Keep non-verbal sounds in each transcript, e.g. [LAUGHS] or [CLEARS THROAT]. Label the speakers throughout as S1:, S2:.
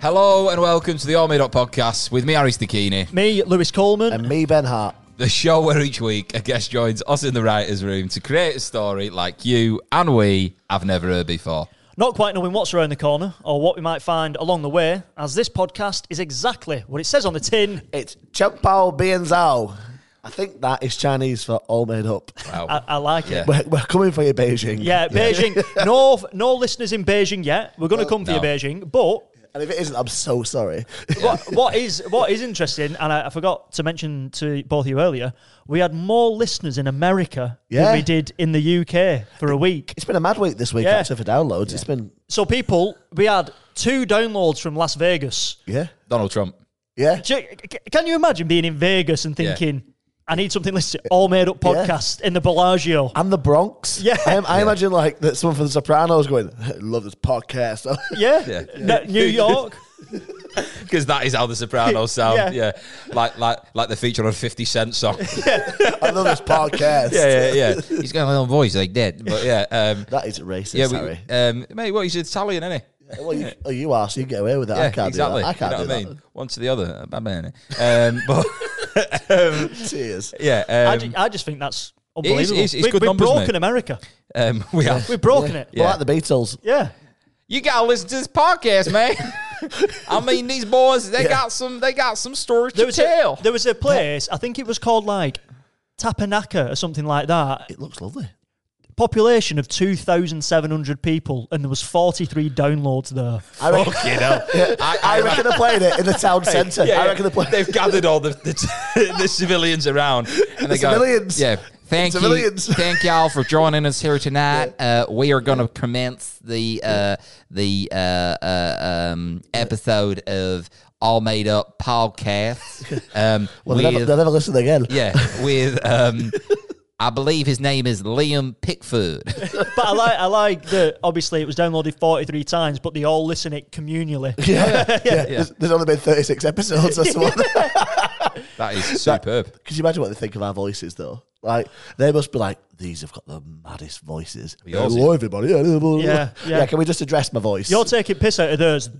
S1: Hello and welcome to the All Made Up podcast with me, Aris Dakini.
S2: Me, Lewis Coleman.
S3: And me, Ben Hart.
S1: The show where each week a guest joins us in the writer's room to create a story like oh, you and we have never heard before.
S2: Not quite knowing what's around the corner or what we might find along the way, as this podcast is exactly what it says on the tin.
S3: It's Chen Pao Bian Zhao. I think that is Chinese for all made up.
S1: Wow.
S2: I, I like it.
S3: We're, we're coming for you, Beijing.
S2: Yeah, Beijing. no, no listeners in Beijing yet. We're
S3: Oh,
S2: going to come for you,
S1: no.
S2: Beijing. But
S3: [LAUGHS] And if it isn't, I'm so sorry.
S2: what, what is what is interesting, and I, I forgot to mention to both of you earlier, we had more listeners in America
S3: Yeah.
S2: than we did in the UK for a week.
S3: It's been a mad week this week,
S2: Yeah.
S3: actually, for downloads. It's been,
S2: So people, we had two downloads from Las Vegas.
S3: yeah,
S1: Donald Trump.
S3: yeah.
S2: Do you- c- Can you imagine being in Vegas and
S1: Yeah.
S2: thinking, I need something listed, all made up podcast in the Bellagio?
S3: And the Bronx.
S2: Yeah.
S3: I, am- I imagine, like, that someone from The Sopranos going, I love this podcast. [LAUGHS]
S2: yeah.
S1: Yeah.
S2: N-
S1: [LAUGHS]
S2: New York.
S1: Because that is how
S3: [LAUGHS]
S1: the Sopranos sound.
S2: Yeah.
S1: yeah. Like like like the feature on 50 Cent song.
S3: [LAUGHS] I love this podcast.
S1: yeah, yeah, yeah. He's got a little voice like that. But yeah. Um,
S3: That is racist,
S1: yeah,
S3: Harry.
S1: we, um, mate, what? He's Italian, isn't he?
S3: Well, you, oh, you are, so you can get away with that. I can't
S1: exactly.
S3: do that. I can't
S1: you know
S3: do
S1: what I mean? One to the other. Bad man. innit? Um, but
S3: that. Tears. [LAUGHS]
S1: yeah,
S2: I,
S1: um,
S2: ju- I just think that's
S1: is-
S2: unbelievable.
S1: it's- it's
S2: we,
S1: good
S2: we've
S1: numbers,
S2: broken
S1: mate.
S2: America.
S1: um, we have.
S2: We've
S3: [LAUGHS]
S2: broken it.
S1: Yeah.
S3: Well, like the Beatles.
S2: Yeah.
S1: you gotta listen to this podcast, [LAUGHS] man. I mean, these boys, they
S3: Yeah.
S1: got some, they got some stories
S2: There
S1: to
S2: was, a,
S1: tell.
S2: there was a place, I think it was called like Tapanaka or something like that.
S3: It looks lovely.
S2: Population of 2,700 people, and there was 43 downloads there.
S3: I reckon, [LAUGHS]
S1: I,
S3: I reckon they played it in the town centre. I reckon they played
S1: have gathered all the the, [LAUGHS] the civilians around, and
S3: The
S1: they
S3: civilians.
S1: Yeah, thank
S3: The
S1: you,
S3: civilians.
S1: [LAUGHS] thank y'all for joining us here tonight. Uh, we are going to commence the uh, the uh, uh, um, episode of All Made Up Podcast. Um,
S3: [LAUGHS] Well, they never,
S1: with-
S3: they never listened again.
S1: yeah,
S3: [LAUGHS]
S1: with um, I believe his name is Liam Pickford.
S2: But I like, I like that. Obviously, it was downloaded 43 times, but they all listen it communally.
S3: Yeah, yeah. There's, there's only been 36 episodes [LAUGHS] or something.
S1: That is superb.
S3: Could you imagine what they think of our voices, though? Like, they must be like, these have got the maddest voices.
S1: Yours
S3: Hello, everybody. Yeah, blah, blah, blah.
S2: Yeah, yeah.
S3: Can we just address my voice? [LAUGHS]
S2: You're taking piss out of theirs.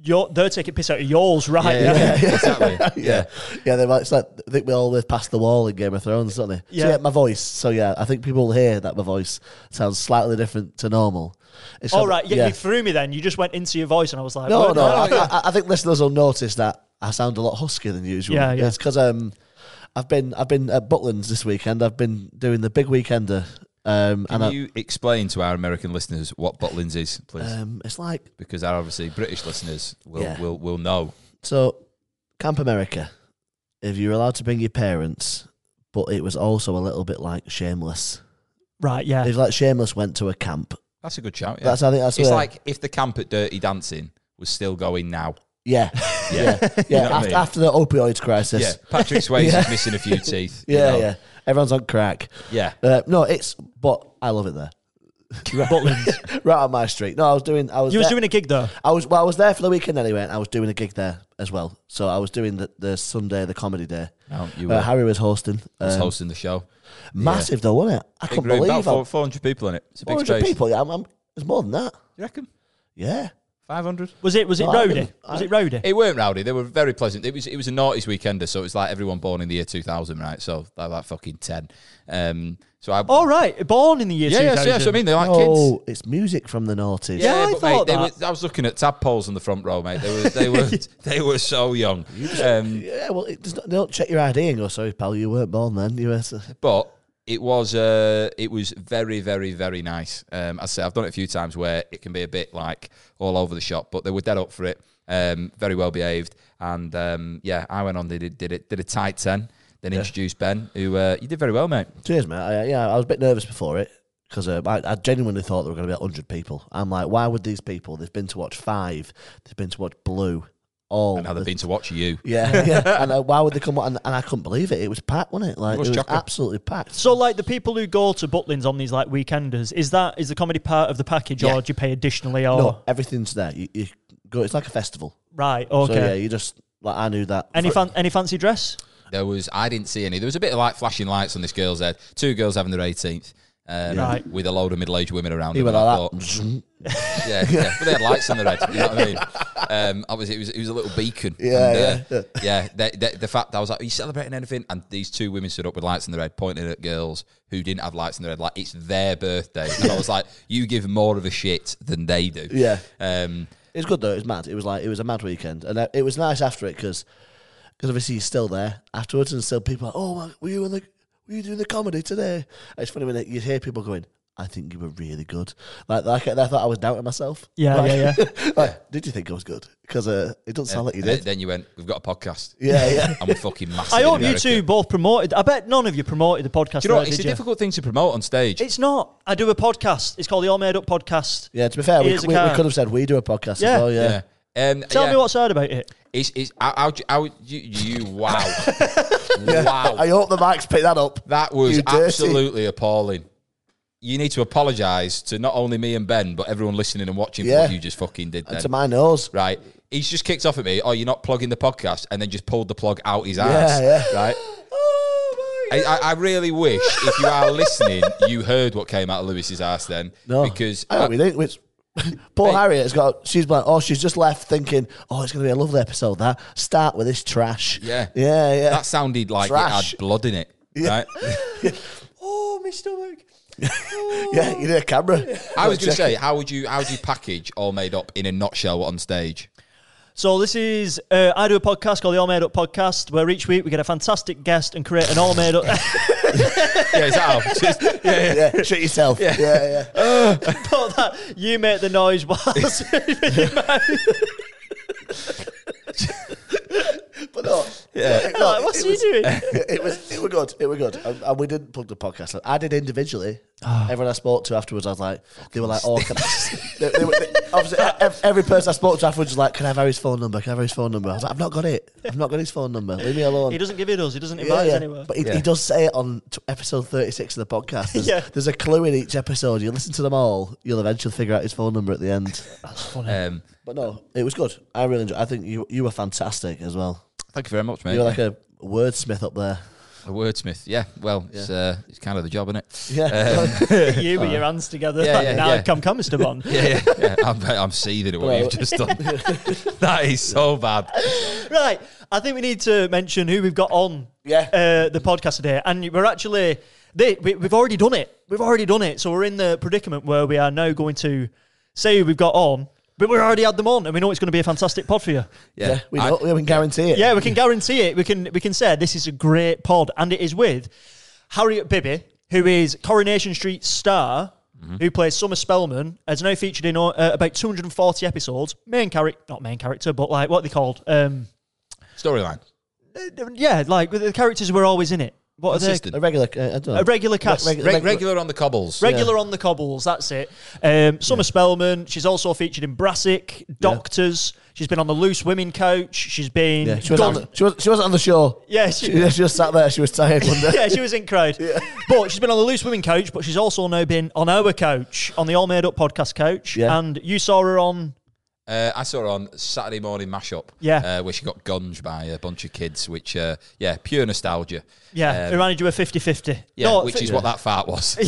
S2: You're, they're taking piss out of yours, right?
S1: Yeah, yeah, [LAUGHS] exactly.
S3: yeah. Yeah, they're like, it's like, I think we all live past the wall in Game of Thrones, don't they?
S2: Yeah.
S3: So, yeah, my voice. So, yeah, I think people will hear that my voice sounds slightly different to normal. It's
S2: [LAUGHS] All
S3: not-
S2: right, yeah, you threw me then. You just went into your voice, and I was like,
S3: No,
S2: "Well,
S3: no. I,
S1: yeah.
S3: I, I think listeners will notice that I sound a lot huskier than usual.
S2: Yeah, yeah.
S3: It's because um, I've been I've been at Butlins this weekend. I've been doing the big weekender. Um, and
S1: Can you explain to our American listeners what Butlins is, please?
S3: I, um, it's like
S1: because our obviously British listeners will
S3: Yeah.
S1: will, will know.
S3: so Camp America. If you're allowed to bring your parents, but it was also a little bit like Shameless.
S2: right, yeah,
S3: It's like Shameless went to a camp.
S1: That's a good shout. Yeah.
S3: That's I think that's
S1: it's
S3: where-
S1: like if the camp at Dirty Dancing was still going now. [LAUGHS]
S3: yeah, yeah, yeah.
S1: know what I
S3: after,
S1: mean?
S3: after the opioid crisis.
S1: Yeah, Patrick
S3: [LAUGHS]
S1: Swayze's
S3: Yeah.
S1: missing a few teeth.
S3: [LAUGHS]
S1: you
S3: Yeah,
S1: know.
S3: yeah. Everyone's on crack.
S1: yeah.
S3: Uh, no, it's but I love it there.
S2: Butlins.
S3: [LAUGHS] Right on my street. No, I was doing. I was.
S2: You was
S3: there-
S2: doing a gig though.
S3: I was well, I was there for the weekend anyway, and I was doing a gig there as well. So I was doing the, the Sunday, the comedy day.
S1: No, you
S3: Uh,
S1: were
S3: Harry was hosting.
S1: was
S3: Um,
S1: hosting the show.
S3: massive though, wasn't it? I
S1: Big
S3: couldn't
S1: room, about
S3: believe
S1: four,
S3: it.
S1: 400 people in it. It's a big
S3: Four hundred
S1: space.
S3: people. Yeah, I'm, I'm, it's more than that.
S1: You reckon?
S3: Yeah,
S1: 500?
S2: Was it? Was it
S3: No, I
S2: rowdy?
S3: didn't-
S2: Was
S3: I-
S2: it rowdy?
S1: It weren't rowdy. They were very pleasant. It was it was a noughties weekender, so it's like everyone born in the year 2000, right? So they're like fucking 10. Um, so I.
S2: All right, born in the year
S1: yeah,
S2: 2000.
S1: yeah, so, yeah, so I mean, they're like kids.
S3: oh, it's music from the noughties.
S2: Yeah, I
S1: but
S2: thought
S1: mate,
S2: that.
S1: They were, I was looking at tadpoles on the front row, mate. They were
S2: [LAUGHS]
S1: they were they were so young. Um,
S3: yeah. Well, it does not, they don't check your ID and go, sorry, pal, you weren't born then. You were. so-"
S1: but it was uh, it was very very very nice. Um, as I say I've done it a few times where it can be a bit like all over the shop, but they were dead up for it. Um, very well behaved, and um, yeah, I went on did it did it did a tight ten. Then introduced Ben, who uh, you did very well, mate.
S3: Cheers, mate. I, yeah, I was a bit nervous before it because um, I, I genuinely thought there were going to be hundred people. I'm like, why would these people? They've been to watch Five. They've been to watch Blue. All
S1: And how
S3: the
S1: they've been to watch you.
S3: [LAUGHS] Yeah, yeah. and uh, why would they come? on- And, and I couldn't believe it. It was packed, wasn't it? Like
S1: It
S3: it
S1: was
S3: was,
S1: chocker.
S3: absolutely packed.
S2: So, like the people who go to Butlins on these like weekenders, is that is the comedy part of the package,
S1: Yeah.
S2: or do you pay additionally?
S1: Oh.
S2: Or
S3: No, everything's there. You, you go. It's like a festival.
S2: right, okay.
S3: So yeah, you just like I knew that.
S2: Any
S3: For-
S2: fan, any fancy dress?
S1: There was I didn't see any. There was a bit of like flashing lights on this girl's head. Two girls having their eighteenth. um,
S2: Right.
S1: with a load of middle-aged women around.
S3: He
S1: him,
S3: went
S1: and I
S3: like
S1: thought,
S3: that.
S1: yeah, yeah. But they had lights on the red. You know what I mean? Um, obviously, it was it was a little beacon.
S3: Yeah,
S1: and,
S3: yeah,
S1: uh, yeah. The, the, the fact that I was like, "Are you celebrating anything?" And these two women stood up with lights in the red, pointing at girls who didn't have lights in the red. Like it's their birthday, and I was like, "You give more of a shit than they do."
S3: Yeah.
S1: Um,
S3: It was good though. It was mad. It was like it was a mad weekend, and uh, it was nice after it because obviously he's still there afterwards, and still people are oh my, were you in the were you doing the comedy today? And it's funny when you hear people going. I think you were really good. Like, like I thought I was doubting myself.
S2: Yeah,
S3: like,
S2: yeah,
S1: [LAUGHS]
S3: yeah. [LAUGHS] like, did you think I was good? Because uh, it doesn't sound like you
S1: and
S3: did.
S1: Then you went, "We've got a podcast."
S3: yeah,
S1: [LAUGHS]
S3: yeah.
S1: and we're fucking massive.
S2: I
S1: in
S2: hope you
S1: America.
S2: two both promoted. I bet none of you promoted the podcast.
S1: Do you know
S2: there,
S1: what? It's
S2: did
S1: a
S2: you?
S1: difficult thing to promote on stage.
S2: It's not. I do a podcast. It's called the All Made Up Podcast.
S3: Yeah, to be fair, we,
S2: Here's a
S3: we, we
S2: car.
S3: could have said we do a podcast
S2: Yeah.
S3: as well. Yeah.
S1: yeah. Um,
S2: Tell
S1: yeah.
S2: me what's hard about it.
S1: It's, it's, how, how, do- how, do you, you, wow. wow.
S3: I hope the mics picked that up.
S1: That was
S3: You dirty.
S1: absolutely appalling. You need to apologise to not only me and Ben, but everyone listening and watching for
S3: Yeah.
S1: what you just fucking did
S3: And
S1: then.
S3: to my nose.
S1: right? He's just kicked off at me, oh, you're not plugging the podcast, and then just pulled the plug out his ass,
S3: yeah.
S1: right? I, I I really wish if you are listening, [LAUGHS] you heard what came out of Lewis's ass then.
S3: No,
S1: Because
S3: I hope we didn't. Which [LAUGHS] poor
S1: Hey.
S3: Harriet has got. She's been like, oh, she's just left thinking, oh, it's going to be a lovely episode. That start with this trash.
S1: Yeah.
S3: yeah, yeah. [LAUGHS]
S1: that sounded like
S3: Trash.
S1: it had blood
S3: [LAUGHS]
S1: in it, right?
S2: Oh, my stomach.
S3: yeah, you need a camera.
S1: I
S3: [LAUGHS]
S1: was going to
S3: Check
S1: say,
S3: it.
S1: how would you how would you package all made up in a nutshell on stage?
S2: So this is uh, I do a podcast called the All Made Up Podcast, where each week we get a fantastic guest and create an all made up. [LAUGHS]
S1: Yeah, is that how? [LAUGHS] Just- yeah, yeah.
S3: yeah, shit yourself. Yeah, yeah, yeah.
S2: but that you make the noise whilst
S3: But no, yeah. no,
S2: like, what's
S3: it
S2: he
S3: was, [LAUGHS]
S2: doing?
S3: It was, it were good. It were good, and, and we didn't plug the podcast. I did individually. Everyone I spoke to afterwards, I was like, they were like, oh, can I? [LAUGHS] they, they were, they, obviously, e-, ev- every person I spoke to afterwards was like, can I have Harry's phone number? Can I have Harry's phone number? I was like, I've not got it. I've not got his phone number. Leave me alone.
S2: He doesn't give it us. He doesn't
S3: Yeah,
S2: invite
S3: yeah.
S2: us anywhere.
S3: But he,
S1: Yeah.
S3: he does say it on t- episode 36 of the podcast. There's,
S2: Yeah.
S3: there's a clue in each episode. You listen to them all, you'll eventually figure out his phone number at the end.
S1: Um,
S3: but no, it was good. I really enjoyed I think you you were fantastic as well.
S1: thank you very much, mate.
S3: You were like a wordsmith up there.
S1: a wordsmith. Yeah, well, it's uh, it's kind of the job, isn't it?
S3: [LAUGHS] Yeah. [LAUGHS]
S2: you with your hands together.
S1: Yeah,
S2: like,
S1: yeah,
S2: now
S1: yeah.
S2: come, come, Mr. Bond.
S1: Yeah, yeah, [LAUGHS] yeah. I'm, I'm seething at what
S3: Well-
S1: you've just done. [LAUGHS] that is so bad.
S2: Right. I think we need to mention who we've got on
S3: Yeah.
S2: uh, the podcast today. And we're actually, they, we, we've already done it. We've already done it. So we're in the predicament where we are now going to say who we've got on, but we've already had them on and we know it's going to be a fantastic pod for you.
S1: Yeah,
S3: Yeah, we,
S1: I-
S3: know, we can guarantee it.
S2: Yeah, we can guarantee it. We can we can say this is a great pod, and it is with Harriet Bibby, who is Coronation Street star, who plays Summer Spellman, has now featured in uh, about 240 episodes. Main character, not main character, but like what are they called? Um,
S1: Storyline.
S2: uh, yeah, like the characters were always in it. What are they?
S1: Consistent.
S3: A regular, uh, I don't know.
S2: A regular cast.
S3: Reg-
S1: Reg- regular on the cobbles.
S2: Regular on the cobbles, that's it. Um, Summer Spellman, she's also featured in Brassic, Doctors. She's been on the Loose Women Couch. She's been.
S3: yeah, she, was on
S2: Gone-
S3: the, she, was, she wasn't on the show.
S2: yeah,
S3: She, [LAUGHS]
S2: she,
S3: she just sat there. She was tired one
S2: [LAUGHS]
S3: day.
S2: yeah, she was in crowd. But she's been on the Loose Women coach, but she's also now been on our coach, on the All Made Up podcast coach.
S3: Yeah.
S2: And you saw her on.
S1: Uh, I saw her on Saturday morning mashup.
S2: Yeah.
S1: uh, where she got gunged by a bunch of kids, which uh, yeah, pure nostalgia.
S2: Yeah,
S1: Um,
S2: who managed you a 50 50.
S1: Yeah, which is what that fart was.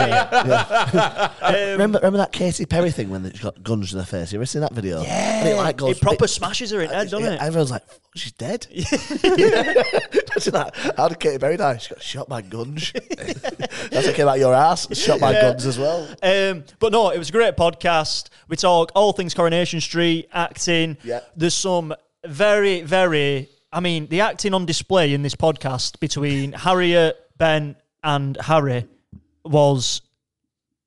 S2: Um,
S3: Remember, remember that Katy Perry thing when she got guns in her face? You ever seen that video? Yeah. it, like, goes,
S2: It proper smashes her in head, doesn't it?
S3: Everyone's like, "Fuck, she's
S2: [LAUGHS]
S3: dead. Imagine that. How did Katy Perry die? She got shot by
S2: [LAUGHS]
S3: guns. That's what came out your ass. Shot by guns as well.
S2: Um, but no, it was a great podcast. We talk all things Coronation Street, acting.
S3: Yeah.
S2: There's some very, very, I mean, the acting on display in this podcast between [LAUGHS] Harriet, Ben, and Harry was,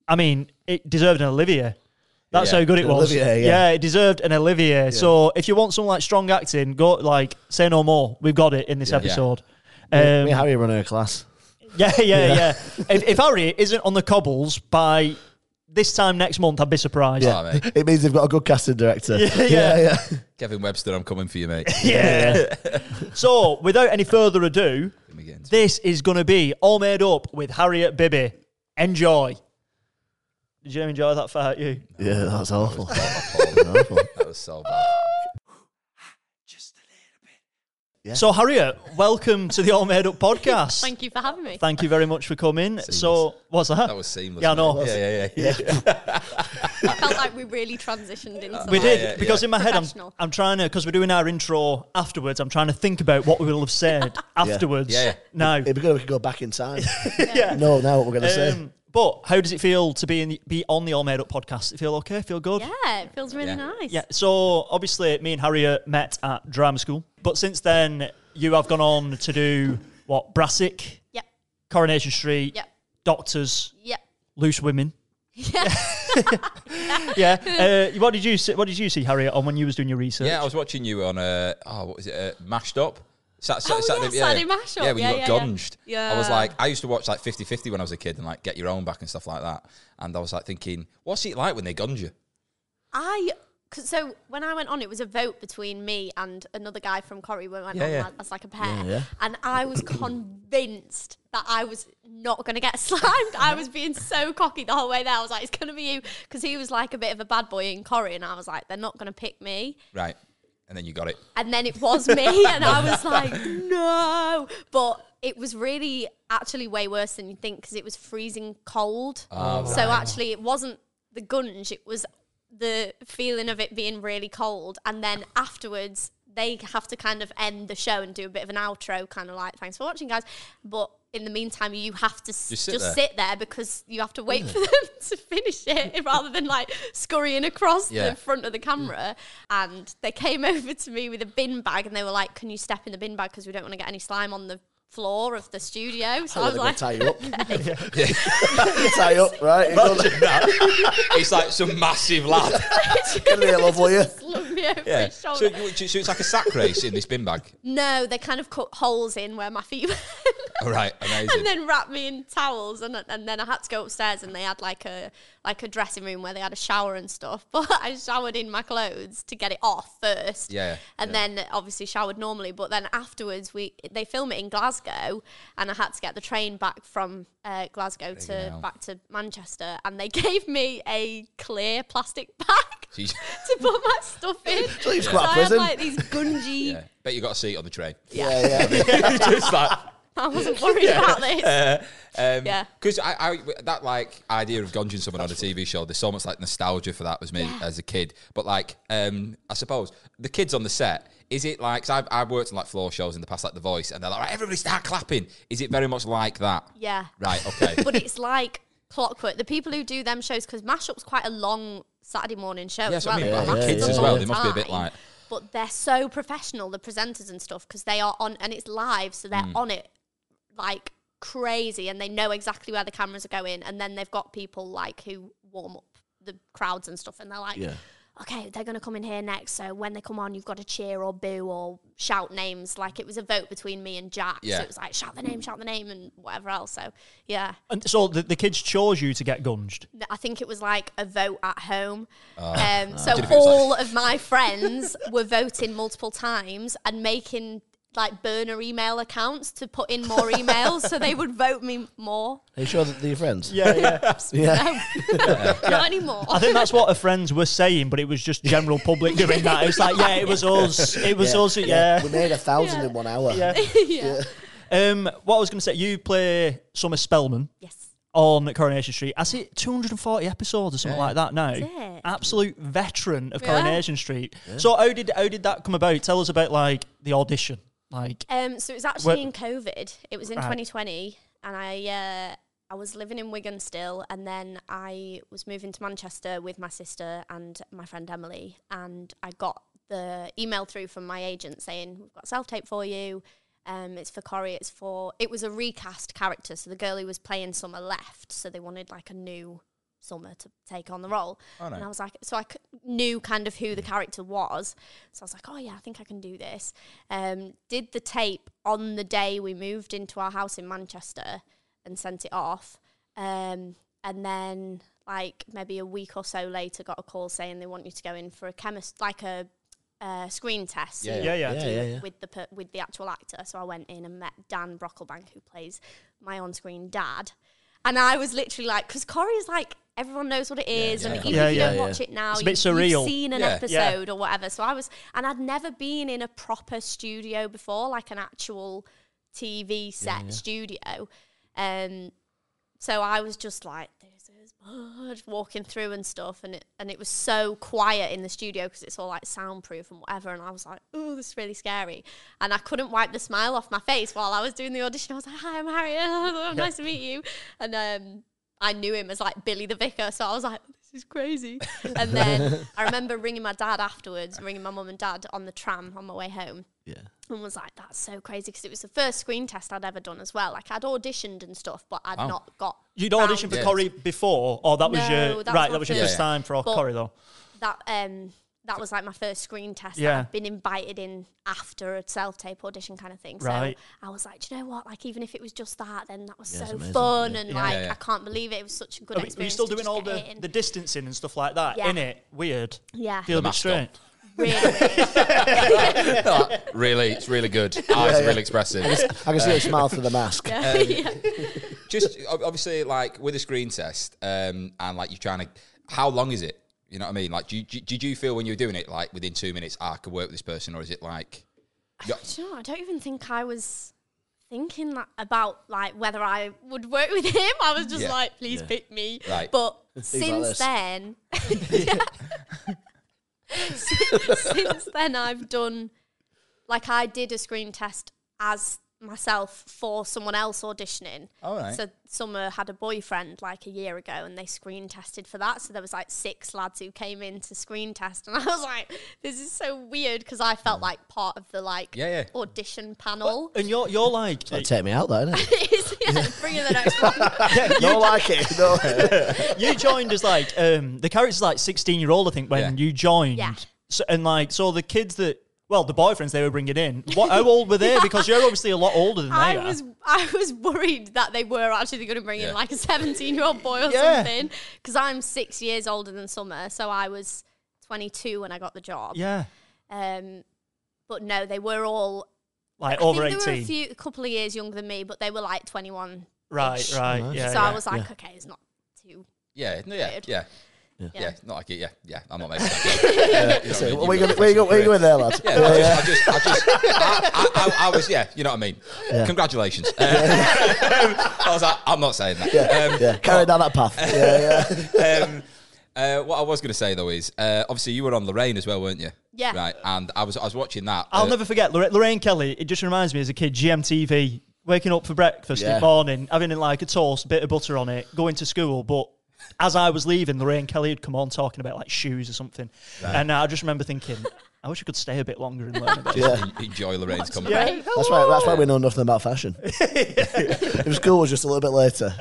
S2: I mean, it deserved an Olivier. That's
S1: Yeah.
S2: how good it was.
S3: Olivier, yeah.
S2: it deserved an Olivier. So if you want some like strong acting, go like say no more. We've got it in this episode. Um,
S3: Me and Harry run her class.
S2: yeah, yeah, yeah. if, if Harry isn't on the cobbles by this time next month, I'd be surprised.
S1: Oh, mate.
S3: It means they've got a good casting director.
S2: [LAUGHS] Yeah, yeah.
S3: yeah.
S1: Kevin Webster, I'm coming for you, mate.
S2: Yeah. [LAUGHS] so, without any further ado,
S1: Let me get into it.
S2: this is going to be all made up with Harriet Bibby. Enjoy. Did you enjoy that fight? You?
S3: yeah. that's awful.
S1: That was so bad.
S4: Just a little bit.
S2: So, Harriet, welcome to the All Made Up podcast.
S4: [LAUGHS] Thank you for having me.
S2: Thank you very much for coming. So, what's that?
S1: That was seamless.
S2: Yeah, I know.
S1: mate. Yeah, yeah, yeah.
S4: I felt like we really transitioned into
S2: We
S4: like-
S2: did
S1: yeah, yeah.
S2: because in my head I'm
S4: Professional.
S2: I'm trying to because we're doing our intro afterwards. I'm trying to think about what we will have
S4: [LAUGHS]
S2: said afterwards.
S1: Yeah, yeah.
S2: Now,
S3: It'd be good if we could go back in time.
S2: [LAUGHS] yeah.
S3: no, now what we're going to say.
S2: Um, but how does it feel to be in the, be on the All Made Up podcast? It feel okay? Feel good?
S4: Yeah, it feels really
S1: Yeah.
S4: nice.
S2: Yeah, So obviously, me and Harriet met at drama school, but since then you have gone on to do what? Brassic,
S4: Yep.
S2: Coronation Street,
S4: Yep.
S2: Doctors,
S4: Yep.
S2: Loose Women. [LAUGHS] Yeah. Uh, what did you see, What did you see, Harriet, on when you was doing your research?
S1: Yeah, I was watching you on uh, oh, what was it? Uh, Mashed Up. Sat,
S4: Oh, yeah, Saturday Mash Up.
S1: Yeah, when
S4: Yeah,
S1: you got
S4: yeah, yeah.
S1: gunged. I
S4: Yeah.
S1: was like, I used to watch like 50-50 when I was a kid and like get your own back and stuff like that. And I was like thinking, what's it like when they gunge you?
S4: I 'cause- so when I went on, it was a vote between me and another guy from Corrie. We went
S1: Yeah,
S4: on
S1: yeah.
S4: as like a pair,
S3: yeah.
S4: and I was convinced that I was not going to get [LAUGHS] slimed. I was being so cocky the whole way there. I was like, "It's going to be you," because he was like a bit of a bad boy in Corrie, and I was like, "They're not going to pick me."
S1: Right. And then you got it. [LAUGHS]
S4: And then it was me, and I was like, "No!" But it was really actually way worse than you think because it was freezing cold.
S1: Oh,
S4: so actually, it wasn't the gunge; it was the feeling of it being really cold. And then afterwards, they have to kind of end the show and do a bit of an outro, kind of like "Thanks for watching, guys." But in the meantime, you have to s-
S1: Just
S4: just,
S1: sit
S4: sit,
S1: there.
S4: there. because you have to wait for [LAUGHS] them to finish it [LAUGHS] rather than like scurrying across
S1: Yeah. Mm.
S4: the front of the camera. And they came [LAUGHS] over to me with a bin bag and they were like, Can you step in the bin bag? Because we don't want to get any slime on the floor of the
S1: [LAUGHS]
S4: studio. So
S3: They're
S4: I was
S3: going
S4: like,
S3: to tie you up.
S2: [LAUGHS]
S3: [LAUGHS] tie you up, right? You're going to [LAUGHS]
S1: it's like some massive
S4: [LAUGHS]
S1: lad.
S3: be a love, will you?
S4: Slung me over
S1: Yeah.
S4: his
S1: So,
S4: shoulder.
S1: you- so it's like a sack race in this bin bag.
S4: no, they kind of cut holes in where my feet [LAUGHS] were.
S1: All right. Amazing.
S4: [LAUGHS] and then wrapped me in towels and and then I had to go upstairs and they had like a like a dressing room where they had a shower and stuff [LAUGHS] but I showered in my clothes to get it off first
S1: Yeah,
S4: and then obviously showered normally but then afterwards we they film it in Glasgow and I had to get the train back from uh, Glasgow
S1: Friggin'
S4: to
S1: hell.
S4: back to Manchester and they [LAUGHS] gave me a clear plastic [LAUGHS] bag
S1: Jeez.
S4: to put my
S1: [LAUGHS]
S4: stuff in so,
S3: you just got out of
S4: I had
S3: prison.
S4: like these gungy
S1: yeah. Bet you got a seat on the train.
S3: Yeah, yeah.
S1: [LAUGHS] Just like,
S4: I wasn't
S1: [LAUGHS]
S4: worried about this
S1: Um,
S4: Yeah.
S1: Because I, I, that like idea of gunging someone on a TV show, there's so much like nostalgia for that was me as a kid. But like, um, I suppose the kids on the set, is it like, because I've, I've worked on like floor shows in the past, like The Voice, and they're like, right, everybody start clapping. Is it very much like that?
S4: yeah
S1: Right,
S4: [LAUGHS]
S1: okay.
S4: but it's like clockwork. The people who do them shows because Mashup's quite a long Saturday morning show.
S1: Yeah,
S4: as
S1: so I mean,
S4: well. It
S1: but for
S4: lasts
S1: kids
S4: a
S1: as well,
S4: long
S1: they must be a bit
S4: time.
S1: like-
S4: But they're so professional, the presenters and stuff, because they are on and it's live, so they're
S1: Mm.
S4: on it like crazy, and they know exactly where the cameras are going, and then they've got people like who warm up the crowds and stuff, and they're like.
S3: Yeah.
S4: Okay, they're going to come in here next. So when they come on, you've got to cheer or boo or shout names. Like it was a vote between me and Jack.
S1: Yeah.
S4: So it was like shout the name, shout the name, and whatever else. So yeah,
S2: And so the, the kids chose you to get gunged.
S4: th- I think it was like a vote at home. um, so
S1: Did it feel
S4: all of my friends [LAUGHS] were voting multiple times and making like burner email accounts to put in more emails so they would vote me more.
S3: Are you sure that they're your friends?
S2: Yeah, yeah.
S3: Yeah.
S4: Not anymore.
S2: I think that's what her friends were saying, but it was just general public doing that. It's like, yeah, it was us. It was us. Yeah.
S3: We made a thousand
S4: Yeah.
S3: in one hour.
S2: Yeah.
S4: [LAUGHS] yeah.
S2: Um, what I was going to say, you play Summer Spellman
S4: Yes.
S2: on Coronation Street. I see 240 episodes or something like that now.
S4: it.
S2: Absolute veteran of
S4: Yeah.
S2: Coronation Street. So how did how did that come about? Tell us about like the audition. Like
S4: Um, so it was
S2: Where-
S4: actually in COVID. It was in
S2: Right.
S4: 2020, and I uh, I was living in Wigan still, and then I was moving to Manchester with my sister and my friend Emily, and I got the email through from my agent saying we've got self tape for you. Um, it's for Corrie. It's for it was a recast character, so the girl who was playing Summer left, so they wanted like a new Summer to take on the role.
S1: Oh, no. Mm.
S4: And I was like, so I c- knew kind of who the character was. So I was like, oh yeah, I think I can do this. Um, did the tape on the day we moved into our house in Manchester and sent it off. Um, and then like maybe a week or so later, got a call saying they want you to go in for a chemist, like a uh, screen test. So
S1: Yeah,
S4: you
S2: yeah, yeah.
S3: Yeah, yeah, yeah.
S4: with the per- with the actual actor. So I went in and met Dan Brocklebank, who plays my on-screen dad, and I was literally like, because Corey is like everyone knows what it is, and even
S2: Yeah,
S4: if you
S2: yeah,
S4: don't
S3: yeah.
S4: watch it now,
S2: It's a bit
S4: you,
S2: surreal.
S4: have seen an
S1: Yeah.
S4: episode or whatever. So I was, and I'd never been in a proper studio before, like an actual TV set studio. Um, so I was just like, "This is mud," walking through and stuff, and it and it was so quiet in the studio because it's all like soundproof and whatever. And I was like, "Oh, this is really scary," and I couldn't wipe the smile off my face while I was doing the audition. I was like, "Hi, I'm Harriet. [LAUGHS] nice to meet you," and um, I knew him as like Billy the Vicar, so I was like, "This is crazy." and then I remember ringing my dad afterwards, ringing my mum and dad on the tram on my way home
S3: Yeah.
S4: and was like, "That's so crazy," because it was the first screen test I'd ever done as well. Like I'd auditioned and stuff, but I'd
S1: Wow.
S4: not got.
S2: You'd auditioned for
S1: Yeah.
S4: round.
S2: Corrie before, or that was
S4: No,
S2: your
S4: that was
S2: right.
S4: my
S2: that was your
S1: first.
S2: first
S1: Yeah.
S2: time for
S4: But-
S2: Corrie though.
S4: that. Um, that was like my first screen test.
S2: Yeah.
S4: that I'd been invited in after a self tape audition kind of thing.
S2: Right.
S4: So I was like, "Do you know what? Like even if it was just that, then that was
S3: it's
S4: so
S3: amazing,
S4: fun and
S1: Yeah,
S4: like
S1: yeah.
S4: I can't believe it. It was such a good
S2: Are we-
S4: experience."
S2: Were you still
S4: to
S2: doing
S4: just
S2: all
S4: get
S2: the,
S4: it in.
S2: the distancing and stuff like that?
S4: Yeah.
S2: In it, weird.
S4: yeah,
S2: Feel a bit
S1: mask
S2: strange.
S4: really. weird.
S1: really, it's really
S4: [LAUGHS]
S1: good. Eyes are really expressive.
S3: I can see his smile through the [LAUGHS] mask.
S1: Just ob- obviously, like with a screen test, um, and like you're trying to, how long is it? You know what I mean? Like, do you, do, did you feel when you were doing it, like within two minutes, ah, I could work with this person, or is it like,
S4: Do you know, what? I don't even think I was thinking like, about like whether I would work with him. I was just
S1: Yeah.
S4: like, please pick me.
S1: Right.
S4: But
S3: like
S4: since
S3: this.
S1: [LAUGHS]
S4: then, [LAUGHS] since then I've done like I did a screen test as myself for someone else auditioning.
S1: All right.
S4: So Summer had a boyfriend like a year ago and they screen tested for that. So there was like six lads who came in to screen test and I was like, this is so weird because I felt
S1: Mm.
S4: like part of the like
S1: Yeah, yeah.
S4: audition panel. [LAUGHS]
S2: And you're you're like
S3: That'd
S2: [LAUGHS]
S3: take me out though, innit?
S4: yeah, bring in the next one.
S3: Don't like it. [LAUGHS] No.
S2: you joined as like um, the character's like sixteen year old, I think, when
S1: Yeah.
S2: you joined.
S4: Yeah.
S2: So, and like so, the kids that well, the boyfriends they were bringing in. What, how old were they? Because you're obviously a lot older than
S4: I
S2: they
S4: was
S2: are.
S4: I was worried that they were actually going to bring
S1: Yeah.
S4: in like a 17 year old boy or
S2: Yeah.
S4: something because I'm six years older than Summer, so I was 22 when I got the job.
S2: Yeah,
S4: Um, but no, they were all
S2: like over
S4: I think They were a
S2: eighteen.
S4: few, a couple of years younger than me, but they were like 21.
S2: right, right. Yeah.
S4: so
S2: yeah.
S4: I was like, okay, it's not too.
S1: yeah, no, yeah,
S4: Weird.
S1: yeah, yeah, not like it, yeah, yeah. I'm not making. That.
S3: So, where you going- where you go- where you going there, lad?
S1: Yeah, I just, I just, I, just I, I, I, I was, yeah, you know what I mean. Congratulations. Um, [LAUGHS] I was like, I'm not saying that. Um,
S3: Yeah, carry down that [LAUGHS] path. Yeah, yeah.
S1: um, uh, what I was going to say though is, uh, obviously you were on Lorraine as well, weren't you?
S4: Yeah.
S1: Right, and I was I was watching that.
S2: I'll
S1: uh,
S2: never forget Lorraine, Lorraine Kelly. It just reminds me as a kid, GMTV, waking up for breakfast in
S3: Yeah.
S2: the morning, having like a toast, bit of butter on it, going to school. But as I was leaving, Lorraine Kelly had come on talking about like shoes or something, and I just remember thinking, I wish I could stay a bit longer and learn about. it.
S1: just en- enjoy Lorraine's coming.
S2: Yeah,
S3: That's why. That's why we know nothing about
S2: [LAUGHS]
S3: fashion. If school was just a little bit later,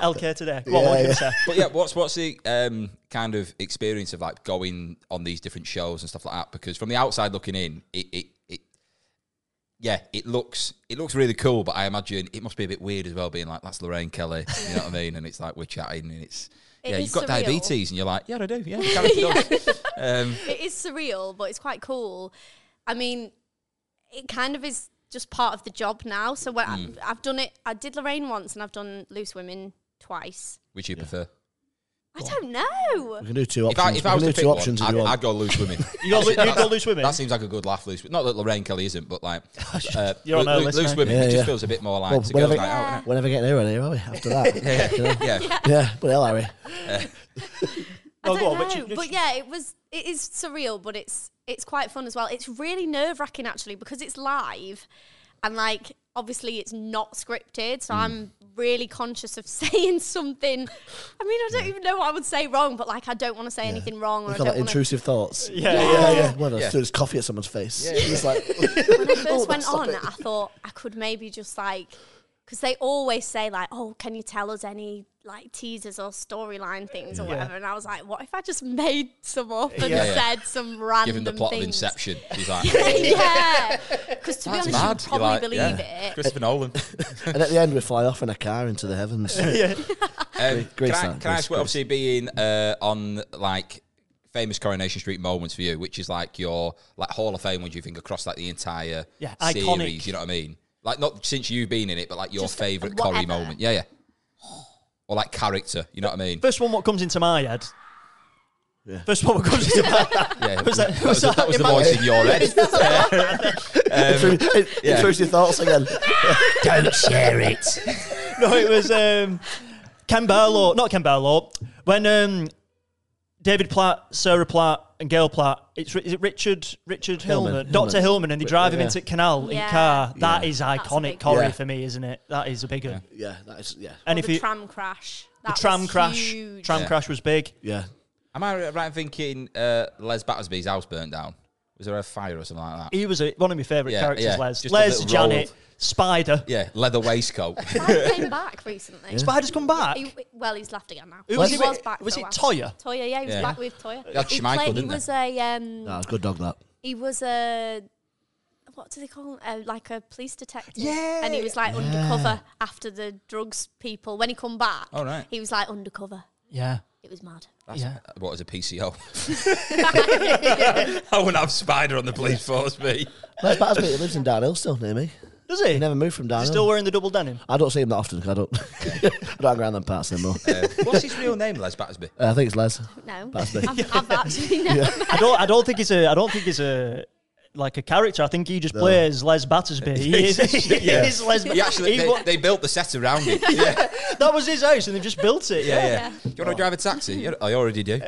S2: LK today. What
S3: Yeah,
S2: would you
S3: yeah.
S2: say?
S1: But yeah, what's what's the um, kind of experience of like going on these different shows and stuff like that? Because from the outside looking in, it it, it yeah, it looks it looks really cool, but I imagine it must be a bit weird as well, being like that's Lorraine Kelly, you
S4: [LAUGHS]
S1: know what I mean? And it's like we're chatting, and it's
S4: It
S1: yeah,
S4: is
S1: you've got
S4: surreal.
S1: diabetes, and you're like, yeah, I do,
S4: [LAUGHS]
S1: yeah, carry on. Um,
S4: It is surreal, but it's quite cool. I mean, it kind of is just part of the job now. So when
S2: Hmm.
S4: I, I've done it, I did Lorraine once, and I've done Loose Women twice.
S1: which you prefer?
S4: I don't know.
S3: we can do two
S1: If I,
S3: options.
S1: if I
S3: we
S1: was
S3: can do
S1: to pick
S3: two
S1: one,
S3: options. if
S1: I'd,
S3: you want.
S1: I'd go loose
S3: [LAUGHS]
S1: women.
S2: You go, you go loose women.
S1: That seems like a good laugh, loose. Not that Lorraine Kelly isn't,
S3: [LAUGHS]
S1: but like uh,
S2: You're on
S1: loo-
S2: our
S1: loo-
S2: list,
S1: loose
S2: mate.
S1: women.
S3: Yeah,
S1: it just
S3: yeah.
S1: feels a bit more like "Oh,
S3: Well,
S1: it's a girls'
S3: whenever,
S1: night out.
S3: whenever we get near here, are we? After that, yeah,
S1: innit? [LAUGHS] Yeah, yeah.
S3: yeah. But hell, Harry,
S2: Oh,
S4: I
S2: go on,
S4: don't know,
S2: which you- which
S4: but
S2: you-
S4: yeah, it was. It is surreal, but it's it's quite fun as well. It's really nerve wracking actually because it's live, and like obviously it's not scripted,
S2: Hmm.
S4: so I'm really conscious of [LAUGHS] saying something. I mean, I don't even know what I would say wrong, but like I don't want to say anything wrong, or
S3: we
S4: I
S3: call
S4: don't
S3: that
S4: want to.
S3: intrusive thoughts.
S2: Yeah, yeah, yeah.
S3: When I
S1: Yeah.
S3: threw this coffee at someone's face,
S1: Yeah,
S3: it's like
S4: When I first
S3: Oh,
S4: went
S3: stop
S4: on,
S3: it.
S1: [LAUGHS]
S4: I thought I could maybe just like. Because they always say like, "Oh, can you tell us any like teasers or storyline things or
S2: Yeah.
S4: whatever?" And I was like, "What if I just made some up and
S1: Yeah, yeah.
S4: said some random
S1: Given the plot
S4: things?
S1: of Inception, she's like,
S4: [LAUGHS] yeah. Because to be honest,
S1: mad.
S4: you'd
S1: You're
S4: probably
S1: like,
S4: believe
S1: yeah. Um,
S4: it.
S1: Christopher [LAUGHS] Nolan.
S3: And at the end, we fly off in a car into the heavens. [LAUGHS]
S2: [LAUGHS]
S1: Um,
S3: great
S1: can I,
S3: start,
S1: can I
S3: great
S1: ask what
S3: start.
S1: obviously being uh, on like famous Coronation Street moments for you, which is like your like Hall of Fame ones you think across like the entire
S2: Yeah,
S1: series,
S2: iconic.
S1: you know what I mean? Like not since you've been in it, but like your
S4: Just
S1: favourite
S4: whatever.
S1: Corrie moment. Yeah, yeah. or like character. You know what I
S4: [LAUGHS]
S1: mean?
S2: First one, what comes into my head?
S3: Yeah.
S2: First one, what comes into
S1: [LAUGHS]
S2: my head?
S1: Yeah,
S2: was that- was
S1: the-
S2: that
S1: was the
S2: in my-
S1: voice in your head.
S4: [LAUGHS]
S3: Intrude- intrude your thoughts again.
S1: [LAUGHS] Don't share it.
S2: No, it was um, Ken Barlow, not Ken Barlow. When um, David Platt, Sarah Platt, and Gail Platt, it's ri- is it Richard Richard Hillman,
S3: Hillman,
S2: Doctor
S3: Hillman.
S2: Hillman, and they drive him
S3: yeah.
S2: into canal in
S4: Yeah.
S2: car. That is
S4: That's a
S2: iconic
S4: big
S2: Corey
S3: one.
S2: for me, isn't it? That is a big one.
S3: Yeah, that is yeah.
S2: And
S4: Or
S2: if
S4: Oh, the
S2: you
S4: tram crash.
S2: the
S4: That
S2: tram
S4: was
S2: crash,
S4: huge.
S2: tram
S1: Yeah.
S2: crash was big.
S3: Yeah.
S1: Am I right in thinking uh, Les Battersby's house burnt down? Was there a fire or something like that?
S2: He was a, one of my favourite
S1: Yeah,
S2: characters.
S1: yeah.
S2: Les,
S1: Just a
S2: Les,
S1: little roll
S2: Janet,
S1: of-
S2: Spider.
S1: Yeah, leather waistcoat.
S4: Spider came back recently.
S2: Spider's come back.
S4: He- well, he's left again now.
S2: Who was
S4: he
S2: it with-
S4: was back.
S2: was
S4: for a
S2: it
S4: while.
S2: Toya?
S4: Toya, yeah, he was
S1: Yeah.
S4: back with Toya.
S1: had
S4: he
S1: Schmeichel,
S4: he
S1: didn't they?
S4: was a um,
S3: No, it's good dog that.
S4: he was a what do they call him? Uh, like a police detective.
S2: Yeah.
S4: And he was like undercover after the drugs people. When he come back,
S3: Oh,
S1: All right.
S4: he was like undercover.
S2: Yeah,
S4: It was mad.
S2: yeah.
S1: what is a [LAUGHS] PCO? I wouldn't have Spider on the police force, me.
S3: Les Battersby lives in Downhill still near me.
S2: Does he?
S3: He never moved from Downhill.
S2: Still wearing the double denim.
S3: I don't [LAUGHS] see him that often 'cause I don't. I don't hang around them parts
S1: [LAUGHS]
S3: anymore.
S1: Uh, what's his real name, Les Battersby?
S3: Uh, I think it's Les.
S4: No,
S3: [LAUGHS] That's me.
S4: I've, I've actually never.
S2: I don't. I don't think he's a. I don't think he's a. Like a character, I think he just plays Les Battersby. [LAUGHS] He is, he
S1: Yeah.
S2: is Les.
S1: He actually,
S2: he
S1: they,
S2: wa-
S1: they built the set around him. Yeah,
S2: that was his house, and they've just built it.
S1: yeah,
S2: Yeah,
S1: yeah. Do you want to drive a taxi? Yeah, I already do.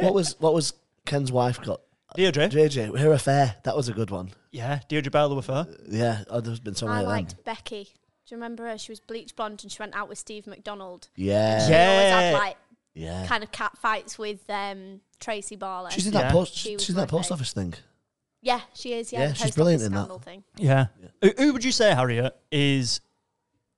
S3: What was what was Ken's wife got?
S2: Deirdre.
S3: JJ, her affair. That was a good one.
S2: Yeah, Deirdre Barlow affair.
S3: Yeah. Oh, there's been so
S4: I
S3: many of them.
S4: liked Becky. Do you remember her? She was bleach blonde and she went out with Steve McDonald.
S3: Yeah.
S4: She always had
S2: Yeah.
S4: like
S3: Yeah.
S4: kind of cat fights with um, Tracy Barlow.
S3: She's in
S2: Yeah.
S3: that post.
S4: She was
S3: she's in that
S4: my
S3: post
S4: fave.
S3: office thing.
S4: yeah, she is. Yeah,
S3: Yeah,
S4: the
S3: she's
S4: post
S3: brilliant
S4: office
S3: in that.
S4: scandal Thing.
S2: Yeah. Who, who would you say, Harriet, is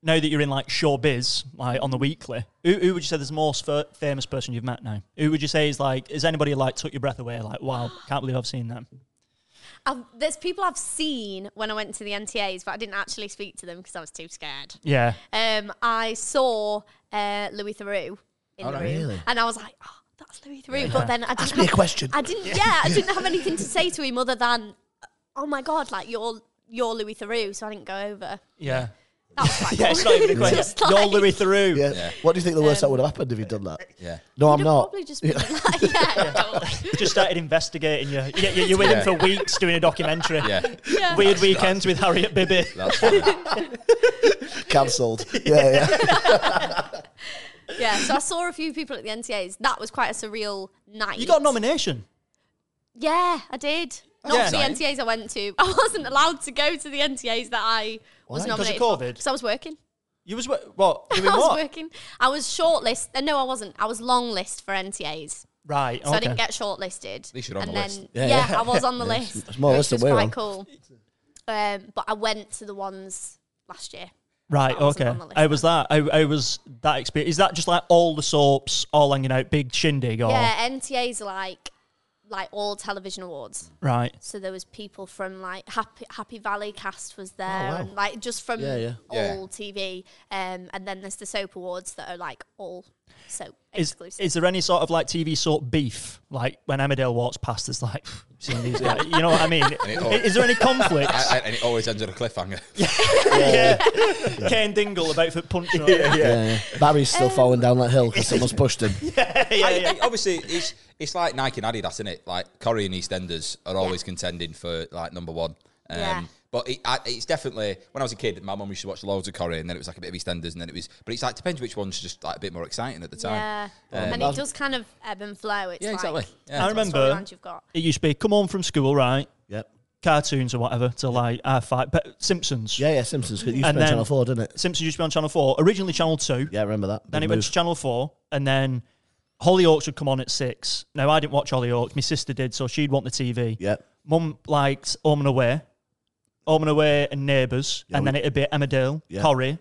S2: now that you're in like showbiz, like on the weekly? Who, who would you say is the most fa- famous person you've met now? Who would you say is like? Is anybody like took your breath away? Like, wow, can't believe I've seen them.
S4: I've, there's people I've seen when I went to the NTAs, but I didn't actually speak to them because I was too scared.
S2: Yeah.
S4: um, I saw uh, Louis Theroux in
S1: Oh,
S4: the room,
S3: really?
S4: and I was like, "Oh, that's Louis Theroux." But then I didn't
S3: me a
S4: have,
S3: question.
S4: I didn't. Yeah, I didn't have anything to say to him other than, "Oh my god, like you're you're Louis Theroux," so I didn't go over.
S2: Yeah.
S4: That was
S2: [LAUGHS]
S4: quite
S2: Yeah, it's not
S4: [LAUGHS]
S2: even a question.
S4: Just
S2: You're
S4: like-
S2: Louis Theroux.
S3: Yeah. What do you think the worst that would have happened if he'd done that?
S1: Yeah.
S3: No, I'm
S4: I'd
S3: not.
S4: Um, Probably just been like, [LAUGHS] yeah, don't-
S2: Just started investigating you. you you- you're with him
S1: Yeah.
S2: for weeks doing a documentary.
S1: Yeah,
S4: yeah.
S2: Weird weekends with Harriet Bibby.
S1: that's funny.
S4: [LAUGHS]
S3: Cancelled. Yeah, yeah.
S4: yeah. So I saw a few people at the NTAs. That was quite a surreal night.
S2: You got a nomination.
S4: Yeah, I did. Not
S2: Yeah.
S4: to the NTAs I went to. [LAUGHS] I wasn't allowed to go to the NTAs that I was
S3: Why?
S2: Because of
S4: nominated. for,
S2: COVID?
S4: Because I was working.
S2: You was what? what doing
S4: [LAUGHS] I was
S2: what?
S4: working. I was shortlist. Uh, no, I wasn't. I was long list for NTAs,
S2: Right.
S4: so
S2: okay.
S4: I didn't get shortlisted.
S1: least you're on
S4: and
S1: the
S4: then,
S1: list.
S3: Yeah,
S4: Yeah,
S3: yeah.
S4: I was on the list.
S3: It's more list
S4: which
S3: than
S4: was
S3: we're
S4: quite
S3: on.
S4: cool. Um, but I went to the ones last year.
S2: Right.
S4: I wasn't
S2: Okay.
S4: on the list
S2: I was that. I, I was that experience. Is that just like all the soaps all hanging out, big shindig? Or
S4: Yeah, NTAs are like like all television awards.
S2: right.
S4: So there was people from like Happy Happy Valley cast was there,
S3: wow.
S4: and like just from
S3: Yeah, yeah.
S1: Yeah.
S4: all TV. Um, and then there's the soap awards that are like all soap
S2: Is,
S4: exclusive.
S2: is there any sort of like TV soap beef? Like when Emmerdale walks past, there's like seeing these guys. You know what I mean?
S1: it
S2: I- is there any conflict?
S1: I, I- and it always ends on a [LAUGHS] cliffhanger.
S2: yeah. [LAUGHS] Kane Dingle about for punching.
S3: Yeah,
S2: Yeah,
S3: yeah. Barry's
S4: Um,
S3: still falling down that hill because
S4: [LAUGHS]
S3: someone's pushed him.
S2: yeah,
S1: I-
S2: yeah.
S1: I- [LAUGHS] obviously, it's it's like Nike and Adidas, isn't it? Like Corrie and EastEnders are always contending for like number one. Um,
S4: Yeah.
S1: But it, I, it's definitely when I was a kid, my mum used to watch loads of Corrie, and then it was like a bit of EastEnders, and then it was. But it's like depends which one's just like a bit more exciting at the time.
S4: Yeah, and
S3: that's-
S4: it does kind of ebb and flow. It's
S1: Yeah, exactly.
S4: Like,
S2: I
S1: Yeah.
S4: what
S2: remember-
S4: storylines you've got.
S2: It used to be come home from school, right?
S3: Yep.
S2: Cartoons or whatever to like I fight. But Simpsons.
S3: Yeah, yeah. Simpsons. 'cause It used to
S2: And
S3: be on
S2: then-
S3: Channel Four, didn't it?
S2: Simpsons used to be on Channel Four. Originally Channel Two.
S3: Yeah, I remember that.
S2: Then
S3: Big
S2: it went
S3: move.
S2: to Channel 4, and then Hollyoaks would come on at 6. Now, I didn't watch Hollyoaks. My sister did, so she'd want the TV.
S3: Yep.
S2: Mum liked Home and Away, Home and Away and Neighbours,
S3: Yeah,
S2: and
S3: we-
S2: then it'd be Emmerdale,
S3: Yeah.
S2: Corrie,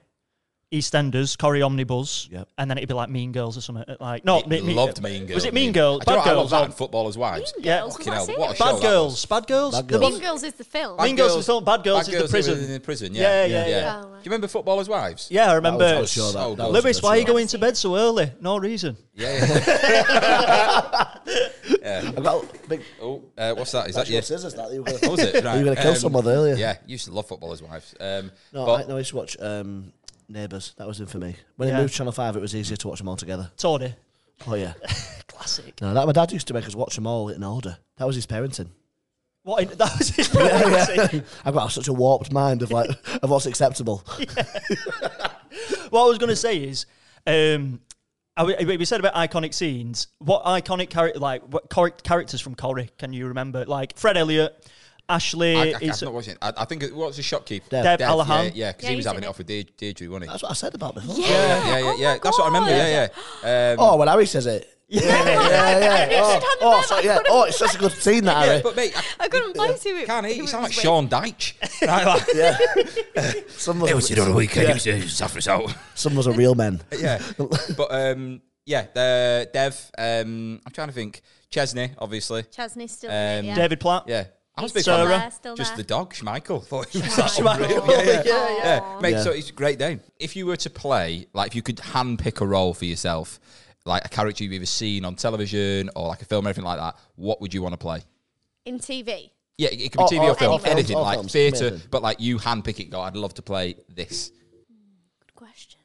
S2: EastEnders, Corrie Omnibus,
S3: Yep.
S2: and then it'd be like Mean Girls or something. Like, no,
S1: Me- loved Mean Girls.
S2: Was it Mean Girls?
S1: I, do you know
S2: Bad
S1: what, I love
S2: Girls. um,
S1: that.
S2: or-
S1: And Footballers' Wives.
S4: Mean
S2: Yeah.
S4: Girls,
S1: Fucking
S4: was
S1: hell,
S4: that
S1: what a
S4: serious?
S1: show
S2: Bad
S1: that
S2: girls, bad girls,
S3: Bad
S2: The
S3: Girls.
S4: Mean
S2: one-
S4: Girls is the film.
S2: Mean Girls is the film, Bad Girls
S1: Bad
S2: is the
S1: Girls
S2: prison.
S1: in the prison.
S2: Yeah,
S1: Yeah,
S2: yeah, yeah.
S4: Oh, right.
S1: Do you remember Footballers' Wives?
S2: Yeah, I
S3: That was-
S2: remember.
S3: I was sure that.
S1: So
S3: that
S1: good.
S3: was a
S2: Lewis,
S3: good
S2: why are you
S3: show.
S2: going to bed so early? No reason.
S1: Yeah, yeah.
S2: [LAUGHS]
S3: I've got a big
S1: oh, uh, what's that? Is that
S3: actual
S1: you?
S3: scissors. That [LAUGHS] you were
S1: [LAUGHS] What
S2: [LAUGHS]
S1: was it? um,
S3: You were gonna kill someone earlier.
S1: Yeah, used to love Footballers' Wives. Um,
S3: No,
S1: but-
S3: I, no, I used to watch um, Neighbours. That was in for me. When
S2: Yeah.
S3: I moved Channel Five, it was easier to watch them all together.
S2: Tawny.
S3: Oh yeah.
S2: Classic.
S3: No, that my dad used to make us watch them all in order. That was his parenting. [LAUGHS]
S2: What in, [LAUGHS] that was his priority.
S3: I've got such a warped mind of like [LAUGHS] of what's acceptable.
S2: [LAUGHS] What I was going to say is, um, I, we we said about iconic scenes. What iconic character, like what char- characters from Corrie, can you remember? Like Fred Elliott, Ashley.
S1: I, I,
S2: is-
S1: I'm not watching. it. I, I think it, what's the shopkeep?
S3: Dev.
S2: Dev
S1: Dev,
S2: Allahan.
S1: Yeah, because
S4: Yeah,
S1: he
S4: he
S1: was having
S4: did
S1: it
S4: it.
S1: off with Deirdre, Deirdre wasn't he?
S3: That's what I said about before.
S4: Yeah,
S1: yeah, yeah.
S4: oh
S1: yeah.
S4: my
S1: That's what I remember.
S4: God.
S1: Yeah, yeah. Um,
S3: Oh, when Harry says it. Yeah, yeah, yeah.
S4: I knew
S3: Oh,
S4: she'd had
S3: oh,
S4: them,
S3: so-
S4: I
S3: yeah.
S4: couldn't-
S3: oh, it's such a good scene, that
S1: yeah,
S3: Harry.
S1: [LAUGHS] but mate, I
S4: I couldn't place who it.
S1: can't. He,
S4: who
S1: he
S4: it
S1: sounds like
S4: was with.
S1: Sean Deitch.
S4: [LAUGHS]
S1: Right, like-
S3: Yeah. [LAUGHS] Some of us,
S1: the weekend. It was a result.
S3: some of us are real men.
S1: [LAUGHS] yeah. But um, yeah, the Dev. Um, I'm trying to think. Chesney, obviously.
S4: Chesney's still
S1: Um,
S4: in it. Yeah.
S2: David Platt.
S1: Yeah. I was a
S4: He's
S1: big
S4: still
S1: fan of
S4: there,
S1: that.
S4: still
S1: Just
S4: there.
S1: the dog, Schmeichel. [LAUGHS] Thought he was
S2: Schmeichel.
S1: unreal. Yeah, yeah.
S2: Yeah,
S1: yeah.
S4: Aw.
S1: Mate,
S3: Yeah.
S1: so it's a great name. If you were to play, like, if you could hand pick a role for yourself, like a character you've either seen on television or like a film or anything like that, what would you want to play?
S4: in TV.
S1: Yeah, it it could be
S3: Or-
S1: TV or,
S3: or
S1: film,
S4: anything.
S1: anything,
S3: Or
S1: like
S3: films,
S1: theatre,
S3: amazing.
S1: but like you handpick it, and go, I'd love to play this.
S4: Good question.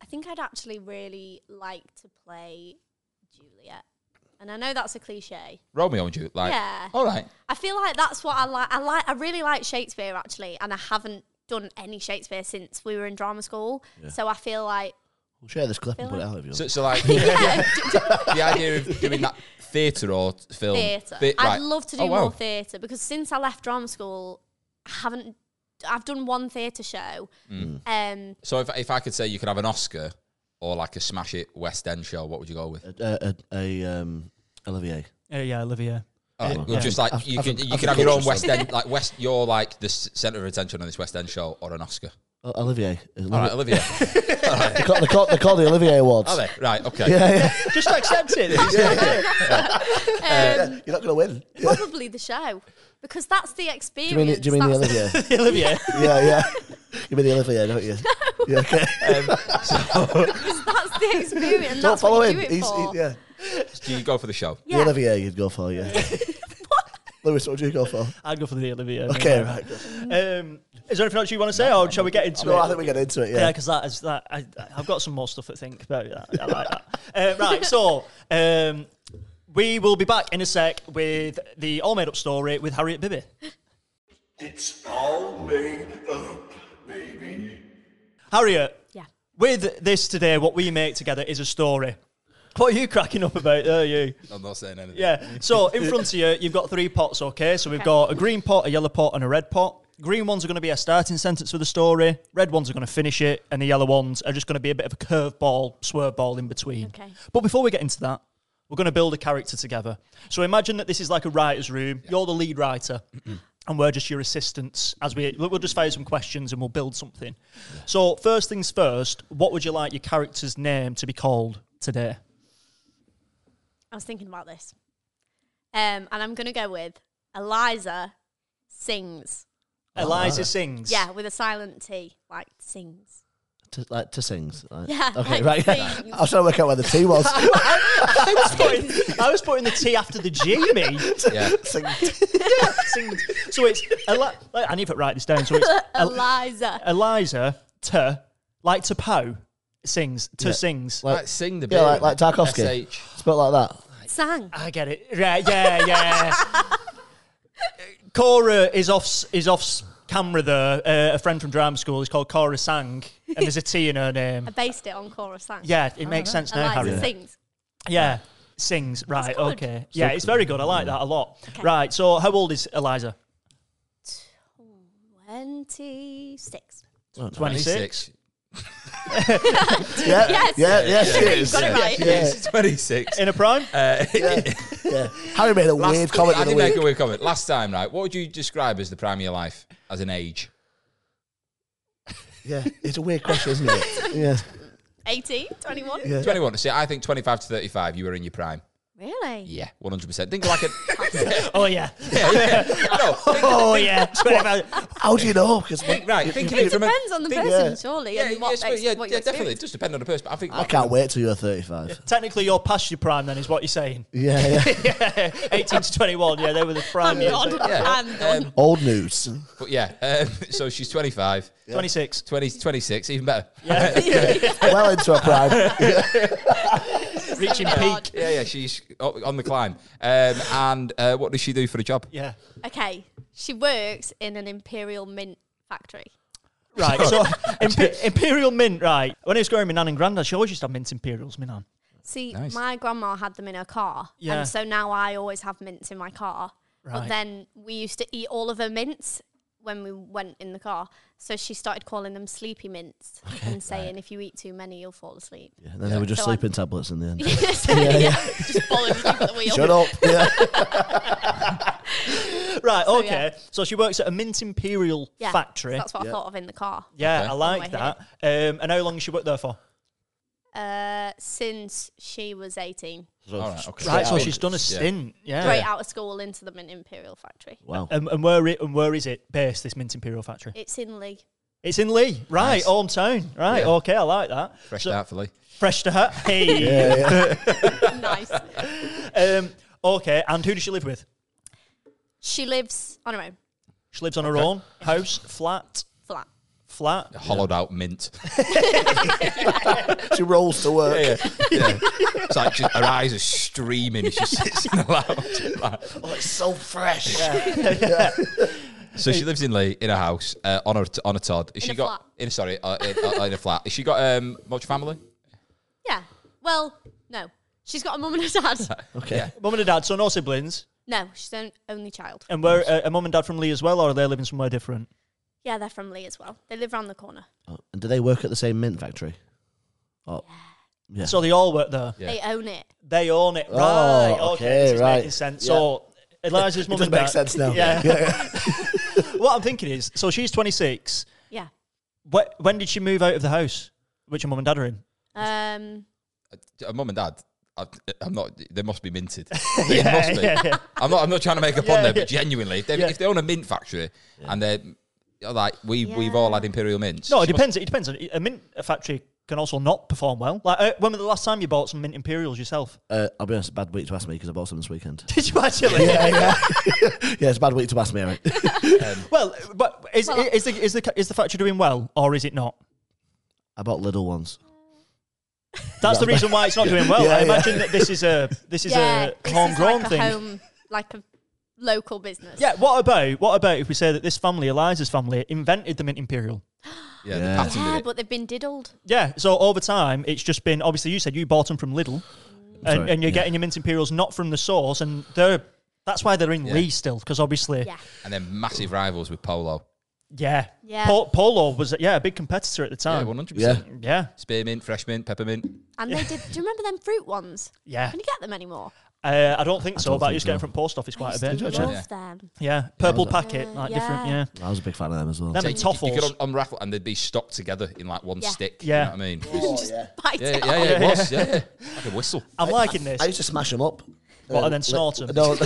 S4: I think I'd actually really like to play Juliet, and I know that's a cliche.
S1: Romeo and Juliet. Like,
S4: Yeah.
S1: all right.
S4: I feel like that's what I like. I like. I really like Shakespeare actually, and I haven't done any Shakespeare since we were in drama school. So I feel like
S3: We'll share this clip and put it out if you want.
S1: So, so like,
S3: [LAUGHS]
S1: [LAUGHS] the idea of doing that theatre or t- film.
S4: theatre.
S1: Thea-
S4: I'd
S1: right.
S4: love to do
S1: Oh, wow.
S4: more theatre because since I left drama school, I haven't. I've done one theatre show.
S3: Mm.
S1: [LAUGHS]
S4: Um,
S1: So if, if I could say you could have an Oscar or like a smash it West End show, what would you go with?
S3: A, a, a, um, Olivier.
S2: Uh, yeah, Olivia.
S1: Oh,
S2: yeah.
S1: well, Just like you
S3: I've-
S1: could, you
S3: I've-
S1: could
S3: I've
S1: have your
S3: got
S1: own
S3: you
S1: West End, like West. You're like the s- center of attention on this West End show or an Oscar.
S3: O- Olivier.
S1: All right, Olivia.
S3: They're, called, they're, called, they're called the Olivier Awards.
S1: [LAUGHS] Are they? Right. Okay.
S3: Yeah, [LAUGHS] yeah.
S2: Just accept it.
S4: [LAUGHS] um,
S3: You're not going to win.
S4: probably the show because that's the experience.
S3: Do you mean, the- do you mean the
S4: that's-
S3: Olivier?
S2: [LAUGHS] Olivia.
S3: [LAUGHS] [LAUGHS] yeah, yeah. You mean the Olivier,
S4: [LAUGHS]
S3: don't you? Yeah, okay.
S1: Um,
S4: Because [LAUGHS] that's
S3: [LAUGHS]
S4: the experience. and
S3: Don't
S4: that's
S3: follow
S4: what you
S3: him.
S4: Do it
S3: He's,
S4: for.
S3: he, yeah.
S1: Do you go for the show?
S4: Yeah.
S3: The Olivier you'd go for,
S4: [LAUGHS]
S3: yeah. Lewis, what would you go for?
S2: I'd go for the Olivia.
S3: Okay, right. good.
S2: Um, is there anything else you want to say, or shall we get into
S3: No,
S2: it?
S3: I think we get into it,
S2: Yeah,
S3: yeah.
S2: because that is that. I, I've got some more stuff to think about. That. I like that. Uh, right, so um, we will be back in a sec with the all made up story with Harriet Bibby.
S5: It's all made up, baby.
S2: Harriet,
S4: Yeah.
S2: with this today, what we make together is a story. What are you cracking up about? There, you.
S1: I'm not saying anything.
S2: Yeah. So in front of you, you've got three pots. Okay. So we've got a green pot, a yellow pot, and a red pot. Green ones are going to be a starting sentence for the story. Red ones are going to finish it, and the yellow ones are just going to be a bit of a curveball, swerve ball in between.
S4: Okay.
S2: But before we get into that, we're going to build a character together. So imagine that this is like a writer's room. You're the lead writer, and we're just your assistants. As we look, we'll just fire some questions and we'll build something. So first things first, what would you like your character's name to be called today?
S4: I was thinking about this. Um, and I'm going to go with Eliza sings.
S2: Eliza sings.
S4: Yeah, with a silent T, like sings.
S3: To, like, to sings. Like.
S4: Yeah,
S3: Okay,
S4: like
S3: right.
S4: sings.
S3: I was trying to work out where the T was.
S2: I was putting the T after the G, me.
S1: Yeah.
S3: [LAUGHS] Sing.
S2: Sing- So it's Eli- I need to write this down. So it's El-
S4: Eliza.
S2: Eliza to like to Poe sings to sings.
S1: Like sing the
S3: Yeah, like, like Tarkovsky.
S1: SH.
S3: Spelt like that.
S4: Sang.
S2: I get it. Yeah, yeah, yeah. Cora is off s- is off s- camera there. Uh, a friend from drama school is called Cora Sang, and there's a T in her name.
S4: I based it on Cora Sang.
S2: Yeah, it makes sense now,
S4: Eliza
S2: Harry.
S4: sings.
S2: Yeah, sings. Right,
S4: good.
S2: okay. Yeah, it's very good. I like that a lot. Right, so how old is Eliza?
S4: 26.
S2: Twenty six.
S1: 26.
S3: Yeah,
S4: [LAUGHS] Yes.
S3: yeah, yes, she is.
S4: Got it right.
S3: [LAUGHS]
S1: Yes, [LAUGHS] 26.
S2: In a prime?
S1: Uh,
S3: Yeah. Harry made a weird comment
S1: I
S3: the
S1: did
S3: other
S1: make a
S3: week.
S1: weird comment. Last time, right? What would you describe as the prime of your life as an age?
S3: Yeah, it's a weird question, isn't
S4: [LAUGHS]
S3: it? Yeah.
S4: 18, 21.
S3: Yeah.
S1: 21. See, I think 25 to 35, you were in your prime.
S4: Really?
S1: Yeah, one hundred percent. Think
S4: [LAUGHS]
S1: like a [LAUGHS]
S2: Oh yeah.
S1: yeah, yeah. No, think-
S2: Oh
S4: [LAUGHS]
S2: yeah.
S3: How do you know? Because
S1: think- right. Think of
S4: It
S1: it from a
S4: depends on the
S1: think-
S4: person,
S3: yeah.
S4: surely,
S1: Yeah,
S4: and what,
S1: yes,
S4: ex-
S1: yeah,
S4: what
S1: yeah,
S4: you
S1: definitely. It does depend on the person. but I think
S3: I can't wait till you're 35.
S2: Technically, you're past your prime. Then is what you're saying.
S3: [LAUGHS]
S2: [LAUGHS]
S3: Yeah, yeah.
S2: Yeah, 18 to 21. Yeah, they were the prime.
S4: I'm
S2: years.
S4: not.
S1: Yeah.
S4: I'm not.
S1: Um,
S3: [LAUGHS] Old news.
S1: but yeah, um, so she's 25,
S2: 26.
S1: 20, 26, even better.
S3: well into a [LAUGHS] prime.
S2: Reaching
S4: Oh,
S2: peak.
S4: God.
S1: Yeah, yeah, she's o- on the climb. Um, and uh, what does she do for a job?
S2: Yeah.
S4: Okay, she works in an imperial mint factory.
S2: Right. So, [LAUGHS] impe- Imperial Mint, right. When I was growing my nan and granddad, she always used to have mint Imperials, my nan.
S4: See,
S1: Nice.
S4: my grandma had them in her car,
S2: Yeah.
S4: and so now I always have mints in my car.
S2: Right.
S4: But then we used to eat all of her mints when we went in the car. So she started calling them sleepy mints and saying, "If you eat too many, you'll
S3: [LAUGHS]
S4: fall asleep."
S3: Yeah, and then they were just
S4: So I-
S3: sleeping tablets in the end.
S4: So, [LAUGHS] yeah, just following you at the wheel.
S3: Shut
S1: [LAUGHS]
S3: up. [LAUGHS] Yeah.
S2: Right, okay.
S4: yeah.
S2: So she works at a mint Imperial
S4: Yeah,
S2: factory.
S4: That's what I thought of in the car.
S2: yeah,
S1: Okay.
S2: I
S4: way
S2: like that. Um, and how long has she worked there for?
S4: Uh, since she was eighteen,
S1: All right, okay.
S2: Right, so
S1: Yeah.
S2: she's done a stint. Oh, Yeah.
S4: straight out of school into the mint imperial factory.
S3: Wow.
S2: Um, and where it, and where is it based? This mint Imperial factory.
S4: It's in Lee.
S2: It's in Lee, right?
S1: Nice.
S2: Hometown, right?
S1: Yeah.
S2: Okay, I like that.
S1: Fresh
S2: So-
S1: out for Lee.
S2: Fresh to
S1: [LAUGHS]
S2: her. Hey. [LAUGHS]
S4: nice.
S2: um, okay, and who does she live with?
S4: She lives on her own
S2: She lives on her own house, flat,
S4: flat.
S2: flat.
S1: Hollowed out mint.
S3: [LAUGHS] She rolls to work.
S1: Yeah, yeah. it's like just, her eyes are streaming. as She sits in the lounge. Like-
S3: Oh, it's so fresh.
S1: So she lives in Lee in a house uh, on a on a Todd. Has
S4: In
S1: she
S4: a
S1: got
S4: flat.
S1: in sorry uh, in, uh, in a flat? Has she got um, much family?
S4: Yeah. Well, no. She's got a mum and a dad.
S2: [LAUGHS]
S3: Okay.
S2: Mum and a dad, so no siblings.
S4: No, she's an only child.
S2: And where uh, are mum and dad from Lee as well, or are they living somewhere different?
S4: Yeah, they're from Lee as well. They live round the corner.
S3: Oh, and do they work at the same mint factory? Oh, yeah.
S2: So they all work there.
S1: Yeah.
S4: They own it.
S2: They own it,
S3: Oh,
S2: right? Okay,
S3: okay,
S2: this is
S3: right.
S2: making sense. So
S3: [LAUGHS]
S2: Eliza's mum
S3: does
S2: and
S3: make
S2: dad.
S3: sense now.
S2: Yeah. [LAUGHS] what I'm thinking is, so she's 26.
S4: Yeah.
S2: Wh- when did she move out of the house? Which her mum and dad are in.
S4: Um,
S1: Uh, Mum and dad. I, I'm not. They must be
S4: [LAUGHS]
S1: minted. They must be. I'm not. I'm not trying to make up on
S2: Yeah,
S1: them,
S2: yeah.
S1: but genuinely, if they,
S2: Yeah.
S1: if they own a mint factory and they're you're like we we've all had imperial mints.
S2: No, it
S1: she must-
S2: depends. It depends. on A mint factory can also not perform well. Like, uh, when was the last time you bought some mint imperials yourself? [LAUGHS]
S3: Uh, I'll be honest, bad week to ask me because I bought some this weekend.
S2: Did you
S3: [LAUGHS]
S2: actually?
S3: yeah, it's a bad week to ask me, Eric.
S2: Well, but is, is the is the is the factory doing well or is it not?
S3: I bought little ones.
S2: That's the reason why it's not doing well.
S3: [LAUGHS] Yeah,
S2: I
S3: yeah.
S2: imagine that this is a this is
S4: yeah,
S2: a
S4: this
S2: homegrown
S4: is like
S2: thing.
S4: A home, like a local business.
S2: Yeah. What about what about if we say that this family, Eliza's family, invented the mint imperial?
S1: Yeah,
S3: Yeah.
S1: The pattern
S4: Yeah,
S1: did it.
S4: but they've been diddled.
S2: Yeah. So over time, it's just been obviously you said you bought them from Lidl, and,
S3: Sorry,
S2: and you're
S3: yeah.
S2: getting your mint imperials not from the source, and they're that's why they're in Lee still because obviously
S4: Yeah.
S1: and then massive rivals with polo.
S4: Oh.
S2: yeah
S4: Yeah.
S2: Po- Polo was yeah a big competitor at the
S1: Yeah,
S2: time.
S1: one hundred
S3: Yeah.
S1: percent.
S2: Yeah.
S1: Spearmint, fresh mint, peppermint.
S4: And they did. Do you remember them fruit ones?
S2: Yeah.
S4: Can you get them anymore?
S2: Uh, I don't think so,
S3: don't
S2: but I
S3: think
S2: used to get them
S3: so.
S2: from post office quite a bit.
S4: Love
S1: actually? Yeah.
S4: them. [LAUGHS]
S2: Yeah. Purple packet, like different.
S4: yeah.
S2: Yeah.
S3: I was a big fan of them as well.
S2: Them
S1: Yeah,
S2: and
S1: you could- You could
S2: toffles.
S1: un- unraffle and they'd be stuck together in like one
S4: Yeah.
S1: stick.
S2: Yeah.
S1: You know what I mean? It was-
S4: Just bite
S1: yeah,
S4: it
S1: yeah, yeah,
S4: off.
S1: it was. Yeah, yeah. Like a whistle.
S2: I'm liking this.
S3: I used to smash them up. Uh,
S2: What, and then snort 'em?
S3: No, [LAUGHS]
S1: I was,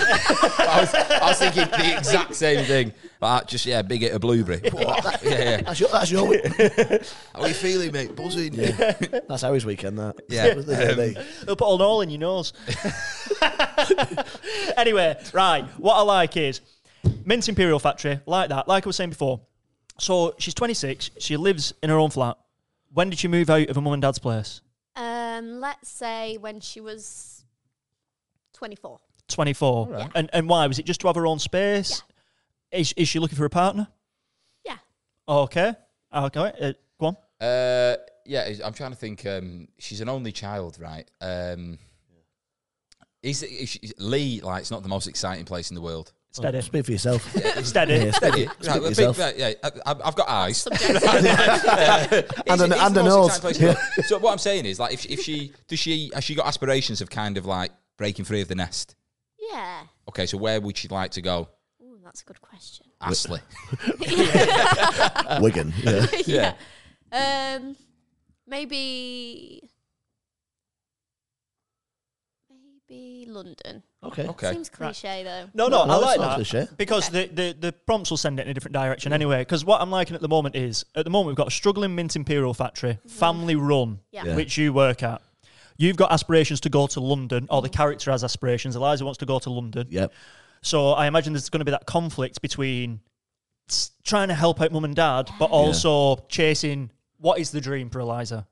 S1: I was thinking the exact same thing. Like, just, yeah, big hit of [LAUGHS] blueberry. yeah, yeah.
S3: that's your, that's your [LAUGHS] week.
S1: How are you feeling, mate? Buzzing. Yeah.
S3: That's Harry's weekend, that. [LAUGHS]
S1: Yeah.
S3: Yeah. um,
S2: They'll put an all in
S3: [LAUGHS]
S2: your nose. [LAUGHS] anyway, right. What I like is Mint Imperial Factory, like that. Like I was saying before. So she's 26. She lives in her own flat. When did she move out of her mum and dad's place?
S4: Um, let's say when she was twenty-four.
S2: 24. And and why was it just to have her own space? Is is she looking for a partner?
S4: Yeah.
S2: Okay. Okay. Uh,
S3: [LAUGHS]
S2: go on.
S1: Uh, yeah, is- I'm trying to think. Um, she's an only child, right? Um, is, it- is she, is- Lee, like, it's not the most exciting place in the world.
S2: Steady.
S3: oh, Speak for yourself. [LAUGHS]
S2: Steady.
S1: Steady. Right, well,
S3: yourself.
S1: big- yeah, I- I've I've got eyes.
S3: And
S1: It's-
S3: an-
S1: it's
S3: and
S1: the
S3: a
S1: most
S3: nose.
S1: exciting place in
S2: [LAUGHS]
S1: the world. So what I'm saying is, like, if, if she does she has she got aspirations of kind of like breaking free of the nest?
S4: [LAUGHS] yeah.
S1: Okay, so where would she like to go?
S4: Ooh, that's a good [LAUGHS] question.
S1: Astley.
S3: Wigan. [LAUGHS] Yeah.
S1: yeah.
S4: Um, maybe, be London.
S3: Okay. Oh,
S1: Okay.
S4: Seems cliche though.
S2: No, no,
S3: No,
S2: I
S3: it's
S2: like
S3: not
S2: that
S3: cliche.
S2: because the, the, the prompts will send it in a different direction anyway. Because what I'm liking at the moment is at the moment we've got a struggling mint imperial factory, family run,
S4: Yeah. Yeah.
S2: which you work at. You've got aspirations to go to London, or the character has aspirations. Eliza wants to go to London.
S3: Yep.
S2: So I imagine there's going to be that conflict between s- trying to help out mum and dad, but also chasing what is the dream for Eliza.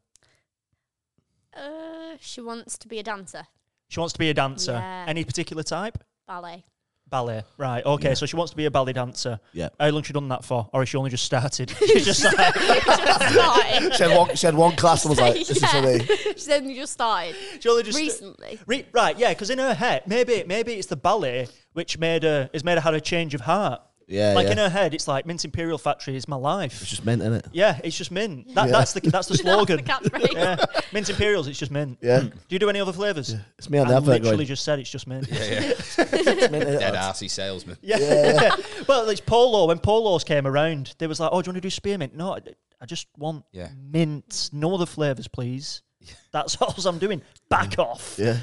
S4: Uh, she wants to be a dancer,
S2: She wants to be a dancer.
S4: Yeah.
S2: Any particular type?
S4: ballet.
S2: Ballet, right? Okay, so she wants to be a ballet dancer.
S3: Yeah.
S2: How long she done that for, or has she only just started? She's
S4: [LAUGHS]
S2: just like,
S4: Just started.
S3: She had one, she had one class and was [LAUGHS] like, this
S4: [LAUGHS] Yeah.
S3: is for me.
S4: She's only just started
S2: she only just uh,
S4: recently.
S2: Re- right, yeah, because in her head, maybe maybe it's the ballet which made her has made her had a change of heart.
S3: Yeah,
S2: like
S3: yeah.
S2: in her head, it's like Mint Imperial Factory is my life.
S3: It's just meant, innit?
S2: yeah, it's just mint. That, That's the [LAUGHS] that's the slogan.
S4: That's the catchphrase.
S2: yeah. Mint Imperials, it's just mint.
S3: Yeah.
S2: Do you do any other flavors?
S3: Mm. It's me on the
S2: I
S3: advert
S2: literally
S3: going,
S2: just said it's just mint.
S3: "It's meant, innit?"
S1: [LAUGHS] Dead arsey salesman.
S2: Yeah. [LAUGHS] well, it's polo. When polos came around, they was like, "Oh, do you want to do spearmint?" No, I, I just want
S1: Yeah.
S2: mint. No other flavors, please. That's [LAUGHS] all I'm doing. Back off.
S3: Yeah.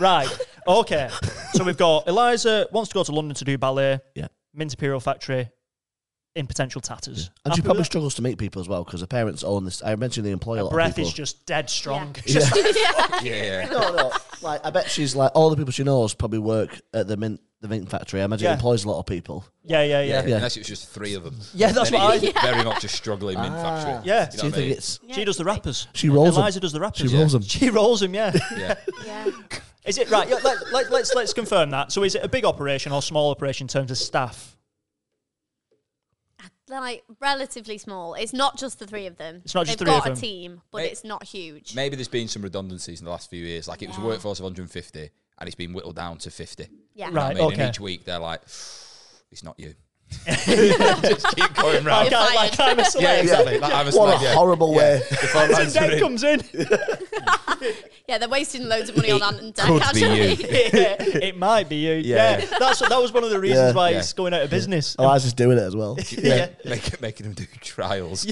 S2: Right. Okay. so we've got Eliza wants to go to London to do ballet.
S3: [LAUGHS] Yeah.
S2: Mint Imperial Factory in potential tatters.
S3: And
S2: Happy
S3: she
S2: with
S3: probably
S2: that?
S3: struggles to meet people as well because her parents own this. I mentioned they employ a lot of
S2: breath
S3: people.
S2: is just dead strong.
S4: Yeah. yeah.
S1: [LAUGHS] Yeah.
S3: no, no. Like, I bet she's like all the people she knows probably work at the mint, the mint factory. I imagine
S2: Yeah.
S3: it employs a lot of people.
S2: Yeah, yeah, yeah.
S1: Yeah,
S2: yeah.
S1: unless it was just three of them.
S2: Yeah, that's
S1: Then
S2: what
S1: it is Very much a struggling mint factory.
S2: Yeah.
S1: You
S3: So
S1: know
S3: you
S1: what I
S3: think
S1: mean?
S3: it's
S2: She does the rappers.
S3: She rolls 'em.
S2: Eliza does the rappers.
S3: she rolls them?
S2: She rolls them, yeah.
S1: Yeah.
S4: Yeah.
S2: Is it right? Yeah, let, let, let's let's confirm that. So, is it a big operation or small operation in terms of staff?
S4: Like relatively small. It's not just the three of them.
S2: It's not just
S4: They've
S2: three of
S4: got
S2: them.
S4: a team, but
S1: May-
S4: it's not huge.
S1: Maybe there's been some redundancies in the last few years. Like it was a workforce of 150 and it's been whittled down to 50.
S4: yeah.
S1: You know
S2: Right.
S1: what I mean?
S2: okay.
S1: And each week they're like, [SIGHS] it's
S2: [LAUGHS]
S1: not you. [LAUGHS] just keep going round.
S2: Like, I- like I'm a slave.
S1: Yeah, exactly. Like, I'm a
S3: what a
S1: slave, yeah.
S3: horrible way.
S1: If I
S2: And
S1: answer
S2: Dad
S1: it,
S3: [LAUGHS]
S2: comes in.
S4: Yeah, they're wasting loads of money on Ant and Deck,
S1: could be
S4: actually.
S1: [LAUGHS]
S2: it might be you. Yeah,
S1: Yeah.
S2: that's that was one of the reasons
S3: Yeah.
S2: why
S1: Yeah.
S2: it's going out of business.
S3: [LAUGHS] Eliza's doing it as
S2: [LAUGHS]
S3: well.
S2: Yeah.
S1: [LAUGHS] Make, making them do trials.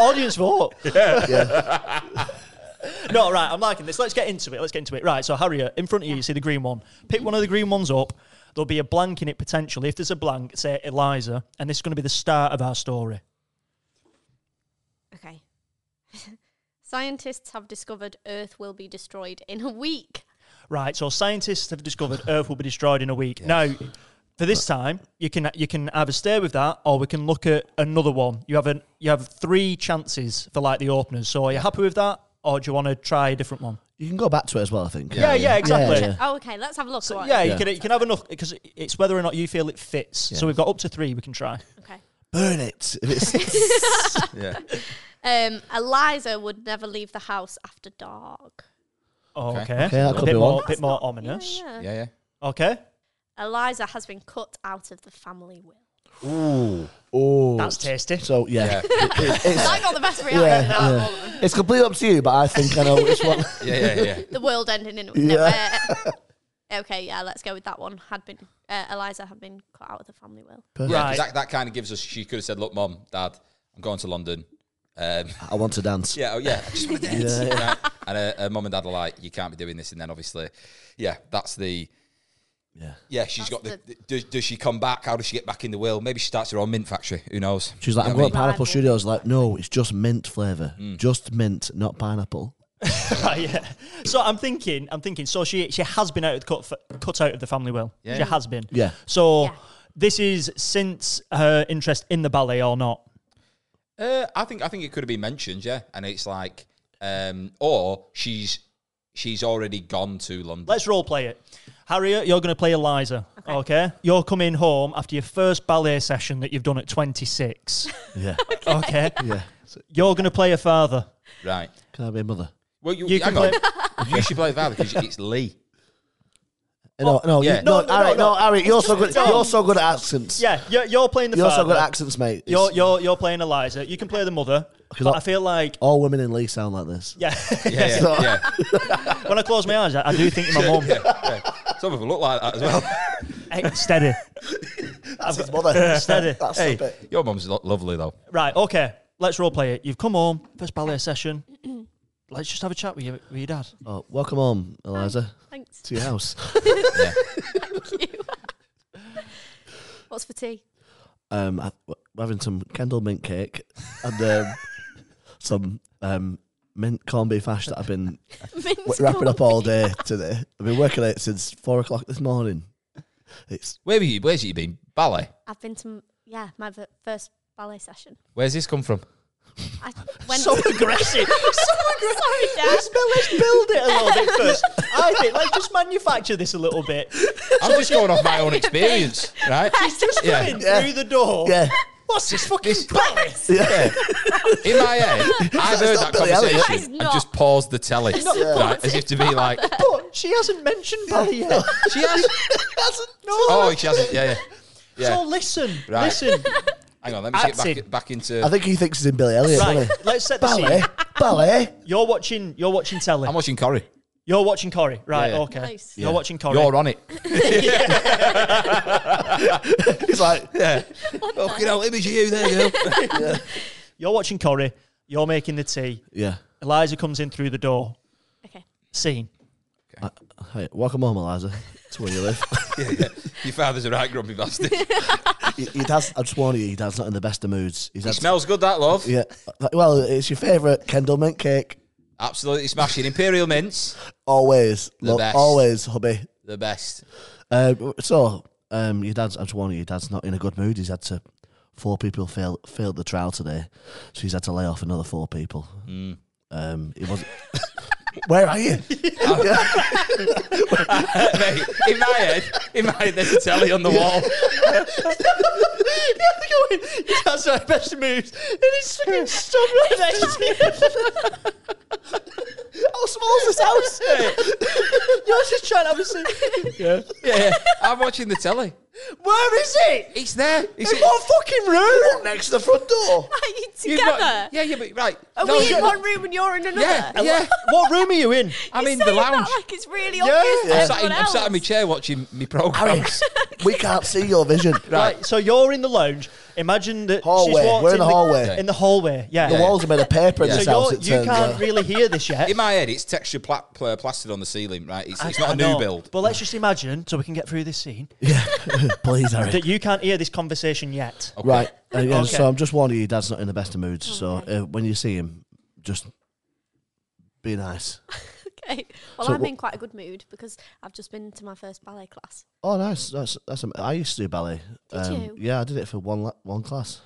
S2: Audience vote.
S3: yeah.
S2: [LAUGHS] No, right. I'm liking this. Let's get into it. Let's get into it. Right. So, Harriet, in front of you, you see the green one. Pick one of the green ones up. There'll be a blank in it potentially. If there's a blank, say Eliza, and this is going to be the start of our story.
S4: [LAUGHS] Okay. [LAUGHS] Scientists have discovered Earth will be destroyed in a week.
S2: Right. So, scientists have discovered Earth will be destroyed in a week. Now, for this time, you can you can either stay with that, or we can look at another one. You have an you have three chances for like the openers. So, are you happy with that, or do you want to try a different one?
S3: You can go back to it as well, I think.
S2: Yeah. Yeah. exactly.
S3: Yeah.
S4: Oh, okay. Let's have a look. at
S2: So,
S4: one.
S2: yeah, you can you can have enough because it's whether or not you feel it fits. So we've got up to three we can try.
S4: Okay.
S3: Burn it. If it's-
S1: Yeah.
S4: Um, Eliza would never leave the house after dark.
S2: Okay,
S1: Okay,
S3: that could
S2: bit
S3: be
S2: more,
S3: one.
S2: bit more ominous.
S1: Yeah, yeah.
S2: Okay,
S4: Eliza has been cut out of the family will.
S3: oh.
S2: that's tasty.
S3: so, yeah. It- it's,
S4: I got
S1: [LAUGHS]
S4: the best reaction
S3: yeah,
S4: out of
S3: yeah.
S4: all of them.
S3: [LAUGHS] it's completely up to you, but I think I know which
S2: [LAUGHS]
S3: one.
S1: Yeah, yeah, yeah.
S4: The world ending in.
S3: Yeah. [LAUGHS]
S4: No, uh, okay, yeah, let's go with that one. Had been uh, Eliza had been cut out of the family will.
S1: Yeah, 'cause
S2: Right.
S1: that, that kind of gives us. She could have said, "Look, mom, dad, I'm going to London." Um, [LAUGHS]
S3: I want to dance.
S1: yeah, oh yeah, I just want to dance. right? And uh, her mum and dad are like, "You can't be doing this." And then obviously, yeah, that's the.
S3: Yeah.
S1: Yeah, she's
S4: That's
S1: got the. does, does she come back? How does she get back in the will? Maybe she starts her own mint factory. Who knows?
S3: She's like,
S1: You
S3: I'm
S1: know
S3: going
S1: what
S3: to Pineapple
S4: Pineapple.
S3: Studios. Like, no, it's just mint flavour.
S2: Mm.
S3: Just mint, not pineapple.
S2: [LAUGHS] Right, yeah. So I'm thinking, I'm thinking. So she she has been out of the cut, f- cut out of the family will.
S1: Yeah.
S2: She has been.
S3: Yeah.
S2: So
S4: Yeah.
S2: this is since her interest in the ballet or not.
S1: I mean? Uh, I think I think it could have been mentioned. Yeah, and it's like, um, or she's she's already gone to London.
S2: Let's role play it. Harriet, you're going to play Eliza. Okay. You're coming home after your first ballet session that you've done at 26.
S3: Yeah.
S2: [LAUGHS] okay.
S3: yeah.
S2: You're going to play her father.
S1: right.
S3: Can I be a mother?
S1: Well, you,
S2: You
S1: hang
S2: can
S1: on.
S2: play.
S1: [LAUGHS] you should play Val because
S2: [LAUGHS]
S1: it's Lee.
S3: Uh, No, no, you,
S1: yeah.
S3: no,
S2: No, no,
S3: Ari,
S2: no,
S3: no,
S2: no.
S3: Ari, you're so good.
S2: no.
S3: You're so good at accents.
S2: Yeah, you're, you're playing the
S3: You're so
S2: father.
S3: good at accents, mate. It's-
S2: You're, you're, you're playing Eliza. You can play the mother.
S3: 'Cause
S2: But
S3: I-
S2: I feel like,
S3: all women in Lee sound like this.
S2: yeah, [LAUGHS]
S1: Yeah, yeah, yeah.
S2: when I close my eyes, I, I do think of my mum.
S1: Some of them look like that as well. [LAUGHS]
S2: Hey, steady,
S3: That's his mother.
S2: [LAUGHS] steady.
S3: That's the
S1: hey,
S3: bit.
S1: your mum's lo- lovely though.
S2: Right, okay. Let's role play it. You've come home, first ballet session. let's just have a chat with your, with your dad.
S3: Oh, welcome home, Eliza,
S4: Thanks.
S3: to your house.
S4: Thank you. What's for
S3: [LAUGHS]
S4: tea?
S3: um, I- we're having some candle mint cake and [LAUGHS] um, some um, mint corned beef hash that I've [LAUGHS] been w- wrapping up all day today. I've been working at it since four o'clock this morning. It's
S1: Where were you? Where's you been? Ballet.
S4: I've been to m- yeah my v- first ballet session.
S1: Where's this come from?
S3: [LAUGHS]
S4: I
S2: [LAUGHS]
S4: went
S2: So aggressive. So
S4: [LAUGHS] Sorry, Dad.
S2: Let's, bu- let's build it a little [LAUGHS] bit first. I think let's just manufacture this a little bit.
S1: I'm just going off my own experience, right?
S2: Just
S1: Yeah.
S2: coming through the door.
S3: [LAUGHS] yeah,
S2: What's this fucking
S1: This-
S2: ballet?
S3: [LAUGHS] yeah.
S1: In my head, I've heard
S3: not
S1: that
S3: Billy Elliot.
S1: conversation
S4: That is
S1: and
S4: not-
S1: just paused the telly, right, as if to be like,
S2: But she hasn't mentioned ballet [LAUGHS] yet.
S1: she has.
S2: No.
S1: Oh, she hasn't. Yeah, yeah.
S2: So
S1: yeah.
S2: listen,
S1: Right.
S2: listen.
S1: Hang on, let me just get
S2: acting.
S1: back, back into.
S3: I think he thinks he's in Billy Elliot.
S2: Right,
S3: doesn't he?
S2: let's set the
S3: Ballet,
S2: scene.
S3: ballet.
S2: You're watching. You're watching telly.
S1: I'm watching Corrie.
S2: You're watching Corey, right?
S1: Yeah, yeah.
S2: Okay.
S4: Nice.
S2: You're watching Corey.
S1: You're on it. [LAUGHS]
S3: He's like,
S1: Yeah. Fucking hell, image of you there, girl.
S2: You're watching Corey. You're making the tea.
S3: yeah.
S2: Eliza comes in through the door.
S4: Okay. [LAUGHS]
S2: [LAUGHS] Scene.
S3: Hey, welcome home, Eliza. To where you live.
S1: [LAUGHS] Your father's a right grumpy [LAUGHS] bastard.
S3: [LAUGHS] he, he does. I'm sworn you, he does not in the best of moods. He's
S1: It
S3: had,
S1: smells good, that love.
S3: yeah. Well, it's your favourite Kendall mint cake.
S1: Absolutely smashing. Imperial mints,
S3: Always,
S1: The
S3: lo-
S1: best.
S3: always, hubby.
S1: the best.
S3: Um, so, um, your dad's, I'm just warning you, your dad's not in a good mood. He's had to, four people fail, failed the trial today. So he's had to lay off another four people. Um, it wasn't. [LAUGHS] Where are
S2: [LAUGHS]
S3: you?
S1: [LAUGHS] Mate, in my head, in my head, there's a telly on the [LAUGHS] wall.
S2: That's our best moves. And he's [LAUGHS] fucking stunned right next to [LAUGHS] How small is this [LAUGHS] house? You're just trying to have a seat. Yeah.
S1: Yeah, yeah. I'm watching the telly.
S2: Where is it?
S1: It's there. It's
S2: In what fucking room?
S3: Next to the front door.
S4: Are you
S1: You've
S4: together?
S1: got- yeah, yeah, but right.
S4: Are
S1: No,
S4: we
S1: yeah,
S4: in one room and you're in another?
S1: Yeah,
S4: You're
S1: yeah.
S2: What room are you in?
S1: I'm in the
S4: saying that
S1: lounge.
S4: like it's really obvious.
S1: I'm,
S4: to
S1: sat in,
S4: everyone
S1: I'm sat in my
S4: else.
S1: chair watching me program.
S3: Harris, we can't see your vision.
S1: Oh,
S2: [LAUGHS]
S1: Right.
S2: Right, so you're in the lounge. Imagine that she's
S3: Hallway.
S2: walked
S3: We're in
S2: in
S3: the hallway.
S2: In the hallway, yeah.
S3: The walls are made of paper in
S1: Yeah.
S3: this
S2: So
S3: house, uh,
S2: you're,
S3: it
S2: you
S3: turns
S2: can't
S3: out.
S2: really hear this yet.
S1: In my head, it's texture pla- pla- plastered on the ceiling, right? It's, it's
S2: I-
S1: not a
S2: I
S1: new
S2: know.
S1: build.
S2: But let's just imagine, so we can get through this scene, [LAUGHS]
S3: Please, Harry.
S2: that you can't hear this
S3: [LAUGHS]
S2: conversation yet.
S1: Okay.
S3: Right. Uh, yeah,
S2: Okay.
S3: So I'm just warning you, Dad's not in the best of moods. So uh, when you see him, just be nice.
S4: Okay. Well,
S3: So
S4: I'm
S3: what-
S4: in quite a good mood because I've just been to my first ballet class.
S3: Oh, nice. That's that's. am- I used to do ballet. Um,
S4: Did you?
S3: Yeah, I did it for one la- one class.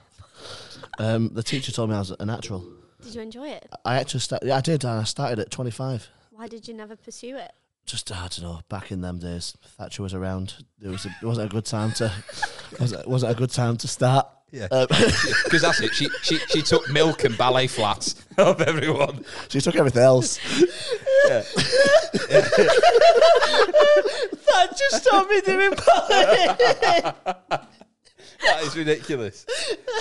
S3: um, the teacher told me I was a natural.
S4: Did you enjoy it?
S3: I actually started. Yeah, I did. And I started at 25.
S4: Why did you never pursue it?
S3: Just I don't know. Back in them days, Thatcher was around. It was a, it wasn't a good time to. [LAUGHS] wasn't wasn't a good time to start.
S1: Yeah.
S3: Um,
S1: Because that's it. She, she, she took milk and ballet flats [LAUGHS] of everyone.
S3: she took everything else.
S2: That just told me doing ballet.
S1: That is ridiculous.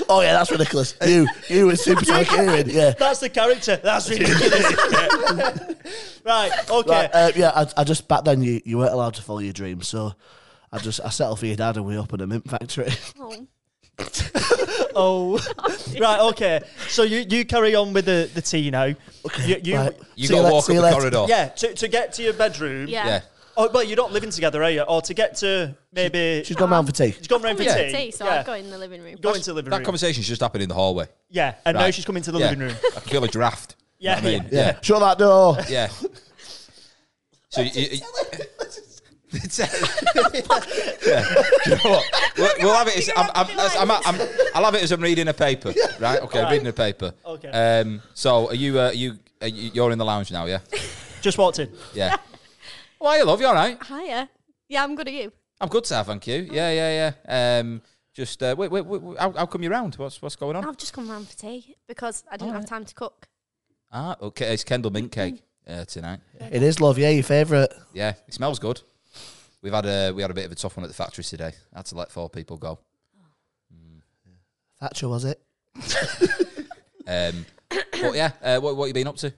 S3: Oh yeah, that's ridiculous. You you were super Kieran. Yeah.
S2: [LAUGHS] That's the character. That's ridiculous. [LAUGHS] right, okay.
S3: Right, uh, yeah, I, I just back then you, you weren't allowed to follow your dreams, so I just I settled for your dad and we opened a mint factory. [LAUGHS]
S4: Oh,
S2: Oh. [LAUGHS] right, okay. So you, you carry on with the, the tea now. You, you,
S3: Right.
S1: You
S3: See
S1: got to
S3: later,
S1: walk
S3: see
S1: up the
S3: later.
S1: corridor.
S2: Yeah, to, to get to your bedroom.
S4: yeah.
S1: Yeah.
S2: Oh, well, you're not living together, are you? Or to get to maybe.
S3: She's gone round for tea.
S2: she's gone round for
S4: I'm
S2: tea.
S4: in tea, so
S2: yeah.
S4: I'll go in the living room.
S2: Go into the living
S1: That
S2: room.
S1: conversation's just happened in the hallway.
S2: yeah, and now
S1: Right.
S2: she's come into the
S1: Yeah.
S2: living
S1: [LAUGHS]
S2: room.
S1: I can feel a draft.
S2: [LAUGHS] Yeah,
S1: I mean,
S2: yeah.
S1: yeah.
S3: Shut that door.
S1: Yeah. So you, you, [LAUGHS] It's- [LAUGHS] yeah. Do you know what? We'll, we'll have it. As, I'm, I'm, I'm, I'm, I'll have it as I'm reading
S2: [LAUGHS]
S1: a paper, right? Okay, I'm reading a paper.
S2: Okay.
S1: Um, so are you? Uh, you? Are you? You're in the lounge now, yeah?
S2: Just walked in.
S1: Yeah. Why, you love? You all right?
S4: Hiya. Yeah, I'm good at you.
S1: I'm good, sir. Thank you. Yeah, yeah, yeah. Um, just uh, wait, wait, wait, wait, how, how come you're round? What's what's
S3: Oh.
S1: going on?
S4: I've just come round for tea because I didn't have time to cook.
S1: Ah, okay. It's Kendall mint cake uh, tonight.
S3: It is love, yeah, your favourite.
S1: Yeah, it smells good. We've had a we had a bit of a tough one at the factory today. had to let four people go.
S3: Thatcher was [LAUGHS] it?
S1: Um, [COUGHS] but yeah, uh, what what you been up to?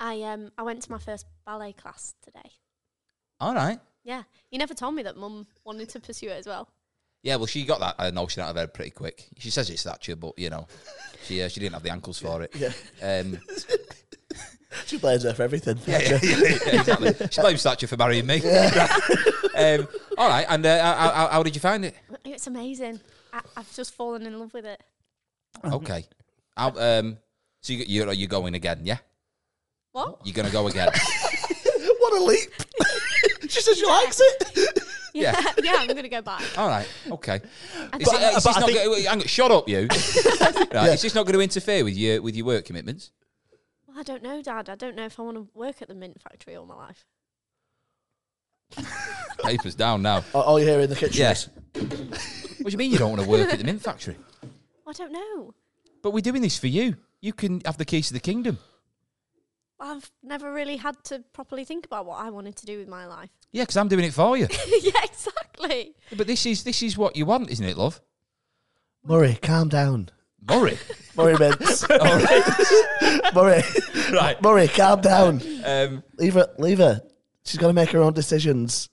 S4: I um I went to my first ballet class today.
S1: All right.
S4: Yeah. You never told me that mum wanted to pursue it as well.
S1: Yeah, well, she got that uh, notion out of her pretty quick. She says it's Thatcher, but you know, she uh, she didn't have the ankles for it. Um,
S3: She blames her for everything.
S1: yeah, yeah, yeah, exactly. She blames Thatcher for marrying me. [LAUGHS] um, all right, and uh, how, how- how did you find it?
S4: It's amazing. I, I've just fallen in love with it.
S1: Okay. How, um, so you, you're, you're going again, yeah?
S4: What?
S1: You're going to go again.
S3: What a leap. she says she likes it.
S4: [LAUGHS] Yeah,
S1: Yeah.
S4: yeah, I'm gonna go back.
S1: All right, okay. Is
S4: But-
S1: it, uh, is
S2: but
S1: this
S2: I
S1: not
S2: think-
S1: gonna, hang on, shut
S2: [LAUGHS]
S1: up, you. right, Is this not going to interfere with your with your work commitments?
S4: Well, I don't know, Dad. I don't know if I want to work at the mint factory all my life.
S1: Papers down now.
S3: All- All you hear in the kitchen
S1: Yeah.
S3: is,
S1: What do you mean you don't want to work at the mint factory?
S4: I don't know.
S1: But we're doing this for you. You can have the keys to the kingdom.
S4: I've never really had to properly think about what I wanted to do with my life. [LAUGHS]
S1: Yeah, because I'm doing it for you.
S4: yeah, exactly.
S1: but this is this is what you want, isn't it, love?
S3: Murray, calm down.
S1: Murray.
S3: Murray [LAUGHS] Mints.
S1: All right.
S3: [LAUGHS] Murray.
S1: right.
S3: Murray, calm down.
S1: Um,
S3: Leave her. Leave her. She's got to make her own decisions.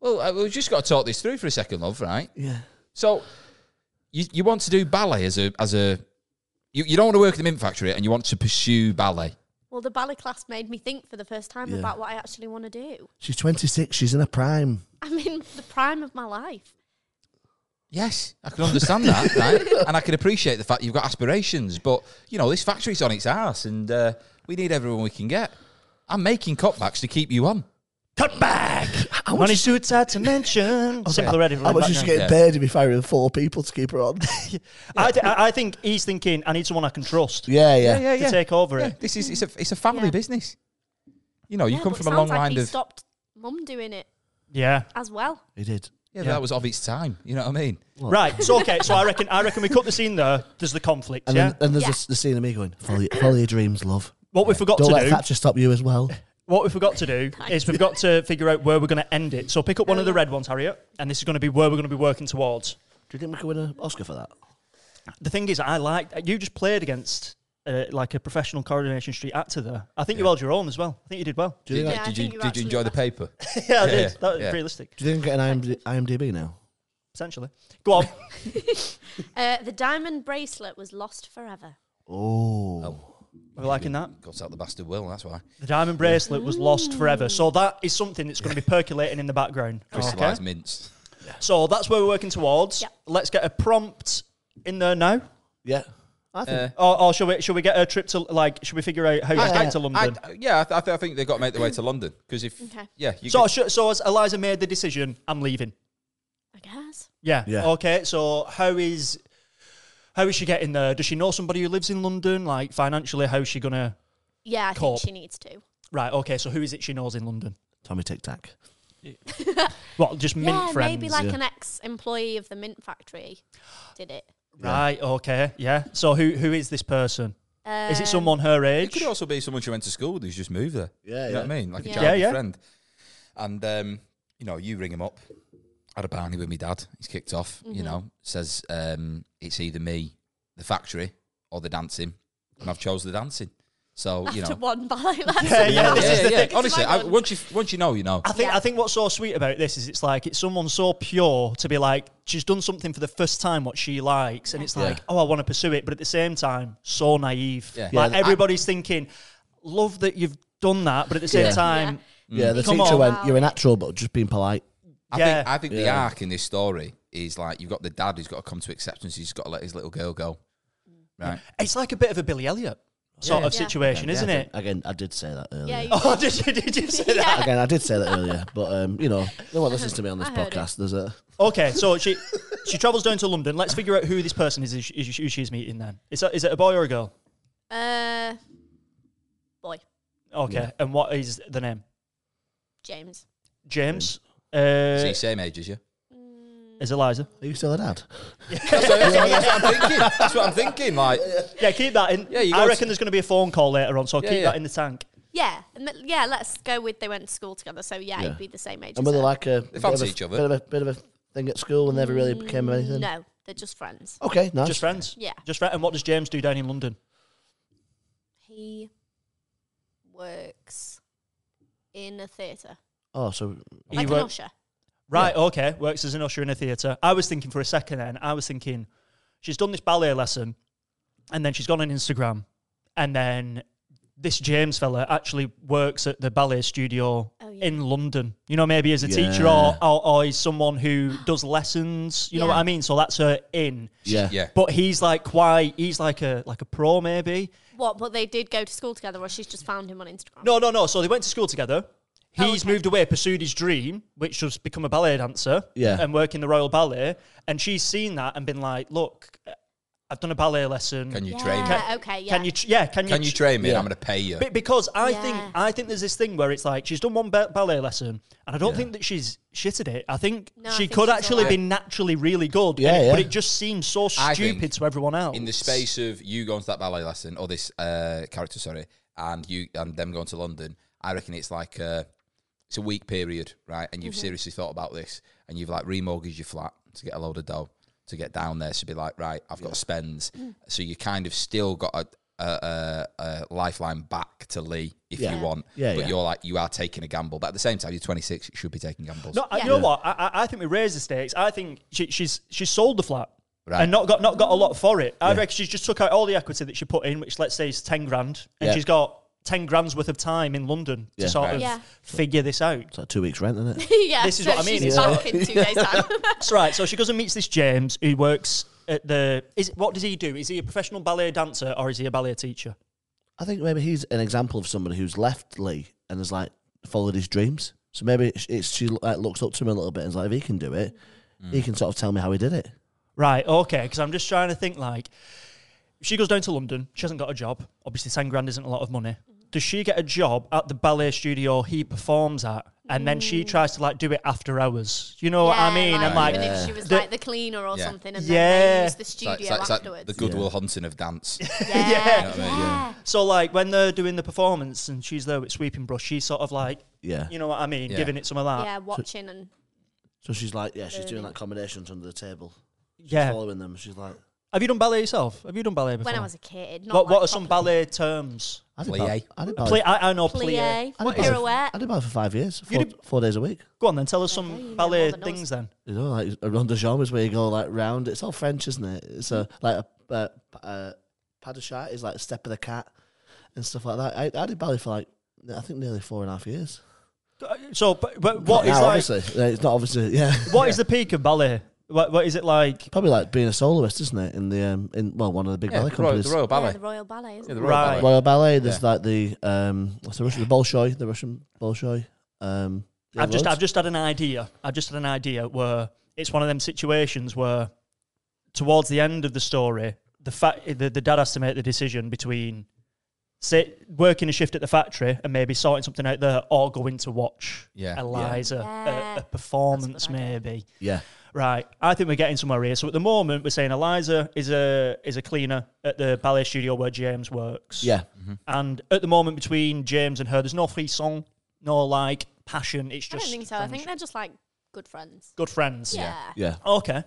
S1: well, uh, we've just got to talk this through for a second, love. Right.
S3: Yeah.
S1: So, you you want to do ballet as a as a you, you don't want to work at the mint factory and you want to pursue ballet.
S4: Well, the ballet class made me think for the first time
S3: Yeah.
S4: about what I actually want to do. [LAUGHS]
S3: She's 26. She's in her prime.
S4: I'm in the prime of my life.
S1: Yes, I can understand that, [LAUGHS] right? And I can appreciate the fact you've got aspirations, but you know this factory's on its ass, and uh, we need everyone we can get. I'm making cutbacks to keep you on.
S3: Cut back. How
S2: Money
S3: much,
S2: suits hard to mention. Simple Red in
S3: how much
S2: back
S3: is she
S2: now.
S3: getting
S1: Yeah.
S3: paid if you're firing four people to keep her on?
S2: I, th- I I think he's thinking, I need someone I can
S3: [LAUGHS]
S2: trust.
S3: yeah, yeah.
S2: To take over it.
S1: This is it's a it's a family
S4: Yeah.
S1: business. You know, you
S4: Yeah,
S1: come
S4: but
S1: from a
S4: sounds
S1: long
S4: like
S1: line
S4: he
S1: of
S4: stopped mum doing it
S2: Yeah.
S4: as well.
S3: He did.
S1: yeah, that was of its time. You know what I mean?
S2: Right. So okay. So I reckon. I reckon we cut the scene there. There's the conflict.
S3: And,
S2: yeah.
S3: then, and there's
S4: Yeah.
S3: this- the scene of me going, follow, your- follow your dreams, love.
S2: what we forgot to
S3: Don't let
S2: do.
S3: Thatcher stop you as well.
S2: What we forgot to
S4: [LAUGHS]
S2: do is we've got to figure out where we're going to end it. So pick up one
S4: Oh,
S2: of the
S4: yeah.
S2: red ones, Harriet, and this is going to be where we're going to be working towards.
S3: Do you think we could win an Oscar for that?
S2: The thing is, I like you just played against uh, like a professional Coronation Street actor there. I think you held your own as well. I think you did
S1: [LAUGHS]
S2: well.
S3: Do you think,
S4: Yeah, I
S1: did you
S4: think you
S1: did you
S4: actually
S1: enjoy the
S4: were.
S1: paper?
S2: yeah, I
S1: Yeah,
S2: did.
S1: yeah,
S2: That was
S1: yeah.
S2: realistic,
S3: do you think we get an IMD, IMDb now?
S2: essentially. Go
S1: [LAUGHS]
S2: on.
S4: Uh, the diamond bracelet was lost forever.
S3: Oh.
S2: Are we liking that?
S1: Got out the bastard will. That's why
S2: The diamond bracelet was lost forever. So that is something that's going to be percolating in the background. Okay.
S1: crystallized mints.
S2: So that's where we're working towards.
S4: Yeah.
S2: Let's get a prompt in there now.
S3: Yeah. I think.
S2: Or, or shall we? Shall we get a trip to like? Should we figure out how to get to
S1: I,
S2: London?
S1: yeah, I, th- I, th- I think they've got to make their way to London because if
S4: Okay.
S1: yeah, you
S2: so,
S1: could-
S2: sh- so as Eliza made the decision, I'm leaving.
S4: I guess.
S2: Yeah.
S3: Yeah.
S2: Okay. So how is how is she getting there? Does she know somebody who lives in London? Like financially, how's she gonna?
S4: Yeah, I
S2: Corp.
S4: think she needs to.
S2: Right. Okay. So who is it she knows in London?
S3: Tommy Tic Tac.
S2: What? Just mint
S4: yeah,
S2: friends.
S4: maybe like
S3: yeah.
S4: an ex-employee of the mint factory did it.
S2: right. Okay. Yeah. So who who is this person? is it
S4: Um,
S2: someone her
S1: It
S2: age?
S1: could also be someone who went to school with who's just moved there.
S3: Yeah,
S1: you know
S3: yeah.
S1: what I mean, like a
S4: Yeah.
S1: childhood
S2: Yeah, yeah.
S1: friend. And um, you know, you ring him up. Had a barney with me dad. He's kicked off.
S4: Mm-hmm.
S1: You know, says um, it's either me, the factory, or the dancing, and I've chose the dancing. So
S4: [LAUGHS]
S1: you
S4: After
S1: know,
S4: one ballet lesson.
S2: Yeah, yeah, this is the thing.
S1: Honestly,
S4: my
S1: I,
S4: one.
S1: once you once you know, you know.
S2: I think
S4: Yeah.
S2: I think what's so sweet about this is it's like it's someone so pure to be like she's done something for the first time what she likes and it's
S1: Yeah.
S2: like oh I want to pursue it but at the same time so naive
S1: Yeah.
S2: like
S3: Yeah.
S2: everybody's thinking love that you've done that but at the same
S3: Yeah.
S2: time
S3: Yeah, the
S2: Come
S3: teacher
S2: on.
S3: went, you're a natural, but just being polite.
S1: I
S2: Yeah.
S1: think I think the
S3: Yeah.
S1: arc in this story is like you've got the dad who's got to come to acceptance. He's got to let his little girl go. Right.
S2: it's like a bit of a Billy Elliot sort
S1: Yeah.
S2: of
S4: Yeah.
S2: situation isn't
S3: Yeah, I
S2: it
S3: think- Again, I did say that earlier.
S4: Yeah, you
S2: [LAUGHS]
S4: [LAUGHS]
S2: oh did you, did you say that
S4: yeah.
S3: Again, I did say that earlier, but um, you know, no one listens to me on this
S4: I heard it.
S3: podcast. There's a
S2: okay so she she travels down to London let's figure out who this person is, is, who she's meeting then is, that, is it a boy or a girl
S4: Uh, boy,
S2: okay and what is the name
S4: James.
S2: James
S1: So
S2: uh,
S1: he's same age as you.
S2: is Eliza
S3: are you still a dad?
S1: [LAUGHS] That's, that's- that's what I'm thinking. That's what I'm thinking. Like,
S2: Yeah, keep that in.
S1: Yeah, you
S2: I
S1: got
S2: reckon
S1: to-
S2: there's going to be a phone call later on, so
S1: Yeah,
S2: keep
S1: yeah.
S2: that in the tank.
S4: Yeah, and th- yeah. Let's go with they went to school together, so yeah,
S3: Yeah.
S4: he'd be the same age.
S3: And
S4: as
S3: were they
S4: her.
S3: like a bit
S1: fancy
S3: of a-
S1: each other.
S3: Bit of a bit of a thing at school, and never really became anything.
S4: Mm, No, they're just friends.
S3: Okay, nice.
S2: Just friends.
S4: Yeah.
S2: Just friends. And what does James do down in London?
S4: He works in a theatre,
S3: Oh, so
S2: He
S4: like an
S2: work-
S4: usher.
S2: Right. Okay. Works as an usher in a theatre. I was thinking for a second then. I was thinking she's done this ballet lesson, and then she's gone on Instagram, and then this James fella actually works at the ballet studio
S4: Oh, yeah.
S2: in London. You know, maybe as a teacher or, or or he's someone who does lessons. You know
S4: Yeah.
S2: what I mean? So that's her in.
S3: Yeah.
S1: Yeah.
S2: But he's like quite. He's like a like a pro maybe.
S4: What? But they did go to school together, or she's just found him on Instagram.
S2: No, no, no. So they went to school together. He's
S4: Oh, okay.
S2: moved away, pursued his dream, which was become a ballet dancer
S3: Yeah.
S2: and work in the Royal Ballet. And she's seen that and been like, "Look, I've done a ballet lesson.
S1: Can you
S4: Yeah,
S1: train me? Can,
S4: okay, yeah.
S2: Can
S4: [LAUGHS]
S2: you? tr- Yeah. Can you?
S1: you
S2: tr-
S1: train me?
S3: Yeah.
S1: I'm going to pay you.
S2: Be- because I think
S4: Yeah.
S2: I think there's this thing where it's like she's done one ba- ballet lesson, and I don't think that she's shit at it. I think
S4: No, I
S2: she
S4: think
S2: could
S4: she's
S2: actually be
S4: alright.
S2: naturally really good.
S3: Yeah,
S2: and it- But
S3: yeah.
S2: it just seems so
S1: I think
S2: stupid to everyone else.
S1: in the space of you going to that ballet lesson or this uh, character, sorry, and you and them going to London, I reckon it's like uh, it's a week period, right? And you've seriously thought about this, and you've like remortgaged your flat to get a load of dough to get down there. So be like, right, I've got spends. So you kind of still got a. A, a, a lifeline back to Lee if
S3: Yeah.
S1: you want,
S3: Yeah,
S1: but
S3: yeah.
S1: you're like you are taking a gamble. But at the same time, you're 26, you should be taking gambles.
S2: No, I-
S4: Yeah.
S2: you know what? I, I- I think we raised the stakes. I think she, she's she's sold the flat
S1: Right.
S2: and not got not got a lot for it. I reckon she's just took out all the equity that she put in, which let's say is ten grand, and
S3: Yeah.
S2: she's got ten grand's worth of time in London
S3: Yeah.
S2: to sort
S1: Right.
S2: of
S4: Yeah.
S2: figure this out.
S3: It's like two weeks' rent, isn't it?
S4: yeah,
S2: This is
S4: so
S2: what I mean, it's
S4: She's back in two days' time.
S2: That's right. [LAUGHS] So she goes and meets this James who works at the. Is what does he do? Is he a professional ballet dancer or is he a ballet teacher?
S3: I think maybe he's an example of somebody who's left Lee and has like followed his dreams. So maybe sh- it's she like looks up to him a little bit and is like, if he can do it, he can sort of tell me how he did it.
S2: Right. Okay. Because I'm just trying to think like. She goes down to London. She hasn't got a job. Obviously, 10 grand isn't a lot of money.
S4: Mm-hmm.
S2: Does she get a job at the ballet studio he performs at? And then she tries to like do it after hours. You know what I mean?
S4: Mm.
S2: and like,
S4: Like, even if she was
S2: the-
S4: like the cleaner or
S1: Yeah.
S4: something, and then
S2: Yeah.
S4: they used the studio
S1: It's like- it's like
S4: afterwards.
S1: the Goodwill Hunting of dance.
S4: yeah,
S2: Yeah.
S4: yeah.
S2: so like when they're doing the performance and she's there with sweeping brush, she's sort of like,
S3: Yeah.
S2: you know what I mean,
S1: Yeah.
S2: giving it some of that.
S4: Yeah, watching and
S3: So she's like, yeah, she's doing like combinations under the table,
S2: Yeah.
S3: following them. She's like,
S2: Have you done ballet yourself? Have you done ballet before?
S4: when I was a kid. Not
S2: what
S4: like
S2: What are some
S4: properly.
S2: ballet terms?
S3: I did,
S1: Plie.
S3: ballet- I did ballet.
S2: Plie, I, I know plie.
S4: plie,
S3: I did ballet-
S4: pirouette.
S3: I did ballet for five years, four,
S2: did-
S3: four days a week.
S2: Go on then, tell us some
S4: oh, you know
S2: ballet
S4: more than us.
S2: things then.
S3: You know, like around the genres where you go like round. It's all French, isn't it? It's a like a, uh, p- uh, pas de chat is like step of the cat and stuff like that. I, I did ballet for like I think nearly four and a half years.
S2: So, but, but what is
S3: Now,
S2: like?
S3: obviously, yeah, it's not obviously. Yeah, [LAUGHS]
S2: What is the peak of ballet? What, what is it like?
S3: probably like being a soloist, isn't it? In the um, in well, one of the big
S1: Yeah,
S3: ballet
S1: the Royal,
S3: companies,
S1: the Royal
S4: Yeah,
S1: Ballet.
S4: the Royal Ballet. Isn't
S1: Yeah,
S4: it?
S1: the Royal
S2: Right.
S1: Ballet.
S3: Royal Ballet. There's
S1: Yeah.
S3: like the um, what's the Russian, the Bolshoi, the Russian Bolshoi. Um, yeah,
S2: I've just
S3: loads.
S2: I've just had an idea. I've just had an idea where it's one of them situations where towards the end of the story, the fa- the, the dad has to make the decision between say working a shift at the factory and maybe sorting something out there or going to watch
S1: Yeah.
S2: Eliza
S4: Yeah.
S2: A, a performance
S4: That's a good idea.
S2: maybe.
S3: yeah.
S2: Right, I think we're getting somewhere here. So at the moment, we're saying Eliza is a is a cleaner at the ballet studio where James works.
S3: Yeah,
S2: and at the moment between James and her, there's no frisson, no like passion. It's
S4: I
S2: just
S4: don't think so. I think they're just like good friends.
S2: good friends.
S4: Yeah.
S3: yeah.
S2: Okay.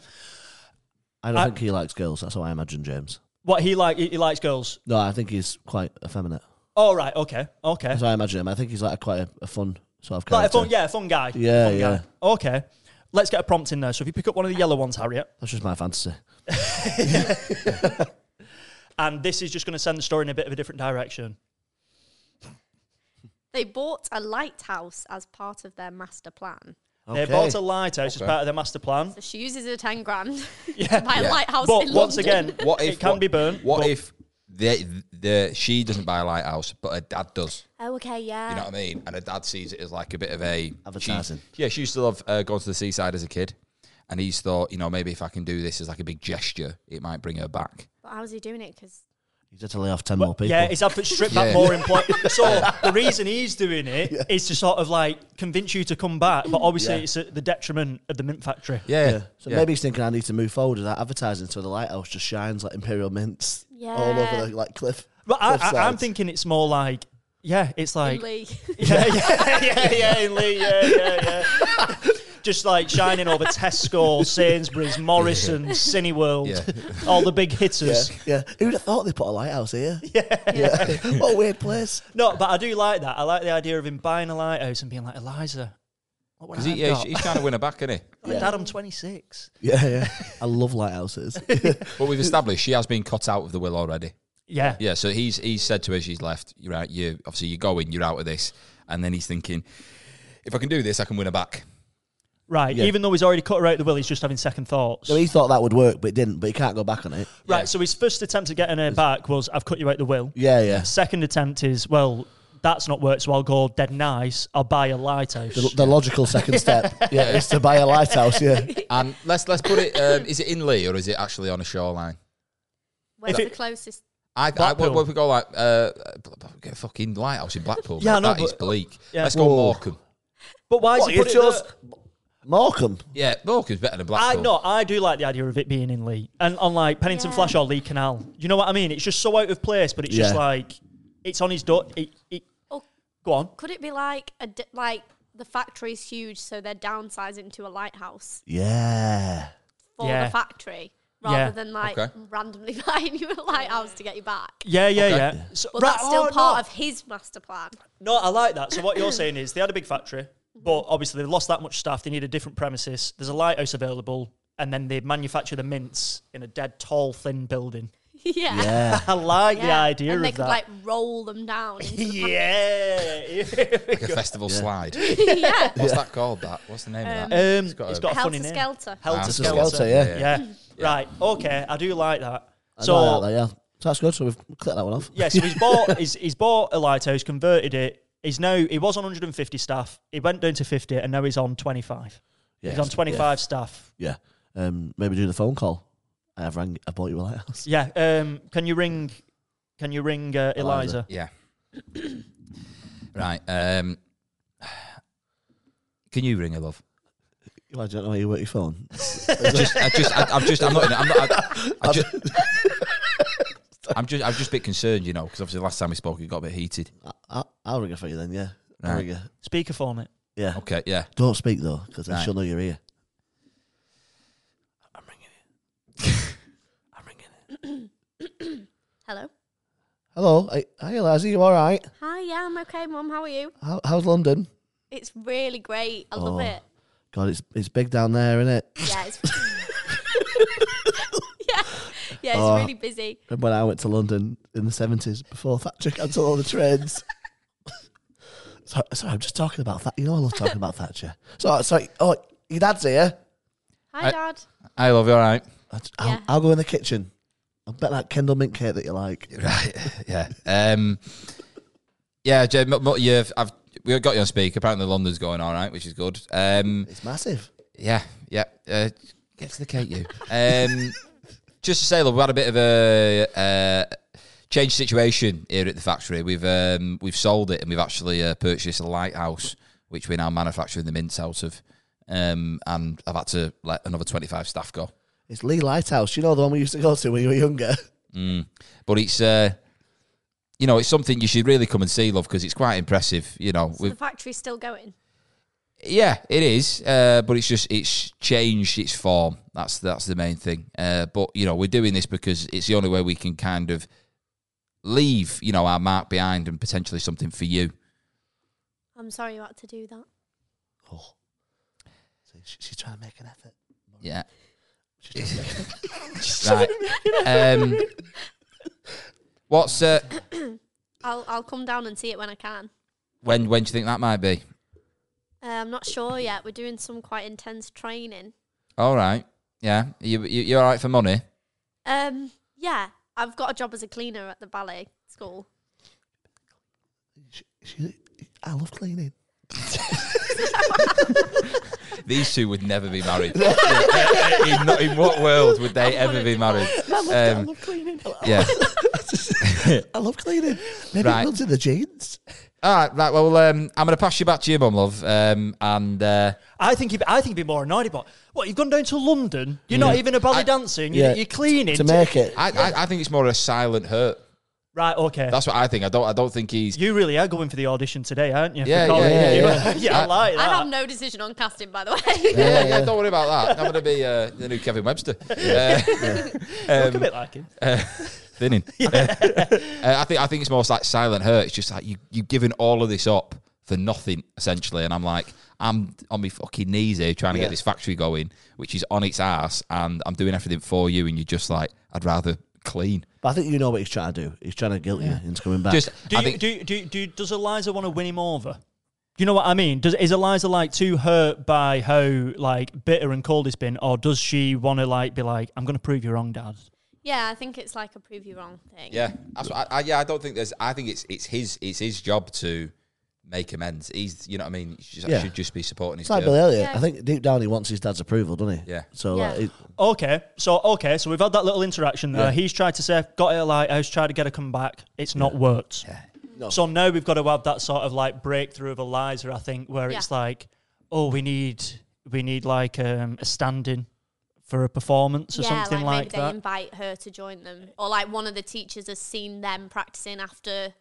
S3: I don't
S2: I-
S3: think he likes girls. That's how I imagine James.
S2: What he like? He, he likes girls.
S3: No, I think he's quite effeminate.
S2: All right. Okay. Okay.
S3: That's how I imagine him. I think he's like a, quite a, a fun sort of
S2: Like a
S3: character.
S2: fun, yeah, a fun guy.
S3: Yeah,
S2: Fun guy.
S3: yeah.
S2: Okay. Let's get a prompt in there. So if you pick up one of the yellow ones, Harriet,
S3: That's just my fantasy.
S2: and this is just going to send the story in a bit of a different direction.
S4: They bought a lighthouse as part of their master plan.
S2: They bought a lighthouse as part of their master plan.
S4: So she uses her ten grand [LAUGHS]
S2: Yeah.
S4: to buy
S1: Yeah.
S4: a lighthouse.
S2: But
S4: in
S2: once
S4: London.
S2: again,
S1: What if
S2: it can
S1: what-
S2: be burnt.
S1: What
S2: but-
S1: if the the she doesn't buy a lighthouse, but her dad does?
S4: [LAUGHS] oh, okay, yeah.
S1: You know what I mean? And her dad sees it as like a bit of a she-
S3: Advertising.
S1: yeah, she used to love uh, going to the seaside as a kid, and he's thought, you know, maybe if I can do this as like a big gesture, it might bring her back.
S4: but how's he doing it? Because
S3: He's had to lay off ten more people.
S2: Yeah, it's had to strip back
S1: Yeah.
S2: more
S3: [LAUGHS]
S2: employment. So the reason he's doing it is to sort of like convince you to come back, but obviously
S3: Yeah.
S2: it's at the detriment of the mint factory.
S1: Yeah,
S3: Yeah. So maybe he's thinking I need to move forward with that advertising so the lighthouse just shines like imperial mints all
S4: Yeah.
S3: over the like cliff.
S2: But I, I, I'm
S3: cliffsides.
S2: thinking it's more like, yeah, it's like,
S4: Lee,
S2: yeah, [LAUGHS] yeah, yeah, yeah, in Lee, yeah, yeah, yeah. [LAUGHS] Just like shining over Tesco, [LAUGHS] Sainsbury's, Morrison, Cineworld, [LAUGHS]
S1: Yeah.
S2: all the big hitters.
S3: Yeah. Who'd have thought they put a lighthouse here? Yeah. yeah. [LAUGHS] what a weird place.
S2: No, but I do like that. I like the idea of him buying a lighthouse and being like, Eliza, what would I
S1: because he,
S2: have
S1: yeah,
S2: got?
S1: he's, he's trying to win her back, isn't he?
S2: Like, Dad, I'm 26.
S3: Yeah, yeah. [LAUGHS] I love lighthouses.
S1: But we've established she has been cut out of the will already.
S2: Yeah.
S1: Yeah, so he's he's said to her, she's left. You're out. You obviously you're going. You're out of this. And then he's thinking, if I can do this, I can win her back.
S2: Right.
S3: Yeah.
S2: Even though he's already cut her out of the will, he's just having second thoughts.
S3: So he thought that would work, but it didn't. But he can't go back on it.
S2: right. So his first attempt at getting her back was, I've cut you out the will.
S3: Yeah, yeah.
S2: Second attempt is, well, that's not worked, so I'll go dead nice. I'll buy a lighthouse.
S3: The, the logical second step, yeah, is to buy a lighthouse. Yeah,
S1: And let's let's put it. Um, is it in Lee or is it actually on a shoreline?
S4: [LAUGHS] Where's
S2: If it-
S4: the closest?
S1: I, I
S2: Blackpool.
S1: what, what if we go like uh, get a fucking lighthouse in Blackpool?
S2: Yeah, I
S1: Yeah,
S2: know,
S1: that is
S2: but-
S1: bleak.
S2: yeah.
S1: Let's go
S3: Whoa.
S1: Morecambe.
S2: but why is
S3: What,
S2: he
S3: you
S2: put it there?
S3: chose Morecambe.
S1: Yeah, Morecambe's better than
S2: I
S1: Blackpool.
S2: no, I do like the idea of it being in Lee and on like Pennington
S4: Yeah.
S2: Flash or Lee Canal. You know what I mean? It's just so out of place, but it's just
S3: Yeah.
S2: like it's on his door. It, it,
S4: Oh,
S2: go on.
S4: could it be like a di- like the factory's huge, so they're downsizing to a lighthouse
S3: Yeah,
S4: for
S2: Yeah.
S4: the factory rather
S2: Yeah.
S4: than like
S1: Okay.
S4: randomly [LAUGHS] buying you a lighthouse to get you back?
S2: Yeah, yeah,
S1: Okay.
S2: yeah. So,
S4: But
S2: right,
S4: that's still
S2: oh,
S4: part
S2: no.
S4: of his master plan. [LAUGHS]
S2: No, I like that. So what you're saying is they had a big factory, but obviously they lost that much staff. They need a different premises. There's a lighthouse available, and then they manufacture the mints in a dead, tall, thin building.
S4: yeah.
S3: yeah.
S2: I like the
S4: Yeah.
S2: idea
S4: and they
S2: of
S4: could
S2: that.
S4: like roll
S2: [LAUGHS]
S4: them down. [LAUGHS] into the pan-
S2: yeah.
S1: like a festival
S2: [LAUGHS]
S1: slide.
S4: yeah.
S1: What's that called? That? What's the name of that?
S2: um,
S1: got
S2: it's
S1: a-
S2: got a funny name.
S4: Helter Skelter.
S2: Helter
S1: Ah,
S2: Skelter.
S3: Skelter, yeah.
S2: yeah. Right. Okay. I do like that.
S3: I
S2: So
S3: like that, yeah, so that's good. So we've clicked that one off.
S2: yeah, so he's bought he's, he's bought a lighthouse, converted it. He's now he was on 150 staff. He went down to 50, and now he's on 25.
S3: [LAUGHS] Yeah,
S2: he's on 25 staff.
S3: Yeah, um, maybe do the phone call. I have rang. I bought you a [LAUGHS] lighthouse.
S2: Yeah. Um. Can you ring? Can you ring uh, Eliza?
S3: Eliza.
S1: Yeah. right. Um, can you ring her, love?
S3: Why do you not know how you work your phone?
S1: just, I just, I, I'm just, I'm not, in it. I'm not, I, I just,
S3: [LAUGHS]
S1: I'm just, I'm just a bit concerned, you know, because obviously the last time we spoke, it got a bit heated.
S3: [LAUGHS] I, I'll ring her for you then. Yeah, I'll
S1: Right.
S3: ring her.
S2: Speaker for me.
S3: Yeah.
S1: Okay, yeah.
S3: Don't speak though, because then
S1: Right.
S3: she'll know you're here. I'm ringing it. [LAUGHS] I'm ringing it.
S4: Hello.
S3: Hello, hey, hey Eliza, you all right?
S4: Hi, yeah, I'm okay, Mum. How are you?
S3: How, how's London?
S4: It's really great. I love
S3: Oh.
S4: it.
S3: God, it's it's big down there, isn't it?
S1: [LAUGHS]
S4: Yeah, it's [LAUGHS] yeah, yeah, it's
S3: Oh.
S4: really busy.
S3: Remember when I went to London in the seventies before Thatcher cancelled all the trains? [LAUGHS] sorry, sorry, I'm just talking about that. You know, I love talking about Thatcher. So, sorry. Oh, your dad's here.
S4: Hi,
S1: I-
S4: Dad.
S1: I love you, all right?
S3: I'll, I'll-
S4: Yeah.
S3: I'll go in the kitchen. I'll bet that Kendall mint cake that you like.
S1: [LAUGHS] Right, yeah. Mm. Um, yeah, Jay, m- m- you've, I've, we got you on speaker. Apparently London's going all right, which is good. Um,
S3: It's massive.
S1: yeah, yeah. Uh, get to the cake, you. Um, [LAUGHS] just to say, look, we've had a bit of a uh, change situation here at the factory. We've um, we've sold it and we've actually uh, purchased a lighthouse, which we're now manufacturing the mints out of. Um, and I've had to let another twenty five staff go,
S3: It's Lee Lighthouse. You know the one we used to go to when you were
S1: [LAUGHS]
S3: younger.
S1: but it's. Uh, you know, it's something you should really come and see, love, because it's quite impressive. You know,
S4: So
S1: we've
S4: the factory's still going.
S1: Yeah, it is, uh, but it's just it's changed its form. That's that's the main thing. Uh, but you know, we're doing this because it's the only way we can kind of leave you know our mark behind and potentially something for you.
S4: I'm sorry you had to do that.
S3: Oh, See, she- she's trying to make an effort.
S1: Yeah,
S3: She's trying to make an effort.
S1: [LAUGHS] right. um, what's uh,
S4: [LAUGHS] I'll I'll come down and see it when I can.
S1: when when do you think that might be?
S4: Uh, I'm not sure yet. We're doing some quite intense training.
S1: All right, yeah, you you you're all right for money.
S4: Um, yeah, I've got a job as a cleaner at the ballet school.
S3: She, she, I love cleaning.
S1: These two would never be married. [LAUGHS] in, not- in what world would they ever be married?
S3: [LAUGHS]
S1: Um,
S3: cleaning.
S1: yeah.
S3: I love cleaning. Maybe
S1: Right.
S3: it runs in the jeans.
S1: All right, right. Well, um, I'm going to pass you back to your mum, love. Um, and uh,
S2: I think he'd, I think he'd be more annoyed about. What you've gone down to London? You're not even a ballet dancing. You're,
S3: Yeah.
S2: you're cleaning.
S3: To make it.
S1: I, I, I think it's more a silent hurt.
S2: right. Okay.
S1: That's what I think. I don't. I don't think he's.
S2: you really are going for the audition today, aren't you? for
S1: Yeah, yeah,
S2: Colin?
S1: yeah,
S2: [LAUGHS] yeah.
S1: yeah.
S2: I like that.
S4: I have no decision on casting, by the way.
S1: [LAUGHS] Ah. Yeah, yeah, Don't worry about that. I'm going to be uh, the new Kevin
S2: [LAUGHS]
S1: Webster. Uh,
S2: Look a bit like him.
S1: thinning. [LAUGHS] Uh, I think. I think it's more like silent hurt. It's just like you. You've given all of this up for nothing, essentially. And I'm like, I'm on my fucking knees here trying to
S3: Yeah.
S1: get this factory going, which is on its ass, and I'm doing everything for you, and you're just like, I'd rather clean.
S3: But I think you know what he's trying to do. He's trying to guilt you into coming back.
S1: Just,
S2: Do
S1: I
S2: you,
S1: think,
S2: do, you- do, you- do, you- does Eliza want to win him over? Do you know what I mean? Does is Eliza like too hurt by how like bitter and cold it's been, or does she want to like be like, "I'm going to prove you wrong, Dad"?
S4: [LAUGHS] Yeah, I think it's like a prove you wrong thing.
S1: yeah, that's what I, I, yeah. I don't think there's. I think it's it's his it's his job to make amends. He's you know what I mean. He should,
S3: Yeah.
S1: should just be supporting his
S3: it's like
S1: girl.
S3: Billy Elliot.
S4: Yeah.
S3: I think deep down he wants his dad's approval, doesn't he?
S1: Yeah.
S3: So
S4: Yeah.
S3: like, it,
S2: Okay, so okay, so we've had that little interaction there.
S1: Yeah.
S2: He's tried to say, "Got it, like I was trying to get her come back. It's not worked." So now we've got to have that sort of like breakthrough of Eliza, I think, where
S4: Yeah.
S2: it's like, "Oh, we need we need like um, a standing for a performance or
S4: yeah,
S2: something
S4: like,
S2: like,
S4: maybe they
S2: that."
S4: invite her to join them, or like one of the teachers has seen them practicing after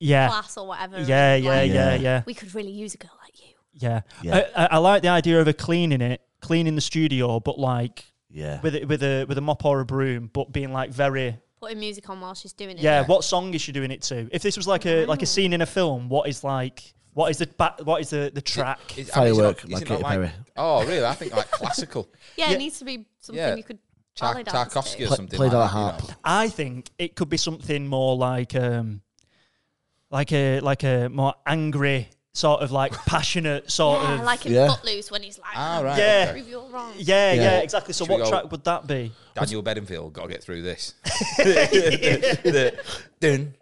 S2: yeah.
S4: class or whatever.
S2: Yeah,
S4: and,
S2: yeah,
S4: like,
S2: yeah,
S3: Yeah.
S2: yeah,
S4: We could really use a girl like you.
S2: yeah.
S3: Yeah.
S2: I, I, I like the idea of a cleaning it, cleaning the studio, but like
S3: yeah.
S2: with a, with a with a mop or a broom, but being like very
S4: Putting music on while she's doing it.
S2: yeah. What song is she doing it to? If this was like a like a scene in a film, what is like what is the back, what is the the track?
S1: Is- I mean, is it not-
S3: Firework
S1: is
S3: by
S1: it not
S3: Katy Perry.
S1: Oh, really? I think like classical
S4: yeah,
S2: Yeah.
S4: It needs to be something
S1: Yeah.
S4: you could.
S1: Tar-
S4: ballet dance to.
S1: Tarkovsky or
S3: Play-
S1: something.
S3: played
S1: like
S3: on a
S1: that, you
S3: harp.
S1: know.
S2: I think it could be something more like um like a like a more angry sort of [LAUGHS] like passionate sort
S4: Yeah,
S2: of
S4: like in
S3: Yeah.
S4: Footloose when he's like, "Oh,
S1: Ah, right,
S2: Yeah.
S1: okay.
S4: prove you all wrong.
S2: yeah, yeah,
S3: Yeah.
S2: exactly. So
S1: Should we
S2: what
S1: go-
S2: track would that be?
S1: Daniel Bedingfield, got to get
S3: [LAUGHS]
S1: through this. [LAUGHS] the, the, dun,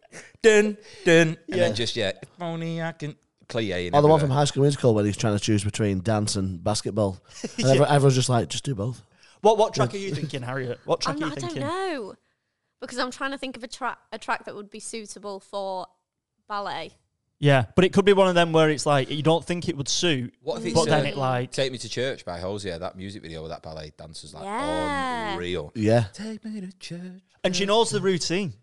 S1: dun, dun. And
S2: Yeah.
S1: then just, yeah, if only I can. Clear.
S3: Or Oh, the one from High School Musical when he's trying to choose between dance and
S2: [LAUGHS]
S3: basketball, and everyone- everyone's just like, just do both.
S2: What what track are you thinking, Harriet? What track
S4: I'm
S2: are you
S4: not, I don't
S2: thinking?
S4: know because I'm trying to think of a track a track that would be suitable for ballet.
S2: Yeah, but it could be one of them where it's like you don't think it would suit,
S1: What if it's,
S2: but then
S1: uh,
S2: it like
S1: Take Me to Church by Hosea, that music video with that ballet dancer's like
S4: Yeah.
S1: unreal.
S3: Yeah.
S1: Take me to church.
S2: and she knows the routine.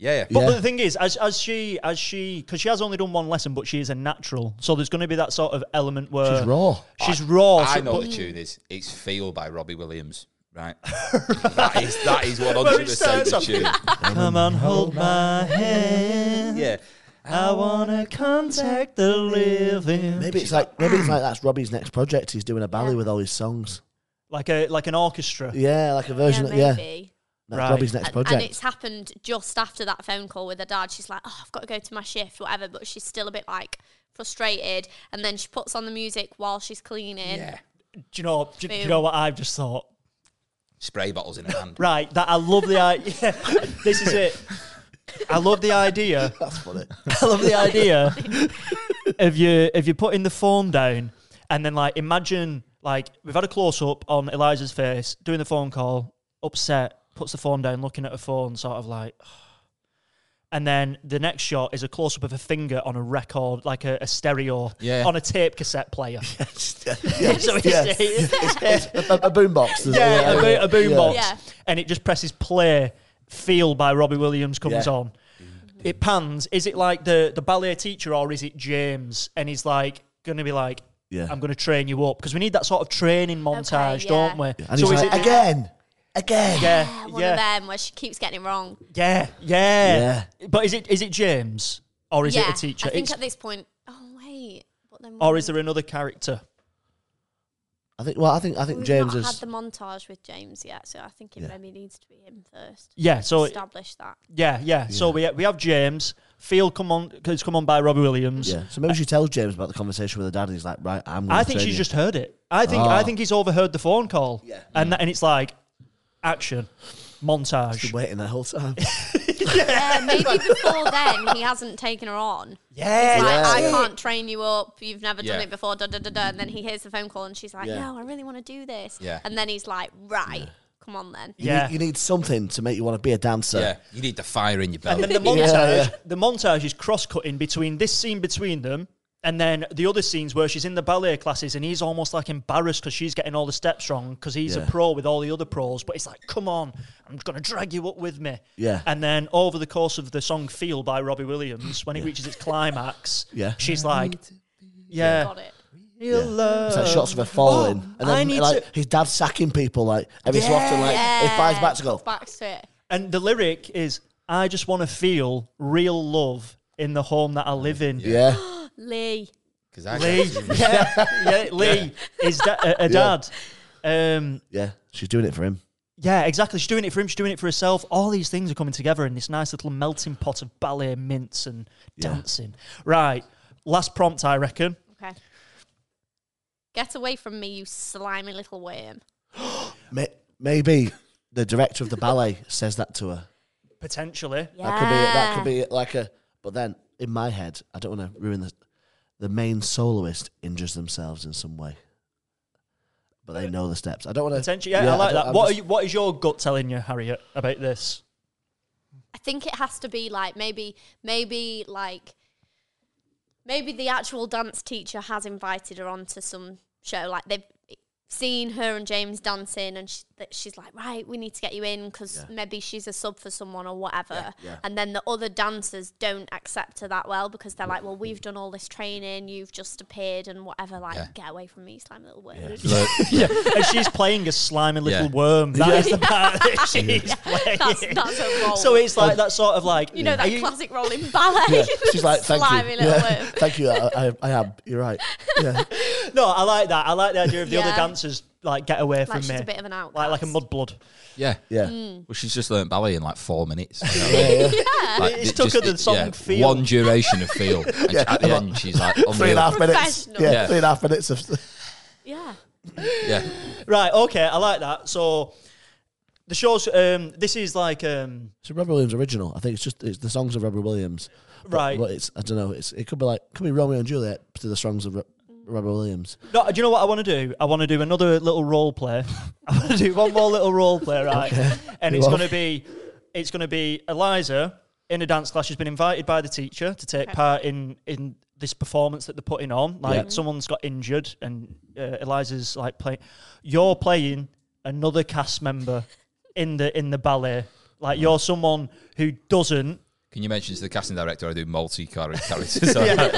S1: Yeah, yeah.
S2: But, but
S3: Yeah.
S2: the thing is, as as she as she because she has only done one lesson, but she is a natural, so there's going to be that sort of element where
S3: She's raw.
S2: She's raw.
S1: I
S2: so-
S1: know
S2: but-
S1: what the tune is. It's Feel by Robbie Williams,
S2: [LAUGHS]
S1: right? that is that is
S2: Where it
S1: 100%
S2: starts
S1: the
S2: off.
S1: tune.
S2: Come on, hold my hand.
S1: [LAUGHS] Yeah.
S2: I wanna contact the living.
S3: Maybe it's like maybe it's like that's Robbie's next project. He's doing a ballet with all his songs.
S2: Like a like an orchestra.
S3: Yeah, like a
S4: Yeah,
S3: version. of- Yeah,
S4: maybe.
S3: that's
S2: Right.
S3: Robbie's next
S4: And, and
S3: project.
S4: it's happened just after that phone call with her dad. She's like, "Oh, I've got to go to my shift, whatever," but she's still a bit like frustrated. And then she puts on the music while she's cleaning.
S1: Yeah.
S2: Do you know? Do, you- do you
S4: Boom.
S2: know what I've just thought?
S1: Spray bottles in hand.
S2: Right, that I [LAUGHS] love the idea. this is it. I love the idea.
S3: [LAUGHS] That's funny.
S2: I love the idea of you of you putting the phone down and then like imagine like we've had a close up on Eliza's face doing the phone call, upset, puts the phone down, looking at her phone, sort of like. [SIGHS] And then the next shot is a close up of a finger on a record, like a, a stereo
S1: Yeah.
S2: on a tape
S3: [LAUGHS]
S2: cassette player.
S4: [LAUGHS]
S2: so it's,
S3: Yeah.
S2: [LAUGHS] it's-
S3: a, a, a boombox. isn't it?
S2: yeah, a, bo- a boom
S3: Yeah.
S2: box.
S4: Yeah.
S2: And it just presses play. Feel by Robbie Williams comes
S3: Yeah.
S2: on. It pans. Is it like the, the ballet teacher or is it James? And he's like, going to be like,
S3: Yeah.
S2: I'm going to train you up. Because we need that sort of training montage,
S4: yeah.
S2: don't we?
S3: And he's like, again, again.
S2: Yeah,
S4: One of
S2: yeah,
S4: them where she keeps getting it wrong.
S2: yeah, yeah, But is it is it James or is
S4: yeah,
S2: it a teacher?
S4: I think
S2: It's-
S4: at this point. Oh wait, but then
S2: or is there another character?
S3: I think. Well, I think. I think
S4: We've
S3: James
S4: not
S3: is.
S4: had the montage with James yet, so I think it maybe needs to be him first.
S2: Yeah, so it-
S4: establish that.
S2: yeah, yeah, So we we have James. Feel come on, cause come on by Robbie Williams.
S3: Yeah. So maybe she tells James about the conversation with her dad, and he's like, "Right, I'm." Gonna
S2: I think
S3: train
S2: she's
S3: you.
S2: just heard it. I think
S3: Ah.
S2: I think he's overheard the phone call. Yeah. And that, and it's like action montage.
S3: Been waiting that whole
S4: [LAUGHS]
S3: time.
S4: Yeah,
S2: [LAUGHS]
S4: maybe before then he hasn't taken her on.
S2: Yeah.
S4: Like,
S3: Yeah,
S4: I
S3: yeah.
S4: can't train you up. You've never done
S1: Yeah.
S4: it before. Da, da, da, da. And then he hears the phone call and she's like,
S3: Yeah.
S4: no, I really want to do this.
S1: Yeah.
S4: And then he's like, right, come on then.
S3: You
S2: Yeah.
S3: Need, you need something to make you want to be a dancer.
S1: Yeah, you need the fire in your
S2: And
S1: belly.
S2: then the montage,
S3: yeah.
S2: the montage is cross cutting between this scene between them. And then the other scenes where she's in the ballet classes and he's almost like embarrassed because she's getting all the steps wrong because he's a
S3: Yeah.
S2: pro with all the other pros. But it's like, come on, I'm going to drag you up with me.
S3: Yeah.
S2: And then over the course of the song Feel by Robbie Williams, when it reaches its climax,
S3: Yeah.
S2: she's like, yeah.
S4: Got it.
S2: Real love.
S3: It's like shots of her falling,
S2: Oh,
S3: and
S2: I
S3: then
S2: need
S3: like
S2: to-
S3: his dad sacking people like every so often. Like he flies back to go.
S4: Comes Back to it.
S2: And the lyric is, I just want to feel real love in the home that I live in. [LAUGHS]
S3: Yeah,
S4: Lee.
S1: Because I
S2: Lee, yeah, yeah, Lee is da- a, a dad. Um,
S3: yeah. She's doing it for him.
S2: Yeah, exactly. She's doing it for him. She's doing it for herself. All these things are coming together in this nice little melting pot of ballet mints and dancing. Right. Last prompt, I reckon.
S4: Okay. Get away from me, you slimy little worm.
S3: May- maybe the director of the ballet says that to her.
S2: Potentially.
S4: Yeah.
S3: That could be that could be like a. But then in my head, I don't want to ruin the the main soloist injures themselves in some way. But they know the steps. I don't want to.
S2: Potentially. Yeah, I like that. What, are
S3: [LAUGHS]
S2: you, what is your gut telling you, Harriet, about this?
S4: I think it has to be like maybe maybe like maybe the actual dance teacher has invited her onto some show like they've seen her and James dancing and she, that she's like right we need to get you in because maybe she's a sub for someone or whatever and then the other dancers don't accept her that well because they're like well we've done all this training you've just appeared and whatever like get away from me slime little worm
S2: [LAUGHS] yeah. And she's playing a slimy little
S1: Yeah.
S2: worm. That is the part that she's playing.
S4: [LAUGHS] that's, that's a role
S2: so it's like that sort of like.
S4: you know
S2: are
S4: that classic role in ballet
S3: She's
S4: [LAUGHS]
S3: like, thank
S4: slimy
S3: you.
S4: little
S3: Yeah,
S4: worm
S3: [LAUGHS] thank you. I, I, I am. You're right. Yeah.
S2: No, I like that. I like the idea of the other
S4: Yeah.
S2: dancers like get away from
S4: she's
S2: me.
S4: a bit of an outcast.
S2: Like like a mudblood.
S1: Yeah.
S2: [LAUGHS]
S3: Yeah.
S2: Hmm.
S1: Well, she's just learned ballet in like four minutes. Like,
S2: It's
S1: it
S2: took
S1: just-
S2: her the
S1: it-
S2: song
S1: yeah,
S2: Feel.
S1: One duration
S2: [LAUGHS]
S1: of feel. And At the end, she's like,
S3: Three and a
S1: unreal.
S3: half minutes.
S4: Professional.
S3: Yeah,
S1: Yeah.
S3: Three and a half minutes [LAUGHS] of.
S4: yeah
S1: Yeah.
S2: Right, okay, I like that. So the show's um this is like um
S3: It's a Robert Williams original. I think it's just it's the songs of Robert Williams. But-
S2: Right.
S3: But it's I don't know. It's it could be like could be Romeo and Juliet to the songs of Ro- Robert Williams.
S2: no, do you know what I want to do? I want to do another little role play. [LAUGHS] I want to do one more little role play, right? And it's
S3: Go on.
S2: going to be it's going to be Eliza in a dance class. She's been invited by the teacher to take part in in this performance that they're putting on. Like someone's got injured, and uh, Eliza's like playing. You're playing another cast member in the in the ballet. Like you're someone who doesn't
S1: Can you mention to the casting director I do multi
S2: [LAUGHS]
S1: characters? [LAUGHS] So, like,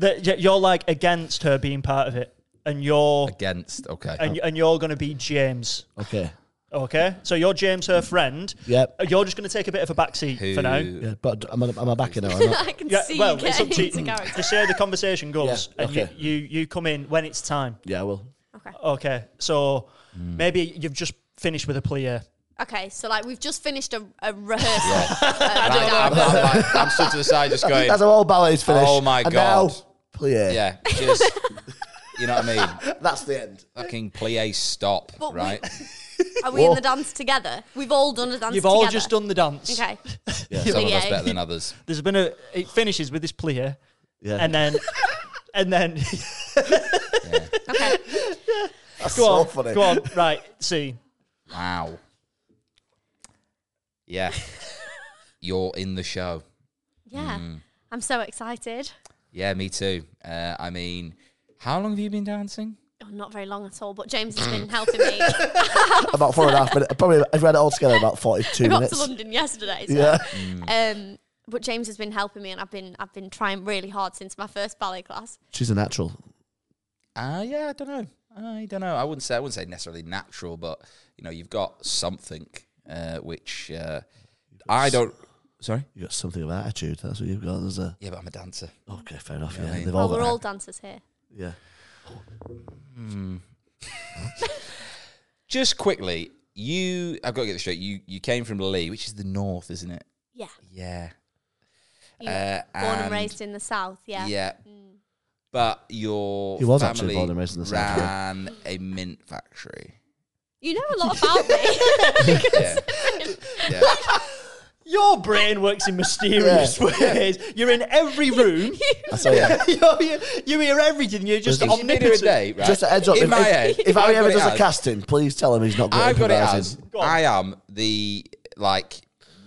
S2: that y- you're like against her being part of it, and you're
S1: against. Okay.
S2: and, and you're going to be James.
S3: Okay.
S2: Okay, so you're James, her friend.
S3: Yep.
S2: Uh, You're just going to take a bit of a backseat for now.
S1: Who-
S3: Yeah, but am I, am I back in now? I'm
S2: [LAUGHS]
S3: not.
S4: [LAUGHS] I can
S2: Yeah,
S4: see
S2: well,
S4: you
S2: it's up
S4: getting
S2: to
S4: into
S2: you.
S4: character.
S2: You see how the conversation goes,
S3: Yeah,
S2: and you,
S3: okay.
S2: you you come in when it's time.
S3: Yeah, I will.
S4: [LAUGHS] Okay.
S2: Okay, so maybe you've just finished with a plie.
S4: Okay, so like we've just finished a,
S2: [LAUGHS]
S4: a rehearsal. Uh,
S1: I'm, I'm, I'm, like, I'm stood to the
S2: [LAUGHS]
S1: side just going,
S3: That's how all ballet's finished.
S1: Oh my
S3: and
S1: God.
S3: Now, plie.
S1: yeah, just, you know what I mean?
S3: That's the end.
S1: Fucking plie, stop,
S4: But we- [LAUGHS]
S1: right?
S4: Are we in the dance together? We've all done a dance
S2: You've
S4: together.
S2: all just done the dance.
S4: Okay.
S1: Some of us
S4: Plie.
S1: better than others.
S2: There's been a. It finishes with this plie,
S3: Yeah.
S2: and
S4: [LAUGHS]
S2: then and then
S4: Okay.
S3: That's
S2: [LAUGHS] go
S3: so
S2: on,
S3: funny.
S2: go on. Right, see.
S1: Wow. Yeah. You're in the show.
S4: Yeah. I'm so excited.
S1: Yeah, me too. Uh, I mean, how long have you been dancing?
S4: Oh, not very long at all, but James has been helping me.
S3: [LAUGHS] About four and a half minutes. Probably if we had it all together about forty-two
S4: I got to
S3: minutes.
S4: London yesterday.
S3: [LAUGHS]
S4: So.
S2: [LAUGHS]
S3: Yeah.
S4: Um, but James has been helping me, and I've been I've been trying really hard since my first ballet class.
S3: She's a natural.
S1: Ah, yeah, I don't know. I don't know. I wouldn't say I wouldn't say necessarily natural, but you know, you've got something uh, which uh, I don't. Sorry.
S3: You got something of attitude. That's what you've got. There's a
S1: Yeah, but I'm a dancer.
S3: okay, fair enough.
S1: I
S3: Yeah,
S1: mean-
S3: they've
S2: Oh,
S4: Well,
S3: all got.
S4: Oh, we're
S3: that.
S4: all dancers here.
S3: yeah.
S1: Just quickly, you. I've got to get this straight. You you came from Lee, which is the north, isn't it?
S4: Yeah.
S1: Yeah.
S4: You-
S1: Uh,
S4: born and,
S1: and-
S4: raised in the south. Yeah.
S1: Yeah.
S2: Mm.
S1: But your
S3: He was
S1: family
S3: actually born and raised in the South, yeah.
S1: ran a mint
S2: [LAUGHS]
S1: factory.
S4: You know a lot about me.
S1: yeah.
S3: [LAUGHS]
S1: yeah.
S2: Your brain works in mysterious ways. You're in every
S4: [LAUGHS]
S2: room. [LAUGHS]
S3: I saw you.
S2: you're, you you hear everything. You're just
S3: Listen,
S1: If you did it a
S2: omnipotent.
S1: day, right?
S3: Just a heads up.
S1: In
S3: if,
S1: my
S3: if,
S1: head,
S3: if Harry
S1: I've
S3: ever
S1: got it
S3: does a
S1: as-
S3: casting, please tell him he's not good. at
S1: I've got it
S3: improvising.
S1: as I am the like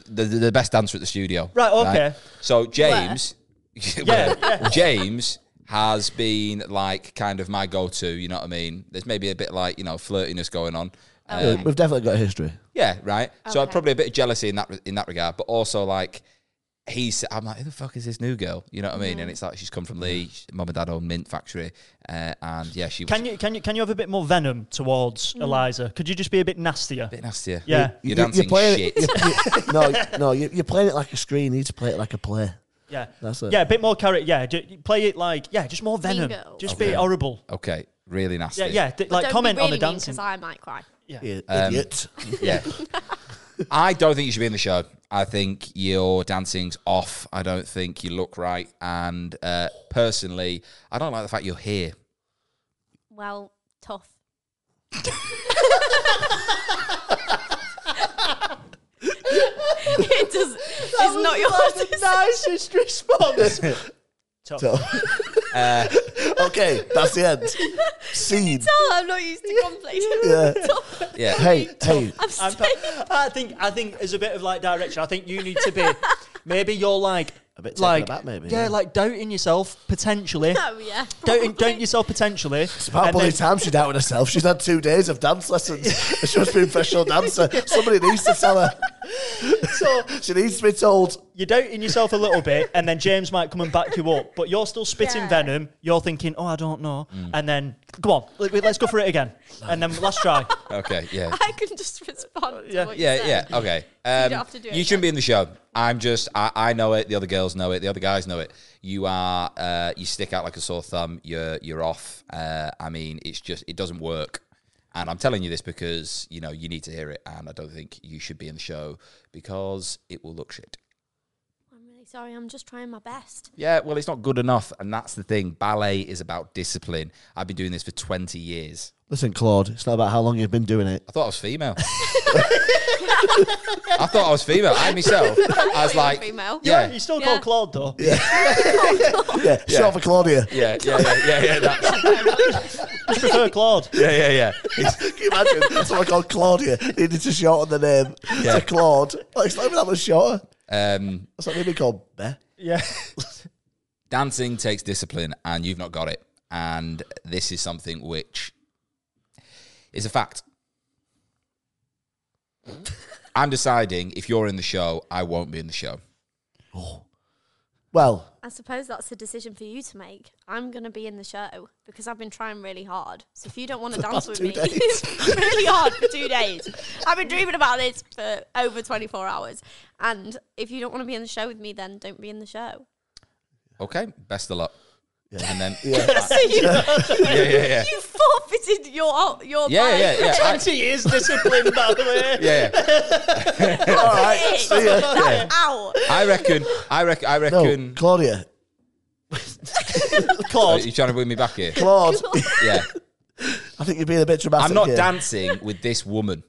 S1: the, the, the best dancer at the studio.
S2: Right, okay.
S1: So James,
S2: Yeah, yeah.
S1: [LAUGHS] James has been like kind of my go-to. You know what I mean? There's maybe a bit like you know flirtiness going on.
S4: Okay.
S1: Um,
S3: We've definitely got a history.
S1: yeah, right. So I'd
S4: Okay.
S1: probably a bit of jealousy in that re- in that regard, but also like. He's, I'm like, who the fuck is this new girl? You know what I mean? And it's like she's come from Lee, mum and dad own mint factory, uh, and yeah, she was
S2: Can you can you can you have a bit more venom towards
S4: Mm.
S2: Eliza? Could you just be a bit nastier?
S1: a bit nastier.
S2: Yeah.
S1: you're
S3: You-
S1: dancing
S3: playing
S1: shit.
S3: It, you- you- no, [LAUGHS] no, you, you're playing it like a screen. You need to play it like a play.
S2: Yeah,
S3: That's it.
S2: Yeah, a bit more character. Yeah, ju- play it like yeah, just more venom.
S4: Mean Girls.
S2: Just be horrible.
S1: [LAUGHS] okay, really nasty.
S2: Yeah, yeah. d-
S4: But
S2: like
S4: don't be
S2: comment on
S4: really
S2: the
S4: mean,
S2: dancing.
S4: 'cause I might cry.
S2: Yeah.
S3: You
S1: Um, [LAUGHS]
S3: idiot. [LAUGHS]
S1: Yeah. I don't think you should be in the show. I think your dancing's off. I don't think you look right. And uh, personally, I don't like the fact you're here.
S4: Well, tough. it does. it's not your [LAUGHS]
S3: nicest response.
S2: [LAUGHS] Tough.
S3: So-
S1: Uh,
S3: [LAUGHS] okay, that's the end. Scene.
S4: Oh, I'm not used to complaining. [LAUGHS]
S3: [LAUGHS] Yeah.
S1: Yeah.
S3: Hey, hey.
S4: I'm
S2: I'm
S4: staying.
S2: pa- I think I think as a bit of like direction, I think you need to
S4: [LAUGHS]
S2: be maybe you're like
S3: A bit taken
S2: like
S3: aback maybe,
S2: yeah,
S3: yeah.
S2: like doubting yourself
S4: [LAUGHS]
S2: potentially.
S4: Oh yeah.
S2: Doubting, doubting yourself potentially.
S3: It's about
S2: and
S3: bloody
S2: then-
S3: time she's doubted herself. She's had two days of dance lessons. [LAUGHS] she must be a professional dancer. Somebody needs to tell her. [LAUGHS]
S2: so
S3: She needs to be told.
S2: you're doubting yourself a little bit, and then James might come and back you up, but you're still spitting
S4: Yeah.
S2: venom. You're thinking, oh, I don't know, and then come on, let- let's go for it again, and then last
S4: [LAUGHS]
S2: try.
S1: Okay. Yeah.
S4: I can just respond.
S2: Yeah.
S4: to what you
S1: Yeah,
S4: said.
S1: yeah,
S4: [LAUGHS]
S1: okay. Um,
S4: don't have to do it
S1: you shouldn't be in the show. I'm just, I, I know it. The other girls know it. The other guys know it. You are, uh, you stick out like a sore thumb. You're, you're off. Uh, I mean, it's just, it doesn't work. And I'm telling you this because you know you need to hear it. And I don't think you should be in the show because it will look shit.
S4: I'm really sorry. I'm just trying my best.
S1: Yeah, well, it's not good enough, and that's the thing. Ballet is about discipline. I've been doing this for 20 years.
S3: Listen, Claude, it's not about how long you've been doing it.
S1: [LAUGHS] I thought I was female. I thought I was female. I
S4: [LAUGHS]
S1: myself, I was
S4: you're
S1: like,
S4: female.
S1: yeah,
S2: You still
S4: Yeah.
S2: call Claude though.
S3: Yeah, short for Claudia.
S1: Yeah, yeah, yeah, yeah, yeah. That's,
S2: [LAUGHS] Just prefer Claude.
S1: yeah, yeah, yeah. It's-
S3: Can you imagine someone called Claudia needed to shorten the name
S1: Yeah.
S3: to Claude? Like, it's not even that much shorter.
S1: um,
S3: That's not even called Beth.
S2: Yeah.
S1: dancing takes discipline, and you've not got it. And this is something which is a fact. I'm deciding if you're in the show, I won't be in the show.
S3: Well,
S4: I suppose that's a decision for you to make. I'm going to be in the show because I've been trying really hard. So if you don't want to dance with
S3: two
S4: me, [LAUGHS]
S3: days.
S4: really hard for two days. I've been dreaming about this for over 24 hours. And if you don't want to be in the show with me, then don't be in the show.
S1: Okay, best of luck. And then,
S4: So you,
S1: [LAUGHS] yeah, yeah, yeah.
S4: you forfeited your your
S1: Yeah,
S4: life.
S1: yeah, yeah.
S4: [LAUGHS]
S1: I-
S2: Twenty years discipline, by the [LAUGHS] way.
S1: yeah, yeah.
S3: all right.
S4: That's
S3: See ya.
S4: out. [LAUGHS]
S1: I reckon. I reckon. I
S3: No,
S1: reckon.
S3: Claudia.
S1: Oh,
S2: Claude.
S1: you're trying to bring me back here.
S3: Claude.
S1: Yeah,
S3: [LAUGHS] I think you're being a bit dramatic.
S1: I'm not
S3: here.
S1: dancing with this woman.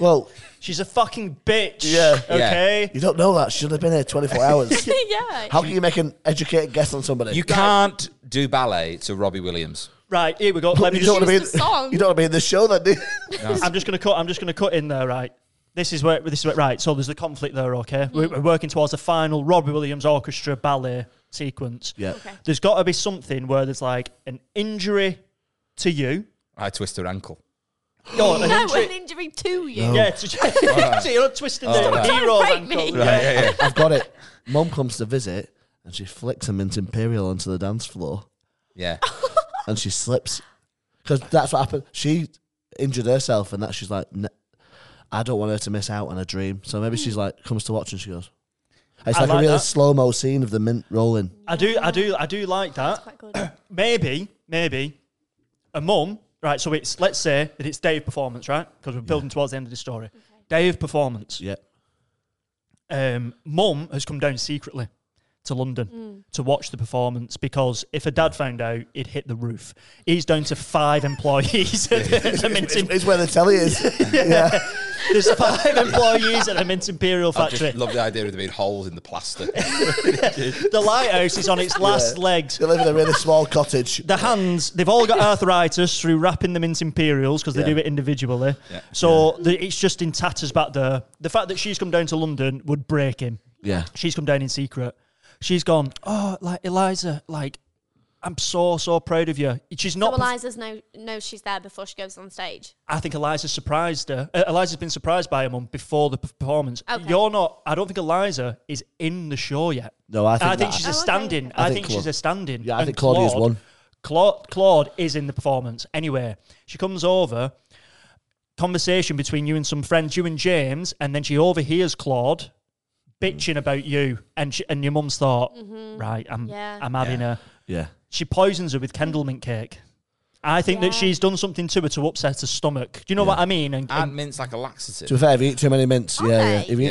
S3: Well,
S2: She's a fucking bitch.
S3: Yeah.
S1: Yeah.
S2: Okay.
S3: you don't know that. She should have been here 24
S4: [LAUGHS]
S3: hours.
S4: yeah.
S3: How can you make an educated guess on somebody?
S1: You can't do ballet to Robbie Williams.
S2: Right. Here we go. Let me
S3: You don't want to
S2: just.
S3: be.
S4: Choose the song.
S3: You don't want to be in the show, then. Do you?
S2: I'm just gonna cut. I'm just gonna cut in there. Right. This is where. This is where. Right. So there's the conflict there. Okay. We're, we're working towards a final Robbie Williams orchestra ballet sequence.
S3: Yeah.
S4: Okay.
S2: There's got to be something where there's like an injury to you.
S1: I twist her ankle.
S2: Oh, an
S4: [GASPS] No,
S2: injury.
S4: an injury to you.
S2: [LAUGHS] Yeah, to, [LAUGHS]
S3: Oh.
S2: so you're not twisting the
S1: right.
S2: hero's
S4: Don't break
S2: ankle.
S4: me.
S2: Yeah.
S3: [LAUGHS] I've got it. Mum comes to visit, and she flicks a mint imperial onto the dance floor,
S1: Yeah.
S3: and she slips because that's what happened. She injured herself, and that she's like, "N- I don't want her to miss out on a dream. So maybe she's like, comes to watch, and she goes. It's
S2: I
S3: like, a
S2: like
S3: really
S2: that.
S3: slow mo scene of the mint rolling.
S2: I do. I do. I do like that.
S4: Quite good.
S2: [CLEARS THROAT] maybe, maybe a mum, right? So it's let's say that it's day of performance, right? Because we're building towards the end of the story. Day of performance.
S3: Yeah.
S2: Um, mum has come down secretly to London
S4: Mm.
S2: to watch the performance because if her dad found out, he'd hit the roof. He's down to five [LAUGHS] employees at the Mint Im-
S3: It's where the telly is. yeah.
S2: There's five employees at the Mint Imperial
S1: I
S2: factory.
S1: just love the idea of there being holes in the plaster.
S2: The lighthouse is on its last legs.
S3: They live in a really small cottage.
S2: the hands they've all got arthritis through wrapping them into imperials because they
S3: Yeah.
S2: do it individually so The, it's just in tatters back there the fact that she's come down to london would break him
S3: Yeah.
S2: she's come down in secret she's gone oh like eliza like i'm so so proud of you she's
S4: So
S2: not
S4: Eliza's no knows she's there before she goes on stage.
S2: i think eliza surprised her uh, eliza's been surprised by her mum before the performance
S4: Okay.
S2: you're not i don't think eliza is in the show yet
S3: No, I think,
S2: I think
S3: that-
S2: she's
S4: Oh,
S2: a
S4: okay.
S2: stand-in. I,
S3: I
S2: think,
S3: think
S2: she's
S3: Claude-
S2: a stand-in.
S3: Yeah, I
S2: And
S3: think Claudia's one.
S2: Claude, Claude is in the performance. Anyway, she comes over. Conversation between you and some friends, you and James, and then she overhears Claude
S3: Mm-hmm.
S2: bitching about you, and she, and your mum's thought, right, I'm
S4: Mm-hmm. Yeah.
S2: I'm having her.
S3: yeah.
S2: She poisons her with Kendall mint cake. I think that
S4: Yeah.
S2: she's done something to her to upset her stomach. Do you know what I mean? And,
S1: And
S2: and
S1: mints like a
S3: To be
S1: laxative.
S3: fair, if you eat too many mints, yeah,
S4: Are
S3: yeah.
S4: they?
S3: If you, yeah, if you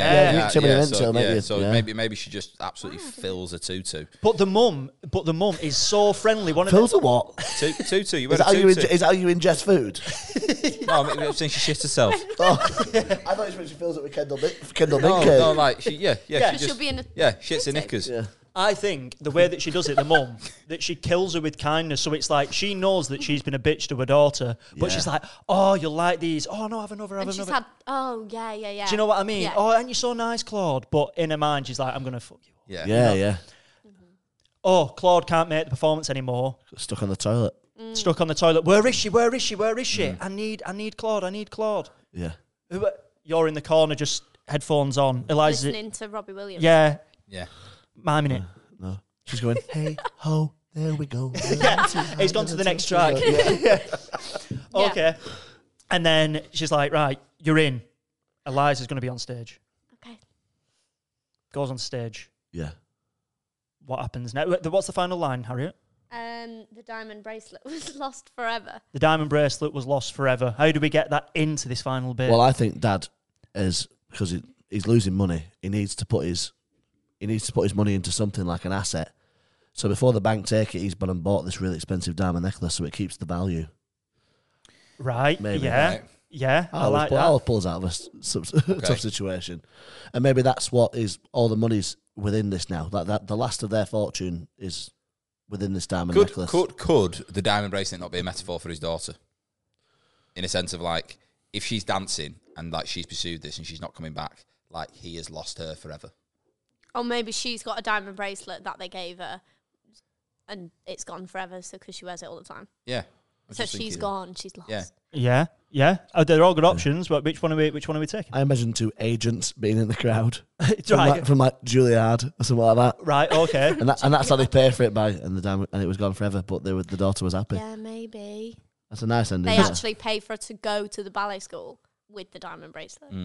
S3: eat too many
S1: yeah,
S3: mints,
S1: so,
S3: it'll make
S1: yeah,
S3: you.
S1: so
S3: yeah.
S1: maybe maybe she just absolutely fills a tutu.
S2: but the mum, but the mum is so friendly. One of
S3: Fills
S2: the,
S3: a what?
S1: Tu- Tutu, you
S3: Is
S1: wear
S3: that, how
S1: a
S3: you
S1: tutu.
S3: inge- is that how you ingest food? [LAUGHS]
S1: no, I mean, I'm saying she shit herself.
S3: oh, I thought it was when she fills it with Kendall Mink. Kendall
S1: No,
S3: Mink.
S1: no, like she, yeah, yeah.
S2: Yeah.
S1: she
S4: She'll
S1: just-
S4: be in a
S1: yeah, shits in
S4: tutu.
S1: knickers.
S3: Yeah.
S2: I think the way that she does it, the mum, [LAUGHS] that she kills her with kindness. So it's like she knows that she's been a bitch to her daughter, but she's like, "Oh, you'll like these. Oh no, have another, have
S4: And she's
S2: another."
S4: had, oh, yeah, yeah, yeah.
S2: Do you know what I mean?
S4: Yeah.
S2: Oh, and you're so nice, Claude. But in her mind, she's like, "I'm gonna fuck you."
S1: Yeah,
S3: yeah, yeah.
S2: Oh, Claude can't make the performance anymore.
S3: Stuck on the toilet.
S4: Mm.
S2: Stuck on the toilet. Where is she? Where is she? Where is she? I need, I need Claude. I need Claude.
S3: Yeah.
S2: Who- You're in the corner, just headphones on. Eliza's
S4: Listening to Robbie Williams.
S2: yeah,
S1: yeah.
S2: miming it.
S3: No. She's going, hey, ho, there we
S2: [LAUGHS]
S3: go.
S2: He's gone to the next
S4: [LAUGHS]
S2: track.
S4: Yeah.
S2: [LAUGHS] Okay. And then she's like, right, you're in. Eliza's going to be on stage.
S4: Okay.
S2: Goes on stage.
S3: Yeah.
S2: What happens now? Wh- What's the final line, Harriet?
S4: Um, the diamond bracelet [LAUGHS] was lost forever.
S2: The diamond bracelet was lost forever. How do we get that into this final bit?
S3: Well, I think Dad is because he, he's losing money. He needs to put his he needs to put his money into something like an asset. So before the bank take it, he's gone and bought this really expensive diamond necklace, so it keeps the value.
S2: right.
S3: Maybe,
S2: yeah.
S1: right.
S2: Yeah. I,
S3: I always,
S2: like
S3: pull-
S2: that.
S3: I always pulls out of a s- [LAUGHS] sub- tough situation, and maybe that's what is all the money's within this now. Like that, the last of their fortune is within this diamond
S1: Could
S3: necklace.
S1: could could the diamond bracelet not be a metaphor for his daughter? In a sense of like, if she's dancing and like she's pursued this and she's not coming back, like he has lost her forever.
S4: Or maybe she's got a diamond bracelet that they gave her and it's gone forever. So, because she wears it all the time.
S1: Yeah.
S4: So she's gone. She's lost.
S1: Yeah.
S2: Yeah. Yeah. Oh, they're all good options, but which one are we? Which one are we taking?
S3: I imagine two agents being in the crowd [LAUGHS]
S2: It's
S3: from,
S2: [LAUGHS] right.
S3: like, from like Juilliard or something like that.
S2: Right. Okay.
S3: and, that, and that's how they pay for it by and the diamond and it was gone forever. But they were, the daughter was happy.
S4: Yeah, maybe.
S3: That's a nice ending.
S4: They
S3: isn't it?
S4: actually pay for her to go to the ballet school with the diamond bracelet. So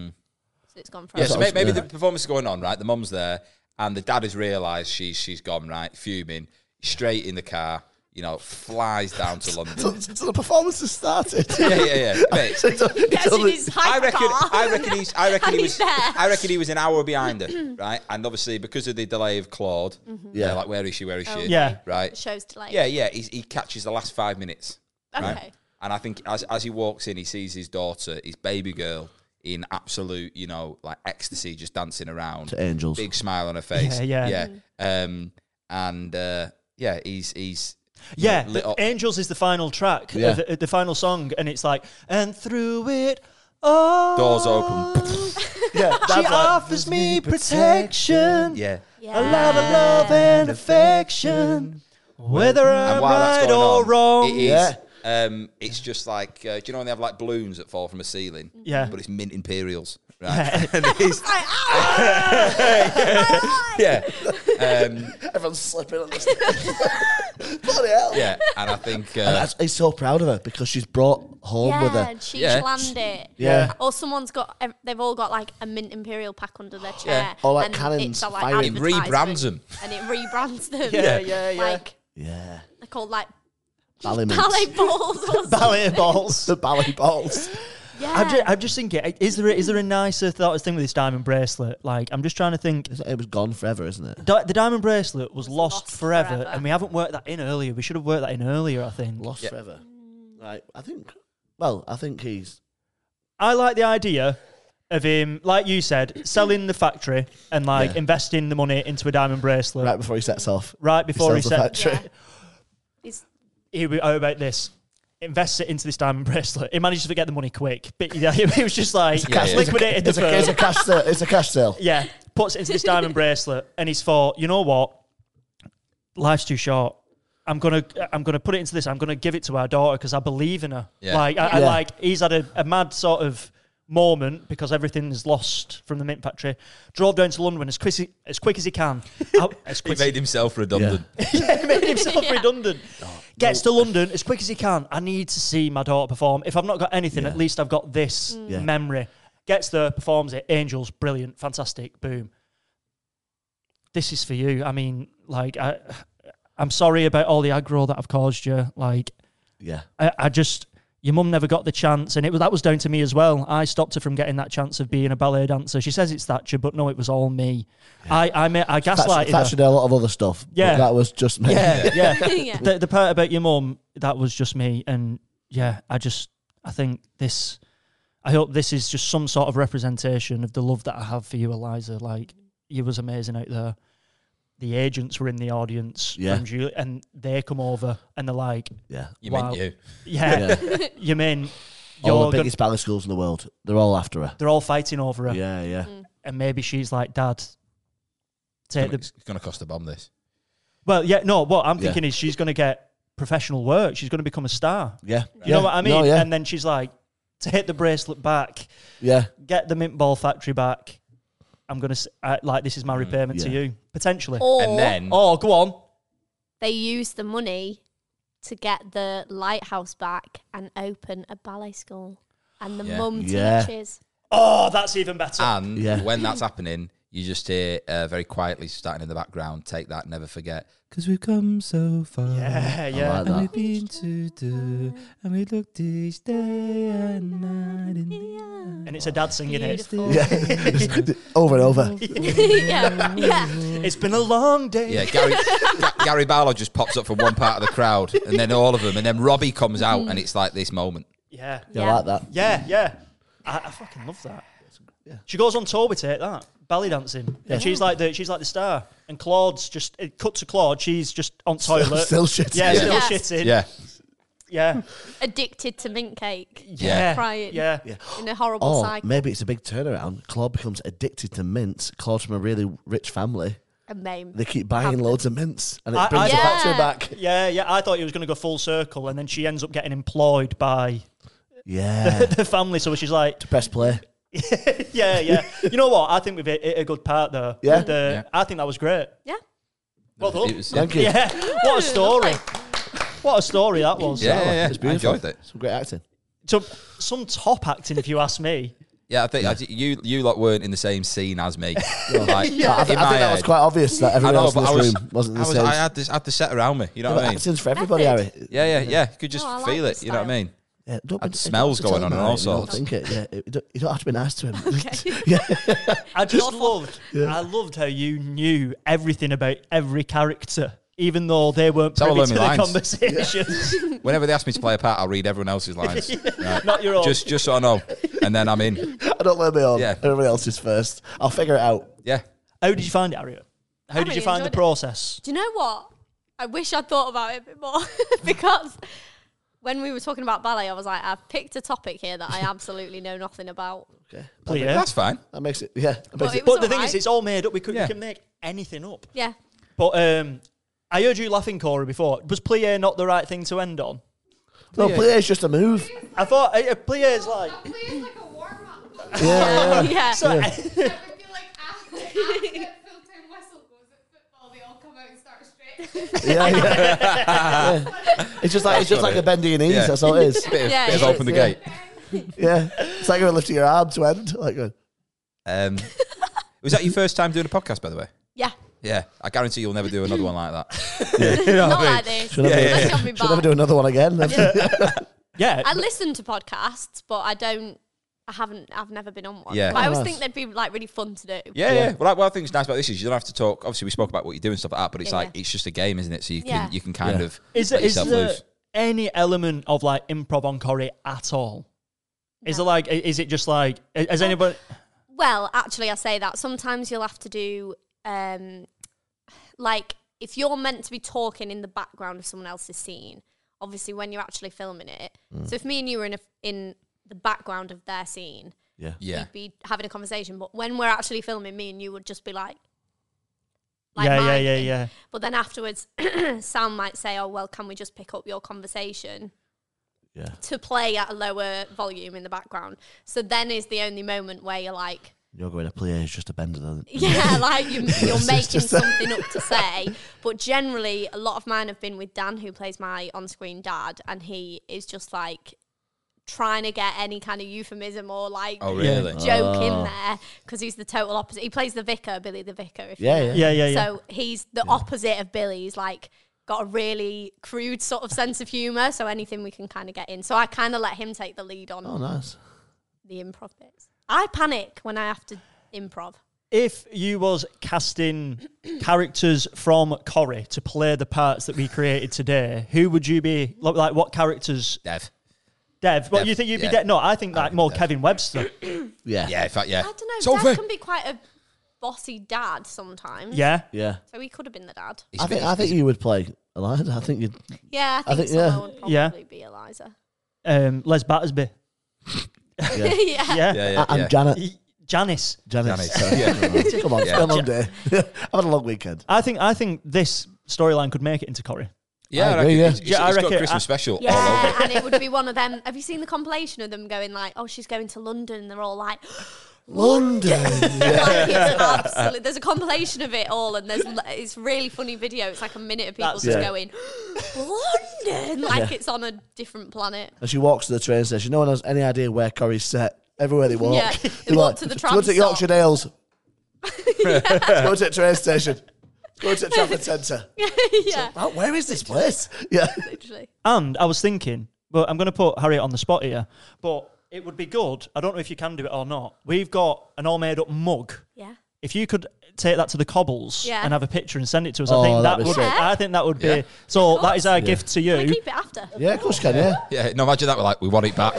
S4: it's gone
S1: Mm. Yeah,
S4: forever.
S3: That's
S1: so
S4: [LAUGHS]
S1: may-
S3: what I
S1: maybe
S3: was-
S1: the
S3: yeah.
S1: performance is going on, right? The mum's there, and the dad has realised she's she's gone, right? Fuming, straight in the car, you know, flies down
S3: [LAUGHS]
S1: to London.
S3: So, so the performance has [LAUGHS] started.
S1: yeah, yeah, yeah.
S3: [LAUGHS]
S1: Mate,
S3: It's all- it's
S4: Gets
S3: all
S4: in
S3: the-
S4: his
S1: I
S4: hypercar.
S1: reckon. I reckon he's.
S3: [LAUGHS]
S1: I reckon
S4: And
S1: he was.
S4: he's there.
S1: I reckon he was an hour
S3: [CLEARS THROAT]
S1: behind her, right? And obviously because of the delay of Claude, yeah,
S3: Mm-hmm. Yeah. Oh.
S1: like where is she? Where is she?
S2: Yeah.
S4: The
S1: right.
S4: [LAUGHS] show's delayed.
S1: Yeah, yeah. He's, he catches the last five minutes.
S4: Okay.
S1: Right? And I think as as he walks in, he sees his daughter, his baby girl, in absolute, you know, like ecstasy, just dancing around.
S3: To angels.
S1: Big smile on her face.
S2: Yeah, yeah.
S1: yeah. Um, and uh, yeah, he's he's you
S2: Yeah,
S1: know, oh. lit
S2: the
S1: up.
S2: Angels is the final track,
S3: Yeah.
S2: of the, the final song, and it's like, and through it all, [LAUGHS]
S1: Doors open.
S3: Yeah,
S2: She
S3: that's like,
S2: offers me protection,
S1: yeah.
S4: Yeah.
S2: a lot of love and affection, whether I'm
S1: And while that's
S2: right
S1: going
S2: or
S1: on,
S2: wrong.
S1: it is.
S3: Yeah.
S1: Um, it's just like uh, do you know when they have like balloons that fall from a ceiling?
S2: Yeah.
S1: but it's mint imperials, right? and it's, [LAUGHS] yeah, um,
S3: everyone's slipping on this. Bloody hell.
S1: yeah. And I think uh,
S3: And [LAUGHS] that's, he's so proud of her because she's brought home
S4: yeah,
S3: with her.
S4: and she
S1: Yeah.
S4: planned it.
S3: Yeah.
S4: Or someone's got, ev- they've all got like a mint imperial pack under their chair.
S1: Yeah.
S3: Or, like,
S4: and
S3: cannons
S4: it's a,
S3: firing.
S1: It rebrands
S4: advertisement, And it rebrands them.
S2: Yeah, yeah, yeah.
S4: Like,
S3: Yeah.
S4: they're called like
S3: Ballet mints.
S4: [LAUGHS] ballet balls
S3: [LAUGHS]
S4: or something.
S2: Ballet balls.
S3: The ballet balls.
S4: Yeah.
S2: I'm just, I'm just thinking, is there a, is there a nicer thought thing with this diamond bracelet? Like, I'm just trying to think.
S3: It's like It was gone forever, isn't it?
S2: Di- the diamond bracelet was, lost,
S4: lost
S2: forever,
S4: forever.
S2: and we haven't worked that in earlier. We should have worked that in earlier, I think.
S3: Lost forever. Right. I think. Well, I think he's.
S2: I like the idea of him, like you said, selling the factory and like investing the money into a diamond bracelet
S3: Right
S2: right,
S3: before he sets off.
S2: before he
S3: sells the
S2: said,
S3: factory.
S4: Yeah. It's- [LAUGHS]
S2: he would, "How about this?" Invests it into this diamond bracelet. He managed to get the money quick, but [LAUGHS] yeah, he was just like
S1: Yeah, yeah.
S2: liquidated the
S3: It's a, it's a
S2: firm.
S3: cash sale. It's a cash sale.
S2: Yeah, puts it into this diamond bracelet, and he's thought, you know what? Life's too short. I'm gonna, I'm gonna put it into this. I'm gonna give it to our daughter because I believe in her.
S1: Yeah.
S2: Like, I, I
S3: Yeah.
S2: like he's had a, a mad sort of moment because everything is lost from the mint factory. Drove down to London as quick as, as quick as he can. Out- as
S1: [LAUGHS] he
S2: quick
S1: made himself redundant.
S2: he made himself redundant.
S3: Oh,
S2: Gets to London as quick as he can. I need to see my daughter perform. If I've not got anything, at least I've got this
S3: Yeah.
S2: memory. Gets there, performs it. Angels, brilliant, fantastic, boom. This is for you. I mean, like, I, I'm sorry about all the aggro that I've caused you. Like,
S3: [LAUGHS] Yeah.
S2: I, I just your mum never got the chance, and it was that was down to me as well. I stopped her from getting that chance of being a ballet dancer. She says it's Thatcher, but no, it was all me. I I ma- I
S3: Thatcher,
S2: gaslighted
S3: Thatcher
S2: her.
S3: did a lot of other stuff. but
S2: Yeah.
S3: that was just me.
S2: Yeah, yeah.
S4: yeah.
S2: the, the part about your mum that was just me, and yeah, I just I think this. I hope this is just some sort of representation of the love that I have for you, Eliza. Like you was amazing out there. The agents were in the audience,
S3: Yeah.
S2: and, you, and they come over and they're like,
S3: [LAUGHS] yeah.
S1: You
S2: Wow.
S1: meant you.
S2: "Yeah, [LAUGHS]
S3: Yeah.
S2: you mean you're
S3: all the
S2: gonna-
S3: biggest ballet schools in the world. They're all after her.
S2: they're all fighting over her,
S3: Yeah, yeah.
S4: Mm.
S2: and maybe she's like, "Dad, take the
S1: It's going to cost a bomb, this.
S2: well." Yeah, no. What I'm
S3: Yeah.
S2: thinking is she's going to get professional work. She's going to become a star.
S3: Yeah.
S2: You know what I mean?
S3: No, yeah.
S2: And then she's like, "To hit the bracelet back,
S3: yeah.
S2: get the mint ball factory back. I'm going to uh, like this is my repayment to
S3: Yeah.
S2: you potentially."
S4: Or
S1: And then,
S2: oh, go on.
S4: they use the money to get the lighthouse back and open a ballet school. And the
S1: Yeah.
S4: mum
S3: Yeah. [LAUGHS]
S4: teaches.
S2: Oh, that's even better.
S1: and
S3: Yeah.
S1: when that's happening, you just hear uh, very quietly starting in the background, take that, never forget. Because we've come so far.
S2: yeah, yeah.
S3: like that.
S1: And
S2: [LAUGHS]
S1: we've been to do, and we looked each day and night in the eye.
S2: and it's a dad singing it.
S4: Beautiful.
S3: Yeah. [LAUGHS] over and over.
S4: [LAUGHS]
S2: [LAUGHS]
S4: yeah. Yeah.
S2: It's been a long day.
S3: [LAUGHS]
S1: Yeah, Gary, Ga- Gary Barlow just pops up from one part of the crowd, and then all of them, and then Robbie comes out, and it's like this moment.
S2: yeah,
S3: Yeah,
S4: Yeah.
S3: like that.
S2: yeah. yeah. I, I fucking love that. She goes on tour with it. That ballet dancing. And she's like the she's like the star. And Claude's just it cut to Claude. She's just on
S3: [LAUGHS]
S2: toilet.
S3: Still shit.
S2: yeah, still
S4: Yes.
S2: shitting.
S1: Yeah,
S2: yeah,
S4: Addicted to mint cake
S2: yeah,
S4: Crying.
S2: yeah.
S4: in a horrible
S3: Or Oh,
S4: cycle.
S3: maybe it's a big turnaround. Claude becomes addicted to mints. Claude's from a really rich family.
S4: A meme.
S3: They keep buying
S4: Have-
S3: loads of mints and it
S2: I-
S3: brings
S2: I-
S3: the factory
S4: Yeah.
S3: back.
S2: [LAUGHS] Yeah, yeah. I thought he was going to go full circle, and then she ends up getting employed by [LAUGHS]
S3: Yeah.
S2: the family. So she's like, [LAUGHS]
S3: Press play.
S2: yeah, yeah. You know what? I think we've hit, hit a good part though.
S3: Yeah.
S2: With the- I think that was great.
S4: Yeah.
S2: Well done.
S1: It
S2: [LAUGHS]
S1: was, yeah,
S3: Oh, Thank you.
S2: yeah. What a story. What a story that was.
S1: yeah, yeah,
S3: It's
S1: I
S3: beautiful.
S1: enjoyed it.
S3: Some great acting.
S2: So, some top acting, if you ask me.
S1: Yeah, I think I think you you lot weren't in the same scene
S3: [LAUGHS]
S1: as me. Like,
S3: I,
S1: in
S3: th- I think
S1: my
S3: that was
S1: head.
S3: quite obvious that
S1: I
S3: everyone
S1: know,
S3: else in
S1: but
S3: this
S1: I was,
S3: room wasn't
S1: I,
S3: the
S1: was
S3: same.
S1: I had this I had the set around me. You know
S3: Yeah,
S1: what
S3: but [LAUGHS]
S1: I mean?
S3: acting's for everybody, Harry.
S1: Yeah, yeah, yeah. You could just
S4: No, I like
S1: feel
S4: his
S1: it. You know what I
S4: style.
S1: mean?
S3: Yeah, don't,
S1: And
S3: don't-
S1: smells
S3: don't
S1: going
S3: tell
S1: on
S3: him
S1: and
S3: about
S1: all
S3: it, you don't
S1: sorts.
S3: think it. Yeah, you don't, you don't have to be nice
S1: [LAUGHS]
S3: to him. [LAUGHS]
S2: I just loved. I loved how you knew everything about every character, even though they weren't
S1: Some of
S2: privy to
S1: them
S2: the
S1: lines.
S2: conversations.
S1: Whenever they ask me to play a part, I'll read everyone
S4: [LAUGHS]
S1: else's lines. Right.
S2: [LAUGHS] Not your own.
S1: Just just so I know, and then I'm in.
S3: I don't learn my own.
S1: Yeah.
S3: Everybody else is first. I'll figure it out.
S1: Yeah.
S2: how did you find it, Harriet? How
S4: I
S2: did you
S4: really
S2: find the
S4: enjoyed it.
S2: process?
S4: Do you know what? I wish I'd thought about it a bit more [LAUGHS] because when we were talking about ballet, I was like, I've picked a topic here that I absolutely know nothing about.
S3: Okay.
S2: Please.
S1: that's fine.
S3: That makes it, yeah. That
S4: But
S3: makes
S4: it
S3: it,
S4: was
S2: But the thing is,
S4: alright.
S2: it's all made up. We could,
S1: Yeah.
S2: we can make anything up.
S4: Yeah.
S2: But um, I heard you laughing, Corey, before. Was plie not the right thing to end on?
S3: no, play is just a move.
S2: I thought uh, plie is like.
S6: Please, like a warm up.
S4: [LAUGHS] Yeah. yeah.
S2: So,
S6: I feel like after, after full time whistle goes at football, they all come out and start straight.
S3: Yeah, yeah.
S1: [LAUGHS]
S3: Yeah. It's just like it's just like a bend of your knees.
S1: Yeah.
S3: That's all it is.
S1: [LAUGHS] Bit of,
S4: Yeah,
S1: bit of
S4: yeah.
S1: open the
S3: Yeah.
S1: gate.
S3: Yeah, it's like you're lifting your arm to end. Like, going,
S4: [LAUGHS]
S1: Um, was that your first time doing a podcast, by the way?
S4: yeah.
S1: Yeah, I guarantee you'll never do another one
S3: [LAUGHS]
S1: like that.
S4: [LAUGHS] Not like this.
S3: should never, [LAUGHS]
S4: Unless you'll be
S3: should never
S4: back.
S3: do another one again.
S2: yeah.
S4: I listen to podcasts, but I don't. I haven't. I've never been on one.
S1: Yeah.
S4: But I
S1: Oh,
S4: always
S3: nice.
S4: think they'd be like really fun to do.
S1: Yeah, yeah. Well, like, well, I think it's nice about this is you don't have to talk. Obviously, we spoke about what you do and stuff like that, but it's
S4: Yeah,
S1: like
S4: yeah.
S1: it's just a game, isn't it? So you can
S4: Yeah.
S1: you can kind
S3: Yeah.
S1: of
S2: Is,
S1: let
S2: there- is
S1: yourself
S2: there
S1: loose.
S2: any element of like improv on Corey at all? Is it like? i- Is it just like? i- Has anybody?
S4: Well, actually, I say that sometimes you'll have to do, um, like, if you're meant to be talking in the background of someone else's scene, obviously when you're actually filming it.
S2: Mm.
S4: So if me and you were in a, in the background of their scene,
S3: yeah,
S1: Yeah,
S4: we'd be having a conversation. But when we're actually filming, me and you would just be like,
S2: yeah, yeah,
S4: mine
S2: yeah,
S4: thing.
S2: yeah.
S4: But then afterwards, [CLEARS THROAT] Sam might say, "Oh well, can we just pick up your conversation?"
S3: Yeah.
S4: To play at a lower volume in the background. So then is the only moment where you're like,
S3: you're going to play is just a bend of the.
S4: yeah, like you, you're making
S3: just that.
S4: something up to say. But generally, a lot of mine have been with Dan, who plays my on screen dad, and he is just like trying to get any kind of euphemism or like
S1: Oh, really?
S4: joke in there because he's the total opposite. He plays the vicar, Billy the vicar. If you
S3: Yeah,
S4: know.
S3: yeah.
S2: Yeah, yeah, yeah.
S4: So he's the opposite of Billy. He's like got a really crude sort of sense of humour, so anything we can kind of get in. So I kind of let him take the lead on
S3: Oh, nice.
S4: the improv bits. I panic when I have to improv.
S2: If you was casting characters from Corrie to play the parts that we created today, who would you be? Like, like what characters?
S1: Dev.
S2: Dev. Well,
S1: Dev,
S2: you think you'd
S1: yeah.
S2: be Dev? No, I think like more
S1: Dev.
S2: Kevin Webster.
S3: Yeah.
S1: Yeah, in fact, yeah.
S4: I don't know.
S1: Sophie!
S4: Dad can be quite a bossy dad sometimes.
S2: Yeah.
S3: Yeah.
S4: So he could have been the dad.
S1: He's
S3: I think
S1: been-
S3: I think you would play Eliza. I think you'd.
S4: Yeah, I
S3: I
S4: think,
S3: think, yeah.
S4: someone would probably
S2: Yeah.
S4: be Eliza. [LAUGHS]
S2: Um, Les Battersby.
S4: Yeah.
S2: Yeah.
S1: yeah, yeah,
S3: I, I'm
S1: [LAUGHS] yeah.
S3: Janet.
S2: Janice.
S3: Janice. [LAUGHS]
S1: Janice.
S3: sorry. Come on, it's been a long day. [LAUGHS] I've had a long weekend.
S2: I think I think this storyline could make it into Corrie.
S3: I
S1: Yeah, I
S3: agree,
S1: reckon
S3: yeah.
S1: it's- it's-
S2: Yeah, I
S1: it's got
S2: reckon-
S1: Christmas
S2: I-
S1: special
S4: Yeah,
S1: all over. it.
S4: and it would be one of them. Have you seen the compilation of them going like, "Oh, she's going to London," and they're all like, [GASPS]
S3: London.
S4: [LAUGHS] like, it's absolutely. There's a compilation of it all, and there's l- it's really funny video. It's like a minute of people
S2: That's-
S4: just
S3: Yeah.
S4: going [GASPS] London, like it's on a different planet. [LAUGHS]
S3: and she walks to the train station. No one has any idea where Corrie's set. Everywhere they walk, [LAUGHS]
S4: Yeah, they
S3: They're
S4: walk to the
S3: "Let's
S4: tram
S3: Go to
S4: stop."
S3: Yorkshire
S4: [LAUGHS]
S3: Dales. [LAUGHS] Let's Go to the train station. Let's Go to
S4: [LAUGHS]
S3: the Trafford Centre.
S4: yeah,
S3: Oh, where is this place? Yeah.
S4: literally.
S2: And I was thinking, but I'm going to put Harriet on the spot here. But it would be good. I don't know if you can do it or not. We've got an all made up mug.
S4: Yeah,
S2: If you could take that to the cobbles
S4: Yeah.
S2: and have a picture and send it to us,
S3: Oh,
S2: I think that
S3: that'd be
S2: would.
S3: sick.
S2: I think that would be.
S1: Yeah.
S2: So that is our gift to
S4: I
S2: you.
S4: keep it after.
S3: Yeah, of course you can, yeah.
S1: Yeah, no, imagine that. We're like, we want it
S4: [LAUGHS]
S1: back.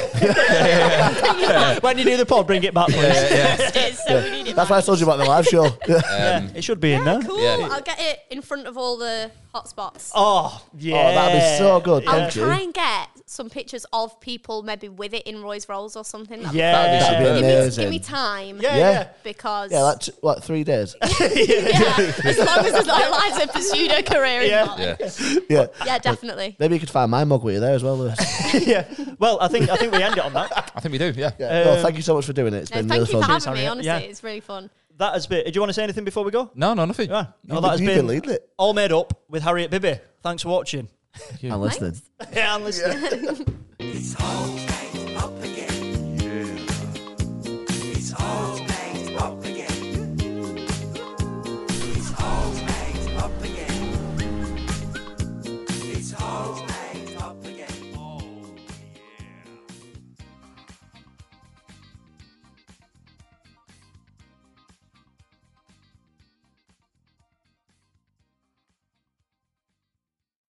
S2: when you do the pod, bring it back. Please. yeah,
S4: It is, so we need it.
S3: That's why I told you about the live
S4: [LAUGHS]
S3: show. Yeah.
S2: it should be in [LAUGHS] there.
S4: Cool.
S1: Yeah.
S4: I'll get it in front of all the hotspots.
S2: Oh yeah,
S3: Oh, that'd be so good.
S4: I'll
S3: Thank
S4: try
S3: you.
S4: and get some pictures of people maybe with it in Roy's Rolls or something. That'd be
S2: Yeah.
S4: fun.
S2: That'd be
S4: Give me-
S3: amazing.
S4: Give me time.
S2: Yeah,
S3: Yeah.
S2: yeah.
S4: Because
S3: Yeah, like, t- what, three
S4: [LAUGHS]
S3: days?
S4: yeah, as long as it's not Eliza pursued her career. in
S2: Yeah.
S4: art.
S1: Yeah.
S3: yeah.
S4: yeah, definitely.
S3: Maybe you could find my mug with you there as well, Lewis.
S2: yeah. Well, I think I think we end it on that.
S1: I think we do, yeah.
S3: Yeah. no, thank you so much for doing it. It's
S4: Um,
S3: been
S4: No, thank you
S3: really
S4: for
S3: fun.
S4: having me.
S2: Harriet.
S4: Honestly,
S2: Yeah.
S4: it's really fun.
S2: That has been. Do you want to say anything before we go?
S1: No, no, nothing.
S2: Yeah. Well,
S3: You
S2: that has
S3: can- you can
S2: been
S3: lead it.
S2: all made up with
S3: [LAUGHS]
S2: Harriet Bibby. Thanks for watching.
S3: I'm listening.
S2: Yeah, and listening.
S5: It's all